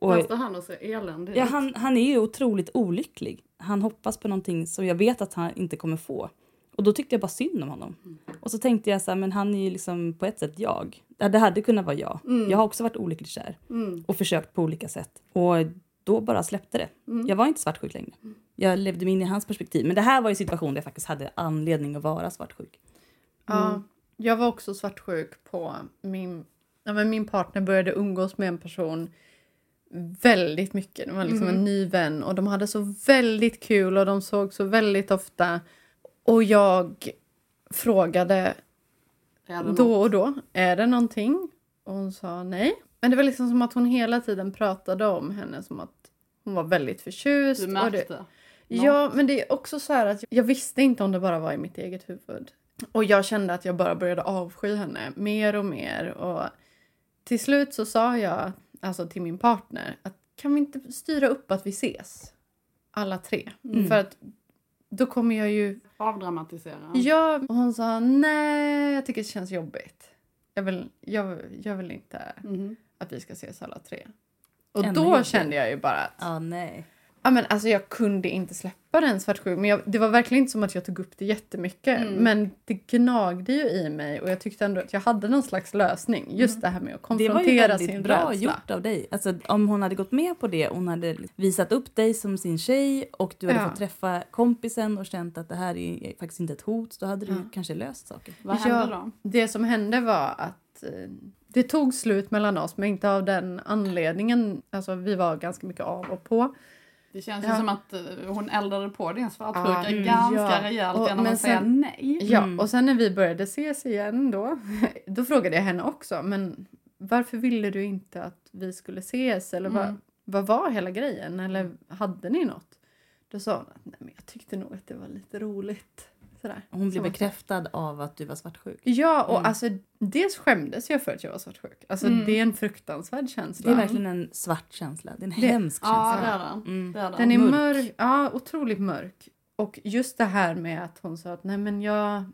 [SPEAKER 2] Och,
[SPEAKER 1] Fast då han och så eländig
[SPEAKER 2] ja, han, han är ju otroligt olycklig. Han hoppas på någonting som jag vet att han inte kommer få. Och då tyckte jag bara synd om honom. Och så tänkte jag så här, men han är ju liksom på ett sätt jag. Ja, Det hade kunnat vara jag. Jag har också varit olyckligt kär. Och försökt på olika sätt. Och då bara släppte det. Jag var inte svartsjuk längre. Jag levde mig in i hans perspektiv. Men det här var ju en situation där jag faktiskt hade anledning att vara svartsjuk.
[SPEAKER 1] Ja, jag var också svartsjuk på min... Ja, men min partner började umgås med en person väldigt mycket. Det var liksom
[SPEAKER 6] Mm.
[SPEAKER 1] en ny vän och de hade så väldigt kul och de såg så väldigt ofta. Och jag frågade
[SPEAKER 6] Mm.
[SPEAKER 1] då och då, är det någonting? Och hon sa nej. Men det var liksom som att hon hela tiden pratade om henne som att hon var väldigt förtjust.
[SPEAKER 6] Du
[SPEAKER 1] och det,
[SPEAKER 6] märkte.
[SPEAKER 1] Ja, men det är också så här att jag visste inte om det bara var i mitt eget huvud. Och jag kände att jag bara började avsky henne mer och mer. Och till slut så sa jag alltså till min partner att kan vi inte styra upp att vi ses? Alla tre. För att då kommer jag ju...
[SPEAKER 6] Avdramatisera.
[SPEAKER 1] Ja, och hon sa nej, jag tycker det känns jobbigt. Jag vill, jag, jag vill inte
[SPEAKER 6] Mhm.
[SPEAKER 1] att vi ska ses alla tre. Och
[SPEAKER 2] Ännu
[SPEAKER 1] då
[SPEAKER 2] jobbigare.
[SPEAKER 1] kände jag ju bara att
[SPEAKER 2] ah, nej.
[SPEAKER 1] Ja, men alltså jag kunde inte släppa den svartsjukan. Men jag, det var verkligen inte som att jag tog upp det jättemycket.
[SPEAKER 2] Mm.
[SPEAKER 1] Men det gnagde ju i mig och jag tyckte ändå att jag hade någon slags lösning. Just det här med att
[SPEAKER 2] Mm. Det var ju
[SPEAKER 1] konfrontera
[SPEAKER 2] väldigt
[SPEAKER 1] sin
[SPEAKER 2] bra
[SPEAKER 1] rädsla.
[SPEAKER 2] gjort av dig. Alltså, om hon hade gått med på det, hon hade visat upp dig som sin tjej och du hade
[SPEAKER 1] Ja.
[SPEAKER 2] fått träffa kompisen och känt att det här är faktiskt inte ett hot, då hade du kanske löst saker.
[SPEAKER 6] Vad hände
[SPEAKER 1] Ja,
[SPEAKER 6] då?
[SPEAKER 1] Det som hände var att eh, det tog slut mellan oss men inte av den anledningen. Alltså vi var ganska mycket av och på.
[SPEAKER 6] Det känns ju
[SPEAKER 1] Ja.
[SPEAKER 6] som att eh, hon eldade på din svartsjuka
[SPEAKER 1] Ah, mm,
[SPEAKER 6] ganska
[SPEAKER 1] ja.
[SPEAKER 6] rejält
[SPEAKER 1] Och-
[SPEAKER 6] genom
[SPEAKER 1] men
[SPEAKER 6] att säga
[SPEAKER 1] sen-
[SPEAKER 6] nej.
[SPEAKER 1] Ja,
[SPEAKER 2] Mm.
[SPEAKER 1] och sen när vi började ses igen då, då frågade jag henne också, men varför ville du inte att vi skulle ses? Eller
[SPEAKER 2] Mm.
[SPEAKER 1] vad, vad var hela grejen? Eller hade ni något? Då sa hon att nej, men jag tyckte nog att det var lite roligt. Sådär.
[SPEAKER 2] Hon blev
[SPEAKER 1] Som-
[SPEAKER 2] bekräftad av att du var svartsjuk.
[SPEAKER 1] Ja, och
[SPEAKER 2] Mm.
[SPEAKER 1] alltså dels skämdes jag för att jag var svartsjuk. Alltså det är en fruktansvärd känsla.
[SPEAKER 2] Det är verkligen en svart känsla. Det är en hemsk
[SPEAKER 6] Ja,
[SPEAKER 2] känsla.
[SPEAKER 6] det är den.
[SPEAKER 2] Mm.
[SPEAKER 6] Det är den.
[SPEAKER 1] Den är
[SPEAKER 2] mörk.
[SPEAKER 1] mörk. ja otroligt mörk. Och just det här med att hon sa att nej men jag,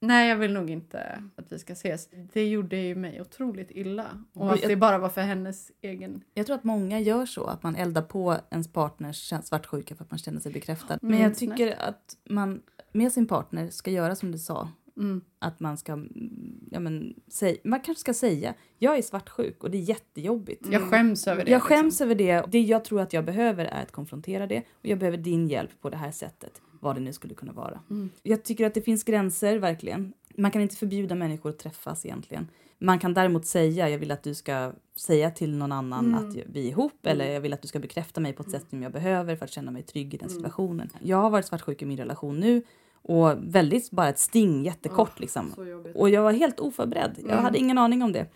[SPEAKER 1] nej jag vill nog inte att vi ska ses. Det gjorde ju mig otroligt illa. Och att det bara var för hennes egen.
[SPEAKER 2] Jag tror att många gör så, att man eldar på ens partners käns-
[SPEAKER 6] mm,
[SPEAKER 2] svartsjuka för att man känner sig bekräftad. Men jag tycker att man med sin partner ska göra som du sa,
[SPEAKER 6] Mm.
[SPEAKER 2] Att man ska, mm, ja men, säg, man kanske ska säga, jag är svartsjuk och det är jättejobbigt.
[SPEAKER 6] Jag skäms över det.
[SPEAKER 2] Mm.
[SPEAKER 6] liksom.
[SPEAKER 2] Jag skäms över det. Det jag tror att jag behöver är att konfrontera det och jag behöver din hjälp på det här sättet, vad det nu skulle kunna vara.
[SPEAKER 6] Mm.
[SPEAKER 2] Jag tycker att det finns gränser verkligen. Man kan inte förbjuda människor att träffas egentligen. Man kan däremot säga, jag vill att du ska säga till någon annan
[SPEAKER 6] Mm.
[SPEAKER 2] att jag- vi är ihop eller jag vill att du ska bekräfta mig på ett sätt som jag behöver för att känna mig trygg i
[SPEAKER 6] Mm.
[SPEAKER 2] den situationen. Jag har varit svartsjuk i min relation nu och väldigt bara ett sting jättekort liksom.
[SPEAKER 6] Så jobbigt.
[SPEAKER 2] Och jag var helt oförberedd. Jag
[SPEAKER 6] Mm.
[SPEAKER 2] hade ingen aning om det.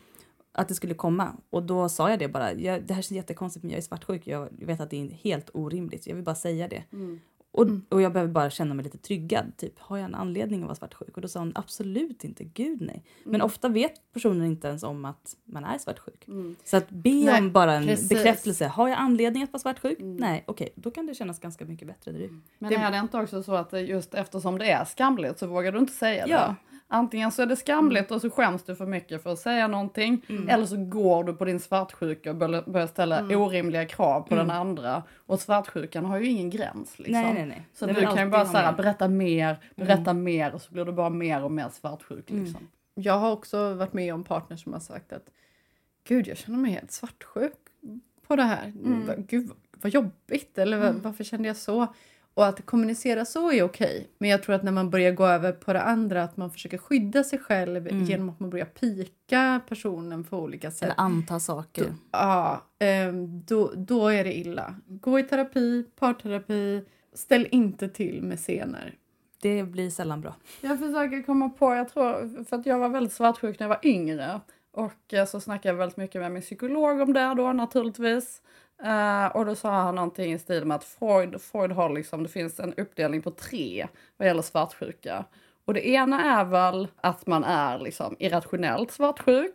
[SPEAKER 2] Att det skulle komma. Och då sa jag det bara. Jag, det här känns jättekonstigt men jag är svartsjuk. Jag vet att det är helt orimligt. Jag vill bara säga det.
[SPEAKER 6] Mm.
[SPEAKER 2] Och, och jag behöver bara känna mig lite tryggad. Typ, har jag en anledning att vara svartsjuk? Och då sa hon absolut inte. Gud nej. Men ofta vet personen inte ens om att man är svartsjuk.
[SPEAKER 6] Mm.
[SPEAKER 2] Så att be
[SPEAKER 6] Nej,
[SPEAKER 2] om bara en
[SPEAKER 6] precis.
[SPEAKER 2] bekräftelse. Har jag anledning att vara svartsjuk?
[SPEAKER 6] Mm.
[SPEAKER 2] Nej, okej. Då kan det kännas ganska mycket bättre där ute.
[SPEAKER 6] Men
[SPEAKER 2] Det-
[SPEAKER 6] är det inte också så att det just eftersom det är skamligt så vågar du inte säga
[SPEAKER 2] Ja. Mm.
[SPEAKER 6] det? Antingen så är det skamligt och så skäms du för mycket för att säga någonting eller så går du på din svartsjuka och börjar börjar ställa
[SPEAKER 2] Mm.
[SPEAKER 6] orimliga krav på den andra och svartsjukan har ju ingen gräns. Liksom.
[SPEAKER 2] Nej, nej, nej.
[SPEAKER 6] Så
[SPEAKER 2] Den
[SPEAKER 6] du
[SPEAKER 2] vill
[SPEAKER 6] kan ju
[SPEAKER 2] alltid
[SPEAKER 6] bara
[SPEAKER 2] ha Mm.
[SPEAKER 6] så här,
[SPEAKER 2] mer.
[SPEAKER 6] berätta mer, berätta mer och så blir du bara mer och mer svartsjuk. Liksom.
[SPEAKER 2] Mm.
[SPEAKER 1] Jag har också varit med om partner som har sagt att Gud, jag känner mig helt svartsjuk på det här. Va- Gud, vad jobbigt. Eller va- varför kände jag så? Och att kommunicera så är okej. Men jag tror att när man börjar gå över på det andra att man försöker skydda sig själv genom att man börjar pika personen på olika sätt.
[SPEAKER 2] Eller anta saker.
[SPEAKER 1] Ja, ehm, då, då är det illa. Gå i terapi, parterapi. Ställ inte till med scener.
[SPEAKER 2] Det blir sällan bra.
[SPEAKER 6] Jag försöker komma på, jag tror, för att jag var väldigt svartsjuk när jag var yngre. Och eh, så snackade jag väldigt mycket med min psykolog om det då naturligtvis. Eh, och då sa han någonting i stil med att Freud, Freud har liksom, det finns en uppdelning på tre vad gäller svartsjuka. Och det ena är väl att man är liksom irrationellt svartsjuk.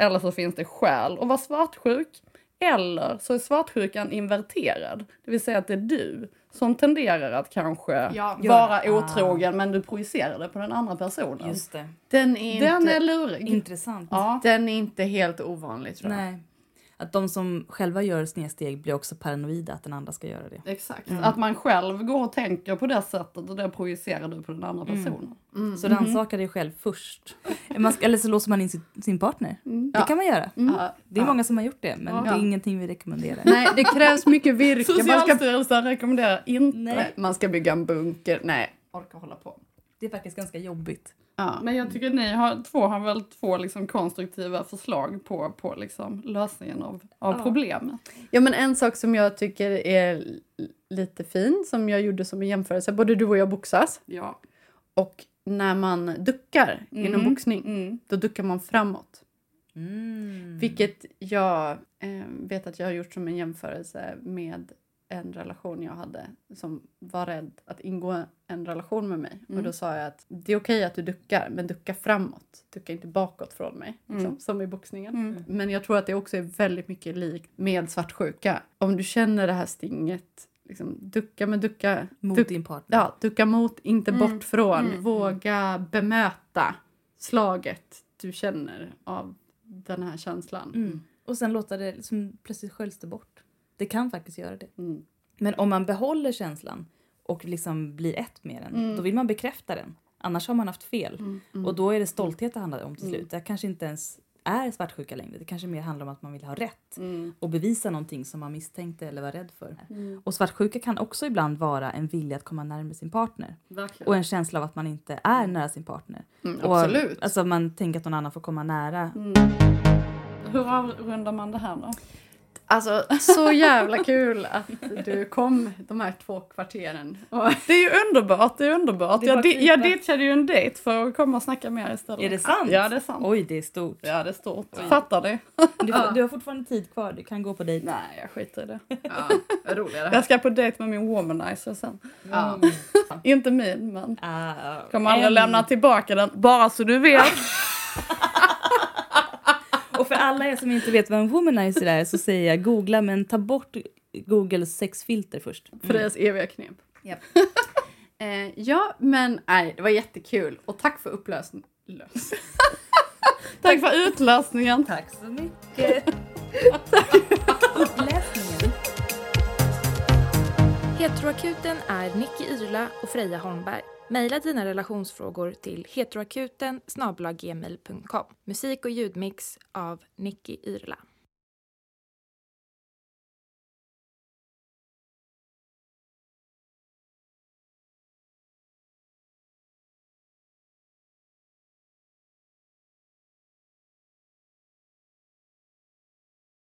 [SPEAKER 6] Eller så finns det skäl att vara svartsjuk. Eller så är svartsjukan inverterad. Det vill säga att det är du som tenderar att kanske
[SPEAKER 1] Ja.
[SPEAKER 6] vara
[SPEAKER 2] Ja.
[SPEAKER 6] otrogen men du projicerar det på den andra personen.
[SPEAKER 2] Ah. Just det.
[SPEAKER 1] Den är,
[SPEAKER 6] Den
[SPEAKER 1] inte,
[SPEAKER 6] är lurig.
[SPEAKER 2] Intressant.
[SPEAKER 6] ja.
[SPEAKER 1] den är inte helt ovanlig tror jag.
[SPEAKER 2] Nej. Att de som själva gör snedsteg blir också paranoida att den andra ska göra det.
[SPEAKER 6] Exakt. Att man själv går och tänker på det sättet och det projicerar du på den andra personen.
[SPEAKER 1] Mm.
[SPEAKER 2] Så rannsaka dig själv först. Man ska, eller så låser man in sin, sin partner. Det kan man göra.
[SPEAKER 1] Mm. Ja.
[SPEAKER 2] Det är många som har gjort det, men det är ingenting vi rekommenderar.
[SPEAKER 1] Nej, det krävs mycket virke. Man ska,
[SPEAKER 6] Socialstyrelsen rekommenderar inte.
[SPEAKER 2] Nej.
[SPEAKER 1] man ska bygga en bunker. Nej, orka hålla på.
[SPEAKER 2] Det är faktiskt ganska jobbigt.
[SPEAKER 1] Ja.
[SPEAKER 6] Men jag tycker ni har, två har väl två liksom konstruktiva förslag på, på liksom lösningen av, av
[SPEAKER 2] Ja.
[SPEAKER 6] problemet.
[SPEAKER 1] ja, men en sak som jag tycker är l- lite fin, som jag gjorde som en jämförelse, både du och jag boxas.
[SPEAKER 6] Ja.
[SPEAKER 1] Och när man duckar inom
[SPEAKER 6] Mhm.
[SPEAKER 1] boxning,
[SPEAKER 6] Mm.
[SPEAKER 1] då duckar man framåt.
[SPEAKER 2] Mm.
[SPEAKER 1] Vilket jag eh, vet att jag har gjort som en jämförelse med en relation jag hade som var rädd att ingå en relation med mig. Och
[SPEAKER 2] Mm.
[SPEAKER 1] då sa jag att det är okej att du duckar, men ducka framåt. Ducka inte bakåt från mig, liksom,
[SPEAKER 2] Mm.
[SPEAKER 1] som i boxningen. Men jag tror att det också är väldigt mycket likt med svartsjuka. Om du känner det här stinget, liksom, ducka, men ducka.
[SPEAKER 2] Mot
[SPEAKER 1] duck-
[SPEAKER 2] din partner.
[SPEAKER 1] Ja, ducka mot, inte
[SPEAKER 2] Mm,
[SPEAKER 1] bort från. Våga bemöta slaget du känner av den här känslan.
[SPEAKER 2] Mm. Och sen låta det, liksom, plötsligt sköljs det bort. Det kan faktiskt göra det.
[SPEAKER 1] Mm.
[SPEAKER 2] Men om man behåller känslan och liksom blir ett med den,
[SPEAKER 1] Mm.
[SPEAKER 2] då vill man bekräfta den. Annars har man haft fel. Och då är det stolthet det handlar om till
[SPEAKER 1] Mm.
[SPEAKER 2] slut. Det kanske inte ens är svartsjuka längre. Det kanske mer handlar om att man vill ha rätt
[SPEAKER 1] Mm.
[SPEAKER 2] och bevisa någonting som man misstänkte eller var rädd för. Och svartsjuka kan också ibland vara en vilja att komma närmare sin partner.
[SPEAKER 6] Verkligen.
[SPEAKER 2] Och en känsla av att man inte är nära sin partner. och,
[SPEAKER 1] Mm. absolut. Mm.
[SPEAKER 2] Alltså man tänker att någon annan får komma nära.
[SPEAKER 6] Hur avrundar man det här då?
[SPEAKER 1] Alltså så jävla kul att du kom de här två kvarteren. Och
[SPEAKER 6] Det är ju underbart, det är underbart.
[SPEAKER 2] Det är bara
[SPEAKER 6] jag, di-
[SPEAKER 2] fint,
[SPEAKER 6] jag
[SPEAKER 2] va?
[SPEAKER 6] ditchade ju en dejt för att komma och snacka med er istället.
[SPEAKER 2] Är det sant?
[SPEAKER 6] Ja, det är sant.
[SPEAKER 2] Oj, det är stort.
[SPEAKER 6] Ja, det är stort. Fattar ni?
[SPEAKER 2] Du, får- du har fortfarande tid kvar, du kan gå på dejt.
[SPEAKER 6] Nej, jag skiter i det.
[SPEAKER 1] ja, vad roliga det här.
[SPEAKER 6] Jag ska på dejt med min womanizer sen.
[SPEAKER 1] Ja.
[SPEAKER 6] Inte min, men.
[SPEAKER 2] Ah,
[SPEAKER 6] Kommer aldrig
[SPEAKER 2] en-
[SPEAKER 6] lämna tillbaka den, bara så du vet.
[SPEAKER 2] Och för alla er som inte vet vad en womanizer är så säger jag googla men ta bort Googles sexfilter först.
[SPEAKER 1] För deras eviga knep. Eh, ja, men nej, det var jättekul. Och tack för upplösningen. Lös.
[SPEAKER 6] Tack för utlösningen.
[SPEAKER 2] Tack så mycket! Uppläsningen.
[SPEAKER 8] Heteroakuten är heter Nicky Irla och Freja Holmberg. Maila dina relationsfrågor till heteroakuten gmail.com. Musik och ljudmix av Nicky Irla.